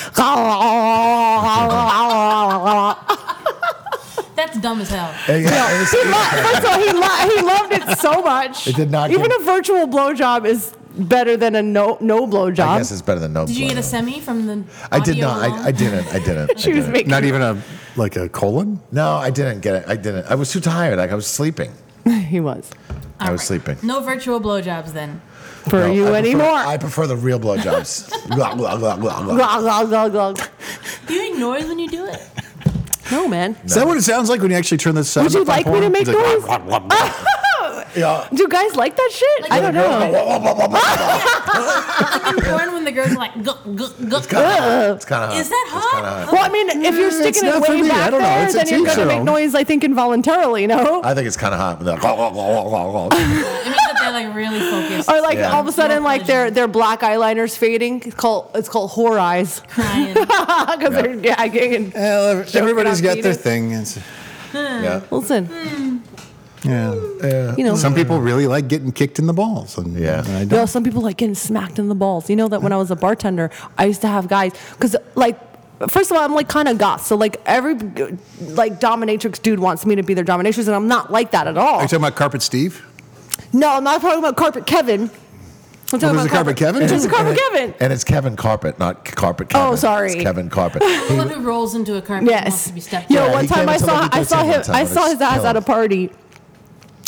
Speaker 4: That's dumb as hell.
Speaker 1: Yeah, yeah, it's-
Speaker 2: he lo- first of all, he, lo- he loved it so much.
Speaker 1: It did not
Speaker 2: Even
Speaker 1: give-
Speaker 2: a virtual blowjob is better than a no no
Speaker 1: I
Speaker 2: blowjob.
Speaker 1: guess it's better than no.
Speaker 4: Did you
Speaker 1: blood.
Speaker 4: get a semi from the
Speaker 1: I did
Speaker 4: audio
Speaker 1: not.
Speaker 4: alone?
Speaker 1: I, I didn't. I didn't.
Speaker 2: she
Speaker 1: I
Speaker 2: was
Speaker 1: didn't.
Speaker 2: making.
Speaker 3: Not even a like a colon.
Speaker 1: No, I didn't get it. I didn't. I was too tired. Like I was sleeping.
Speaker 2: he was
Speaker 1: I
Speaker 4: All
Speaker 1: was
Speaker 4: right.
Speaker 1: sleeping.
Speaker 4: No virtual blowjobs then.
Speaker 2: for
Speaker 1: No,
Speaker 2: you
Speaker 1: I prefer-
Speaker 2: anymore.
Speaker 1: I prefer the real blowjobs. Glug, glug, glug, glug, glug.
Speaker 2: Glug, glug, glug, glug.
Speaker 4: Do you make noise when you do it?
Speaker 2: No man.
Speaker 3: Is that what it sounds like when you actually turn this?
Speaker 2: Would you like me to make noise?
Speaker 1: Yeah.
Speaker 2: Do guys like that shit?
Speaker 4: Like
Speaker 2: I
Speaker 4: the
Speaker 2: don't know.
Speaker 4: Like in porn when the girls are like guck, guck, guck.
Speaker 1: Kinda- It's kind of.
Speaker 4: Is that hot?
Speaker 2: Well, I mean, if
Speaker 1: Mm,
Speaker 2: you're
Speaker 3: it's
Speaker 2: sticking it
Speaker 3: not for
Speaker 2: way
Speaker 3: me. I
Speaker 2: back
Speaker 3: don't know.
Speaker 2: there,
Speaker 3: It's a
Speaker 2: then you're gonna
Speaker 3: teacher.
Speaker 2: make noise. I think involuntarily, no?
Speaker 1: I think it's kind of hot. with that-
Speaker 4: It means that they're like really focused.
Speaker 2: Or like
Speaker 1: Yeah.
Speaker 2: all of a sudden,
Speaker 4: More
Speaker 2: like their their black eyeliner's fading. It's called it's called whore eyes
Speaker 4: crying.
Speaker 2: because they're gagging. And,
Speaker 3: Well, everybody's
Speaker 2: Joking on
Speaker 3: got their
Speaker 2: fetus.
Speaker 3: thing. It's,
Speaker 1: yeah.
Speaker 2: listen,
Speaker 3: yeah.
Speaker 2: you
Speaker 1: Mm.
Speaker 2: know.
Speaker 3: Some people really like getting kicked in the balls. And
Speaker 1: Yeah.
Speaker 3: I don't.
Speaker 2: No, some people like getting smacked in the balls. You know that when I was a bartender, I used to have guys because like. First of all, I'm like kind of goth, so like every like dominatrix dude wants me to be their dominatrix, and I'm not like that at all.
Speaker 3: Are you talking about Carpet Steve?
Speaker 2: no, I'm not talking about carpet Kevin. I'm talking
Speaker 3: there's a Carpet Kevin?
Speaker 2: There's a carpet
Speaker 1: And it-
Speaker 2: Kevin.
Speaker 1: And it's Kevin Carpet, not C- Carpet
Speaker 2: Oh,
Speaker 1: Kevin.
Speaker 2: sorry.
Speaker 1: It's Kevin Carpet.
Speaker 4: The one who rolls into a carpet and wants
Speaker 2: Yes.
Speaker 4: to be stepped
Speaker 2: Yo,
Speaker 4: on.
Speaker 1: Yeah,
Speaker 2: one
Speaker 1: he
Speaker 2: time
Speaker 1: came
Speaker 2: I
Speaker 1: and
Speaker 2: saw
Speaker 1: somebody
Speaker 2: I
Speaker 1: did
Speaker 2: saw
Speaker 1: something
Speaker 2: him
Speaker 1: to him.
Speaker 2: I saw
Speaker 1: It's
Speaker 2: his ass
Speaker 1: killer.
Speaker 2: at a party.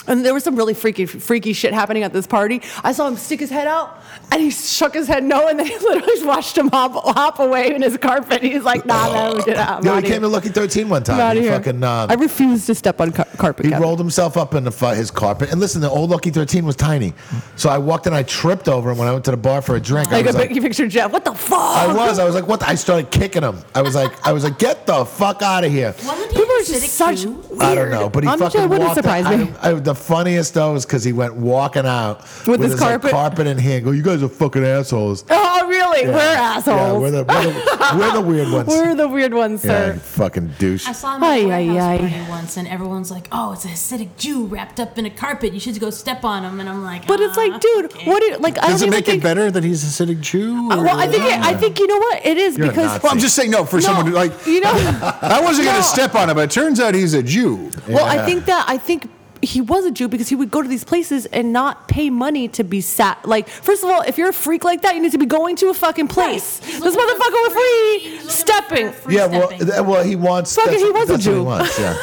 Speaker 2: And there was some really freaky, freaky shit happening at this party. I saw him stick his head out, and he shook his head no, and then he literally just watched him hop, hop away in his carpet. He's like, Nah, man, we did that. I'm
Speaker 1: Yo, he
Speaker 2: outta
Speaker 1: came
Speaker 2: here.
Speaker 1: to Lucky 13 one
Speaker 2: I'm
Speaker 1: time.
Speaker 2: outta
Speaker 1: He
Speaker 2: here.
Speaker 1: fucking, um,
Speaker 2: I refuse to step on car- carpet.
Speaker 1: He
Speaker 2: Kevin.
Speaker 1: rolled himself up in the, fu- his carpet. And listen, the old Lucky 13 was tiny. So I walked in, I tripped over him when I went to the bar for a drink. I
Speaker 2: Like a
Speaker 1: was like,
Speaker 2: big you picture, Jeff. What the fuck?
Speaker 1: I was, I was like, what? the-" I started kicking him. I was like, I was like, get the fuck out of here.
Speaker 4: Wasn't he
Speaker 2: People are
Speaker 4: acidic
Speaker 2: just such.
Speaker 4: too?
Speaker 2: Weird.
Speaker 1: I don't know, but he
Speaker 2: Honestly,
Speaker 1: fucking
Speaker 2: it wouldn't
Speaker 1: walked
Speaker 2: surprise
Speaker 1: out.
Speaker 2: me.
Speaker 1: I, I, the funniest though is because he went walking out with,
Speaker 2: his
Speaker 1: like,
Speaker 2: carpet?
Speaker 1: carpet in hand. Go, you guys are fucking assholes.
Speaker 2: Oh, really? We're assholes.
Speaker 1: Yeah, we're the, we're the, we're the weird ones.
Speaker 2: We're the weird ones,
Speaker 1: yeah,
Speaker 2: sir.
Speaker 1: you fucking douche.
Speaker 4: I saw him at a
Speaker 2: Ay, ay,
Speaker 4: warehouse
Speaker 2: ay.
Speaker 4: party once, and everyone's like, "Oh, it's a Hasidic Jew wrapped up in a carpet. You should go step on him." And I'm like,
Speaker 2: But it's
Speaker 4: "Ah,
Speaker 2: like, dude,
Speaker 4: okay."
Speaker 2: what? Do, you- like, I
Speaker 3: Does
Speaker 2: don't
Speaker 3: it
Speaker 2: even
Speaker 3: make
Speaker 2: think.
Speaker 3: it better that he's a Hasidic Jew?
Speaker 2: Uh,
Speaker 3: or-
Speaker 2: Well, I think it, I think you know what it is
Speaker 1: You're a
Speaker 2: because
Speaker 1: Nazi.
Speaker 3: Well, I'm just saying no for
Speaker 2: No,
Speaker 3: someone who, like.
Speaker 2: you know.
Speaker 3: I wasn't going
Speaker 2: No.
Speaker 3: to step on him, but it turns out he's a Jew.
Speaker 2: Well, I
Speaker 1: Yeah.
Speaker 2: think that I think he was a Jew because he would go to these places and not pay money to be sat. Like, first of all, if you're a freak like that, you need to be going to a fucking place.
Speaker 4: He's
Speaker 2: This
Speaker 4: looking for
Speaker 2: motherfucker was free
Speaker 4: free- he's looking
Speaker 2: stepping.
Speaker 4: for free
Speaker 1: yeah, well,
Speaker 4: stepping.
Speaker 1: th- well, he wants.
Speaker 2: Fucking
Speaker 1: that's-
Speaker 2: he was a
Speaker 1: that's what
Speaker 2: Jew.
Speaker 1: He wants, yeah.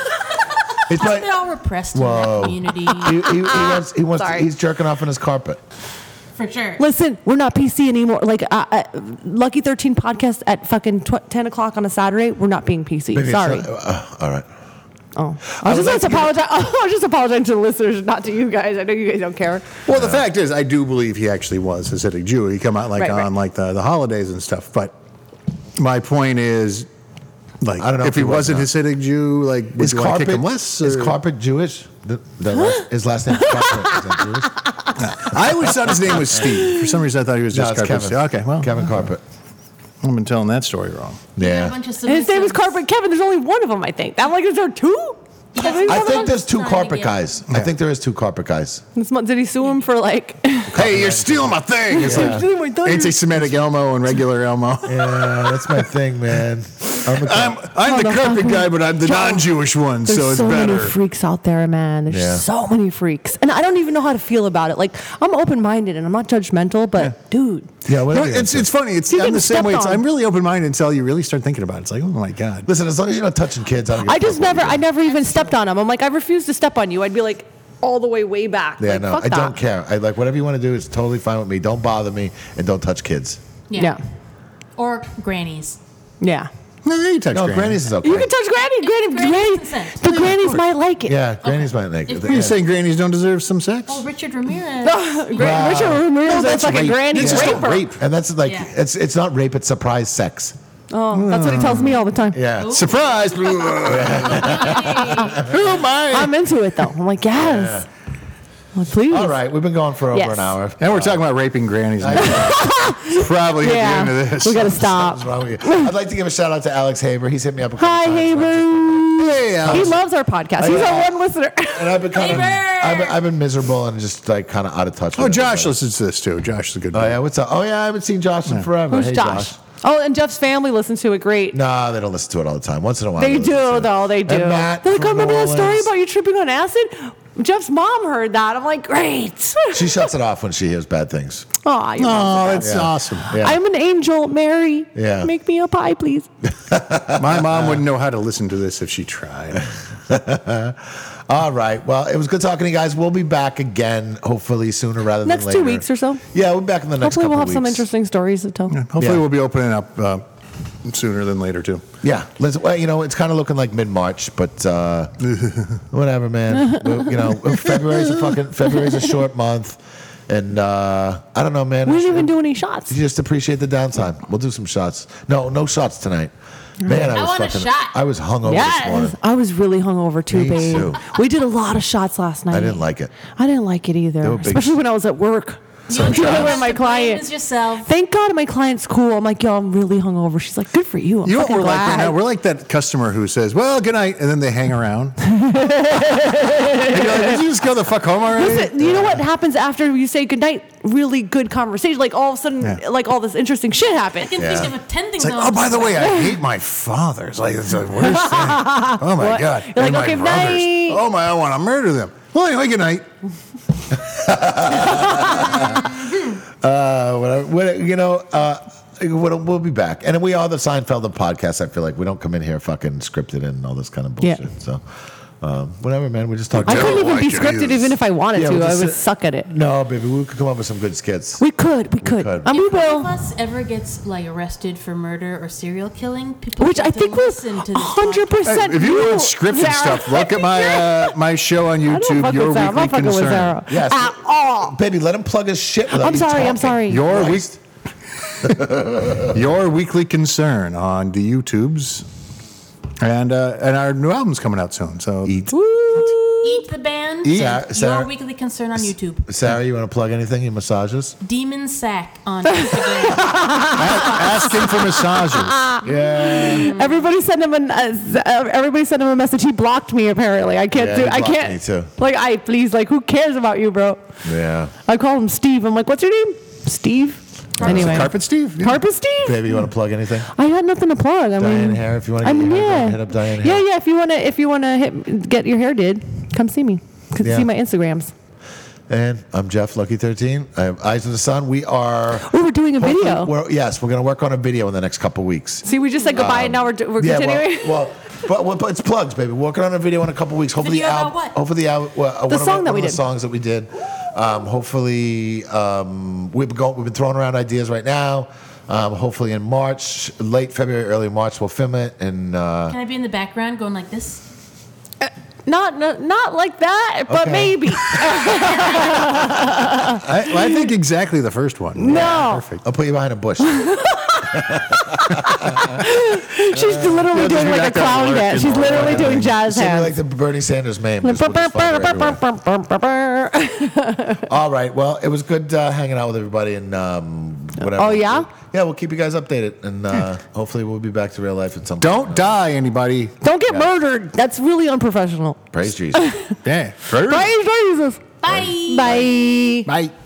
Speaker 1: He's like,
Speaker 4: They're all repressed
Speaker 1: Whoa.
Speaker 4: in that
Speaker 1: he,
Speaker 4: community Ah,
Speaker 1: he, he wants. He wants.
Speaker 2: Sorry.
Speaker 1: He's jerking off on his carpet.
Speaker 4: for sure.
Speaker 2: Listen, we're not PC anymore. Like, uh, uh, Lucky Thirteen podcast at fucking tw- ten o'clock on a Saturday. We're not being PC.
Speaker 1: Maybe it's
Speaker 2: Sorry.
Speaker 1: not- uh, all right.
Speaker 2: oh, I was
Speaker 1: would
Speaker 2: just
Speaker 1: like to give-
Speaker 2: apologizing. I was just apologizing to the listeners, not to you guys. I know you guys don't care.
Speaker 3: Well, the fact is, I do believe he actually was Hasidic Jew. He come out like
Speaker 2: Right, right.
Speaker 3: on like the, the holidays and stuff. But my point is, like,
Speaker 1: I don't know
Speaker 3: if,
Speaker 1: if
Speaker 3: he,
Speaker 1: he was
Speaker 3: wasn't
Speaker 1: or
Speaker 3: Hasidic Jew, like, would
Speaker 1: Is
Speaker 3: you want to
Speaker 1: carpet
Speaker 3: kick him less?
Speaker 1: is
Speaker 3: or-
Speaker 1: carpet Jewish? The, the last, his last name is carpet. Is that Jewish?
Speaker 3: I always thought his name was Steve. For some reason, I thought he was
Speaker 1: No,
Speaker 3: just
Speaker 1: it's
Speaker 3: Carpet
Speaker 1: Kevin.
Speaker 3: Steve. Okay, well,
Speaker 1: Kevin Carpet.
Speaker 3: I've been telling that story wrong.
Speaker 4: A
Speaker 1: Yeah.
Speaker 4: bunch of
Speaker 2: His name is
Speaker 4: submissives.
Speaker 2: Carpet Kevin. There's only one of them, I think. I'm like, is there two?
Speaker 4: Yes.
Speaker 2: Only
Speaker 1: I
Speaker 2: one of
Speaker 1: think
Speaker 2: them?
Speaker 1: there's two
Speaker 4: Sorry,
Speaker 1: carpet
Speaker 4: yeah.
Speaker 1: guys. I think there is two carpet guys.
Speaker 2: This month, did he sue him for like?
Speaker 3: Hey, you're stealing my thing. It's
Speaker 1: Yeah.
Speaker 3: like
Speaker 2: Stealing my thunder.
Speaker 3: anti-Semitic Elmo and regular Elmo.
Speaker 1: Yeah, that's my thing, man. I'm a
Speaker 3: I'm,
Speaker 1: cop.
Speaker 3: I'm the
Speaker 2: Motherfucker.
Speaker 3: carpet guy, but I'm the non-Jewish one,
Speaker 2: There's
Speaker 3: so
Speaker 2: so,
Speaker 3: it's
Speaker 2: many
Speaker 3: better.
Speaker 2: freaks out there, man. There's
Speaker 1: Yeah.
Speaker 2: so many freaks, and I don't even know how to feel about it. Like I'm open minded and I'm not judgmental, but dude,
Speaker 1: yeah, what
Speaker 3: No,
Speaker 1: are you
Speaker 3: it's
Speaker 1: into?
Speaker 3: it's funny. It's
Speaker 2: You
Speaker 3: I'm
Speaker 2: get
Speaker 3: the same
Speaker 2: stepped
Speaker 3: way. It's,
Speaker 2: on.
Speaker 3: I'm really open minded until you really start thinking about it. It's like, oh my god.
Speaker 1: Listen, as long as you're not touching kids, I don't. give a
Speaker 2: I just
Speaker 1: fuck what
Speaker 2: never, I
Speaker 1: you do.
Speaker 2: never even stepped on him. I'm like, I refuse to step on you. I'd be like, all the way, way back.
Speaker 1: Yeah,
Speaker 2: like,
Speaker 1: no,
Speaker 2: fuck
Speaker 1: I don't
Speaker 2: that.
Speaker 1: care. I like whatever you want to do. It's totally fine with me. Don't bother me, and don't touch kids.
Speaker 4: yeah.
Speaker 2: Yeah,
Speaker 4: or grannies.
Speaker 2: yeah.
Speaker 3: No, you touch
Speaker 1: No,
Speaker 3: granny.
Speaker 1: granny's is okay.
Speaker 2: You can touch Granny. Granny,
Speaker 4: Granny's
Speaker 2: Granny,
Speaker 4: consent.
Speaker 2: the grannies might like it.
Speaker 1: yeah, granny's my like.
Speaker 4: If
Speaker 1: yeah.
Speaker 3: You're saying grannies don't deserve some sex?
Speaker 4: Oh, Richard Ramirez.
Speaker 2: Great-
Speaker 1: Wow.
Speaker 2: Richard Ramirez is a fucking
Speaker 3: rape.
Speaker 2: granny
Speaker 3: It's just a
Speaker 2: raper.
Speaker 3: rape.
Speaker 1: and that's like
Speaker 4: Yeah.
Speaker 1: it's it's not rape. It's surprise sex.
Speaker 2: Oh, that's what he tells me all the time.
Speaker 1: Yeah.
Speaker 3: Surprise! Who am I?
Speaker 2: I'm into it though. I'm like, yes. Well, please.
Speaker 1: All right, we've been going for over
Speaker 2: Yes.
Speaker 1: an hour.
Speaker 3: And we're talking about raping grannies. now. Probably
Speaker 2: Yeah.
Speaker 3: at the end of this.
Speaker 2: We gotta stop.
Speaker 1: What's wrong with you? I'd like to give a shout out to Alex Haber. He's hit me up a couple
Speaker 2: Hi,
Speaker 1: times.
Speaker 2: Haber.
Speaker 3: Hey, Alex.
Speaker 2: He loves our podcast. He's our one listener.
Speaker 1: And I've been kind of,
Speaker 4: Haber!
Speaker 1: I've, been- I've been miserable and just like kind of out of touch.
Speaker 3: Oh,
Speaker 1: with
Speaker 3: Josh
Speaker 1: everybody.
Speaker 3: listens to this too. Josh is a good.
Speaker 1: Oh
Speaker 3: guy.
Speaker 1: yeah, what's up? Oh yeah, I haven't seen Josh in forever.
Speaker 2: Who's
Speaker 1: Hey,
Speaker 2: Josh? Oh, and Jeff's family listens to it. Great.
Speaker 1: Nah, they don't listen to it all the time. Once in a while,
Speaker 2: they
Speaker 1: listen to
Speaker 2: do
Speaker 1: it.
Speaker 2: though. They
Speaker 1: And
Speaker 2: do.
Speaker 1: Matt
Speaker 2: They're like,
Speaker 1: from
Speaker 2: "Oh, remember
Speaker 1: New
Speaker 2: that story
Speaker 1: Orleans,
Speaker 2: about you tripping on acid? Jeff's mom heard that. I'm like, great.
Speaker 1: She shuts it off when she hears bad things.
Speaker 2: Aw, you're
Speaker 3: Oh, that's awesome.
Speaker 1: Yeah.
Speaker 2: I'm an angel, Mary.
Speaker 1: Yeah.
Speaker 2: Make me a pie, please.
Speaker 3: My mom wouldn't know how to listen to this if she tried.
Speaker 1: All right. Well, it was good talking to you guys. We'll be back again, hopefully sooner rather than
Speaker 2: Next
Speaker 1: later.
Speaker 2: two weeks or so.
Speaker 1: Yeah, we'll be back in the next.
Speaker 2: Hopefully, we'll have
Speaker 1: couple
Speaker 2: some
Speaker 1: weeks.
Speaker 2: interesting stories to tell.
Speaker 3: Hopefully,
Speaker 1: Yeah.
Speaker 3: we'll be opening up uh, sooner than later too.
Speaker 1: Yeah, let's. Well, you know, it's kind of looking like mid March, but uh, whatever, man. We'll- you know, February's a fucking February's a short month, and uh, I don't know, man.
Speaker 2: We didn't even do any shots.
Speaker 1: You just appreciate the downtime. We'll do some shots. No, no shots tonight. Man, I
Speaker 4: I
Speaker 1: was
Speaker 4: want a
Speaker 1: fucking.
Speaker 4: shot.
Speaker 1: I was hungover this morning.
Speaker 2: I was really hungover too,
Speaker 1: Me
Speaker 2: babe.
Speaker 1: too.
Speaker 2: We did a lot of shots last night.
Speaker 1: I didn't like it.
Speaker 2: I didn't like it either,
Speaker 1: were big
Speaker 2: especially when I was at work.
Speaker 4: You
Speaker 2: People
Speaker 4: know,
Speaker 2: were my
Speaker 4: the blame
Speaker 2: client.
Speaker 4: is yourself.
Speaker 2: Thank God my client's cool. I'm like, yo, I'm really hungover. She's like, good for you. I'm
Speaker 3: You know what
Speaker 2: fucking
Speaker 3: we're like
Speaker 2: glad.
Speaker 3: right now? We're like that customer who says, "Well, good night," and then they hang around. and you're like, Did you just go the fuck home already?
Speaker 2: Listen, you know what happens after you say goodnight? Really good conversation. Like all of a sudden,
Speaker 3: Yeah.
Speaker 2: like all this interesting shit happened.
Speaker 4: I can
Speaker 1: Yeah.
Speaker 4: think of a ten things.
Speaker 3: It's like,
Speaker 4: I
Speaker 3: oh, by the
Speaker 4: was-
Speaker 3: way, I hate my father. It's like it's the worst thing. Oh my
Speaker 2: What?
Speaker 3: god.
Speaker 2: You're like,
Speaker 3: And my
Speaker 2: okay,
Speaker 3: brothers.
Speaker 2: night.
Speaker 3: Oh my, I want to murder them. Well, anyway, good night.
Speaker 1: Uh, whatever. What- you know, uh, we'll, we'll be back, and we are the Seinfeld of podcasts. I feel like we don't come in here fucking scripted and all this kind of
Speaker 2: Yeah.
Speaker 1: bullshit. So, Um, whatever, man. We just talked.
Speaker 2: I
Speaker 1: about-
Speaker 2: couldn't even
Speaker 5: Terrible
Speaker 2: be
Speaker 5: idea.
Speaker 2: scripted even if I wanted
Speaker 1: Yeah,
Speaker 2: to.
Speaker 1: we'll
Speaker 2: I
Speaker 1: just
Speaker 2: would
Speaker 1: sit-
Speaker 2: suck at it.
Speaker 1: No, baby, we could come up with some good skits.
Speaker 2: We could, we could,
Speaker 1: could.
Speaker 2: and we
Speaker 4: if one of
Speaker 2: will.
Speaker 4: us ever gets like arrested for murder or serial killing, people
Speaker 2: Which
Speaker 4: get
Speaker 2: I
Speaker 4: to
Speaker 2: think was
Speaker 4: listen to this
Speaker 2: hundred
Speaker 4: podcast.
Speaker 2: percent.
Speaker 3: if you want scripted stuff, look at my uh, my show on
Speaker 2: I don't
Speaker 3: YouTube,
Speaker 2: fuck
Speaker 3: Your
Speaker 2: with Sarah. I'm
Speaker 3: Weekly
Speaker 2: not fucking with
Speaker 3: Concern.
Speaker 2: Sarah
Speaker 1: Yes.
Speaker 2: at all.
Speaker 1: Baby, let him plug his shit. without
Speaker 2: I'm
Speaker 1: you
Speaker 2: sorry. I'm
Speaker 1: talking.
Speaker 2: sorry.
Speaker 3: Your week,
Speaker 1: Christ.
Speaker 3: Your Weekly Concern on the YouTubes, and uh, and our new album's coming out soon. So
Speaker 1: Eat.
Speaker 4: Eat the band.
Speaker 1: Eat. Sarah- Sarah-
Speaker 4: Your weekly concern on YouTube.
Speaker 1: Sarah, you want to plug anything? You massages?
Speaker 4: Demon Sack on Instagram.
Speaker 3: ask him for massages.
Speaker 1: Yeah.
Speaker 2: Mm-hmm. Everybody sent him an. Uh, z- uh, everybody sent him a message. He blocked me. Apparently, I can't
Speaker 1: Yeah,
Speaker 2: do.
Speaker 1: he
Speaker 2: I
Speaker 1: blocked
Speaker 2: can't.
Speaker 1: me too.
Speaker 2: Like I please. Like who cares about you, bro?
Speaker 1: Yeah.
Speaker 2: I call him Steve. I'm like, what's your name? Steve. Anyway,
Speaker 3: Carpet Steve. yeah.
Speaker 2: Carpet Steve.
Speaker 1: Baby, you want to plug anything?
Speaker 2: I got nothing to plug. I
Speaker 1: Diane
Speaker 2: mean,
Speaker 1: Hare, if you wanna
Speaker 2: I
Speaker 1: get
Speaker 2: mean,
Speaker 1: your hair done,
Speaker 2: yeah.
Speaker 1: hit up Diane
Speaker 2: Yeah,
Speaker 1: Hare.
Speaker 2: yeah. If you wanna, if you wanna hit, get your hair did, come see me. Come
Speaker 1: Yeah.
Speaker 2: See my Instagrams.
Speaker 1: And I'm Jeff, Lucky 13. I have Eyes of the Sun. We are.
Speaker 2: We were doing a
Speaker 1: hopefully-
Speaker 2: video.
Speaker 1: We're, yes, we're going to work on a video in the next couple weeks.
Speaker 2: See, we just said goodbye, and now we're, do- we're continuing.
Speaker 1: Well, well but, well, but it's plugs, baby. Working on a video in a couple weeks. Hopefully,
Speaker 4: Video
Speaker 1: the
Speaker 4: about
Speaker 1: album.
Speaker 4: what?
Speaker 1: Hopefully, the, al- well, uh, one of,
Speaker 2: song
Speaker 1: our-
Speaker 2: that
Speaker 1: one of
Speaker 2: we did.
Speaker 1: the songs that we did. Um, hopefully, um, we've been going, we've been throwing around ideas right now. Um, hopefully, in March, late February, early March, we'll film it. And uh,
Speaker 4: Can I be in the background going like this?
Speaker 2: not, not not like that, but
Speaker 1: Okay.
Speaker 2: maybe.
Speaker 3: I, I think exactly the first one.
Speaker 2: No.
Speaker 3: perfect.
Speaker 1: I'll put you behind a bush. All
Speaker 2: She's literally doing like a clown dance. She's literally doing jazz
Speaker 1: Something like
Speaker 2: hands.
Speaker 1: the Bernie Sanders meme.
Speaker 2: Like,
Speaker 1: Just
Speaker 2: burr,
Speaker 1: with
Speaker 2: burr,
Speaker 1: his
Speaker 2: burr,
Speaker 1: finger
Speaker 2: burr,
Speaker 1: everywhere.
Speaker 2: burr, burr, burr, burr.
Speaker 1: All right. Well, it was good uh, hanging out with everybody and um, whatever.
Speaker 2: Oh, yeah?
Speaker 1: Yeah, we'll keep you guys updated, and uh, hopefully, we'll be back to real life at some.
Speaker 3: Don't
Speaker 1: point.
Speaker 3: die, anybody.
Speaker 2: Don't get murdered. That's really unprofessional.
Speaker 1: praise Jesus.
Speaker 3: Yeah.
Speaker 2: Praise Jesus.
Speaker 4: Bye.
Speaker 2: Bye.
Speaker 3: Bye.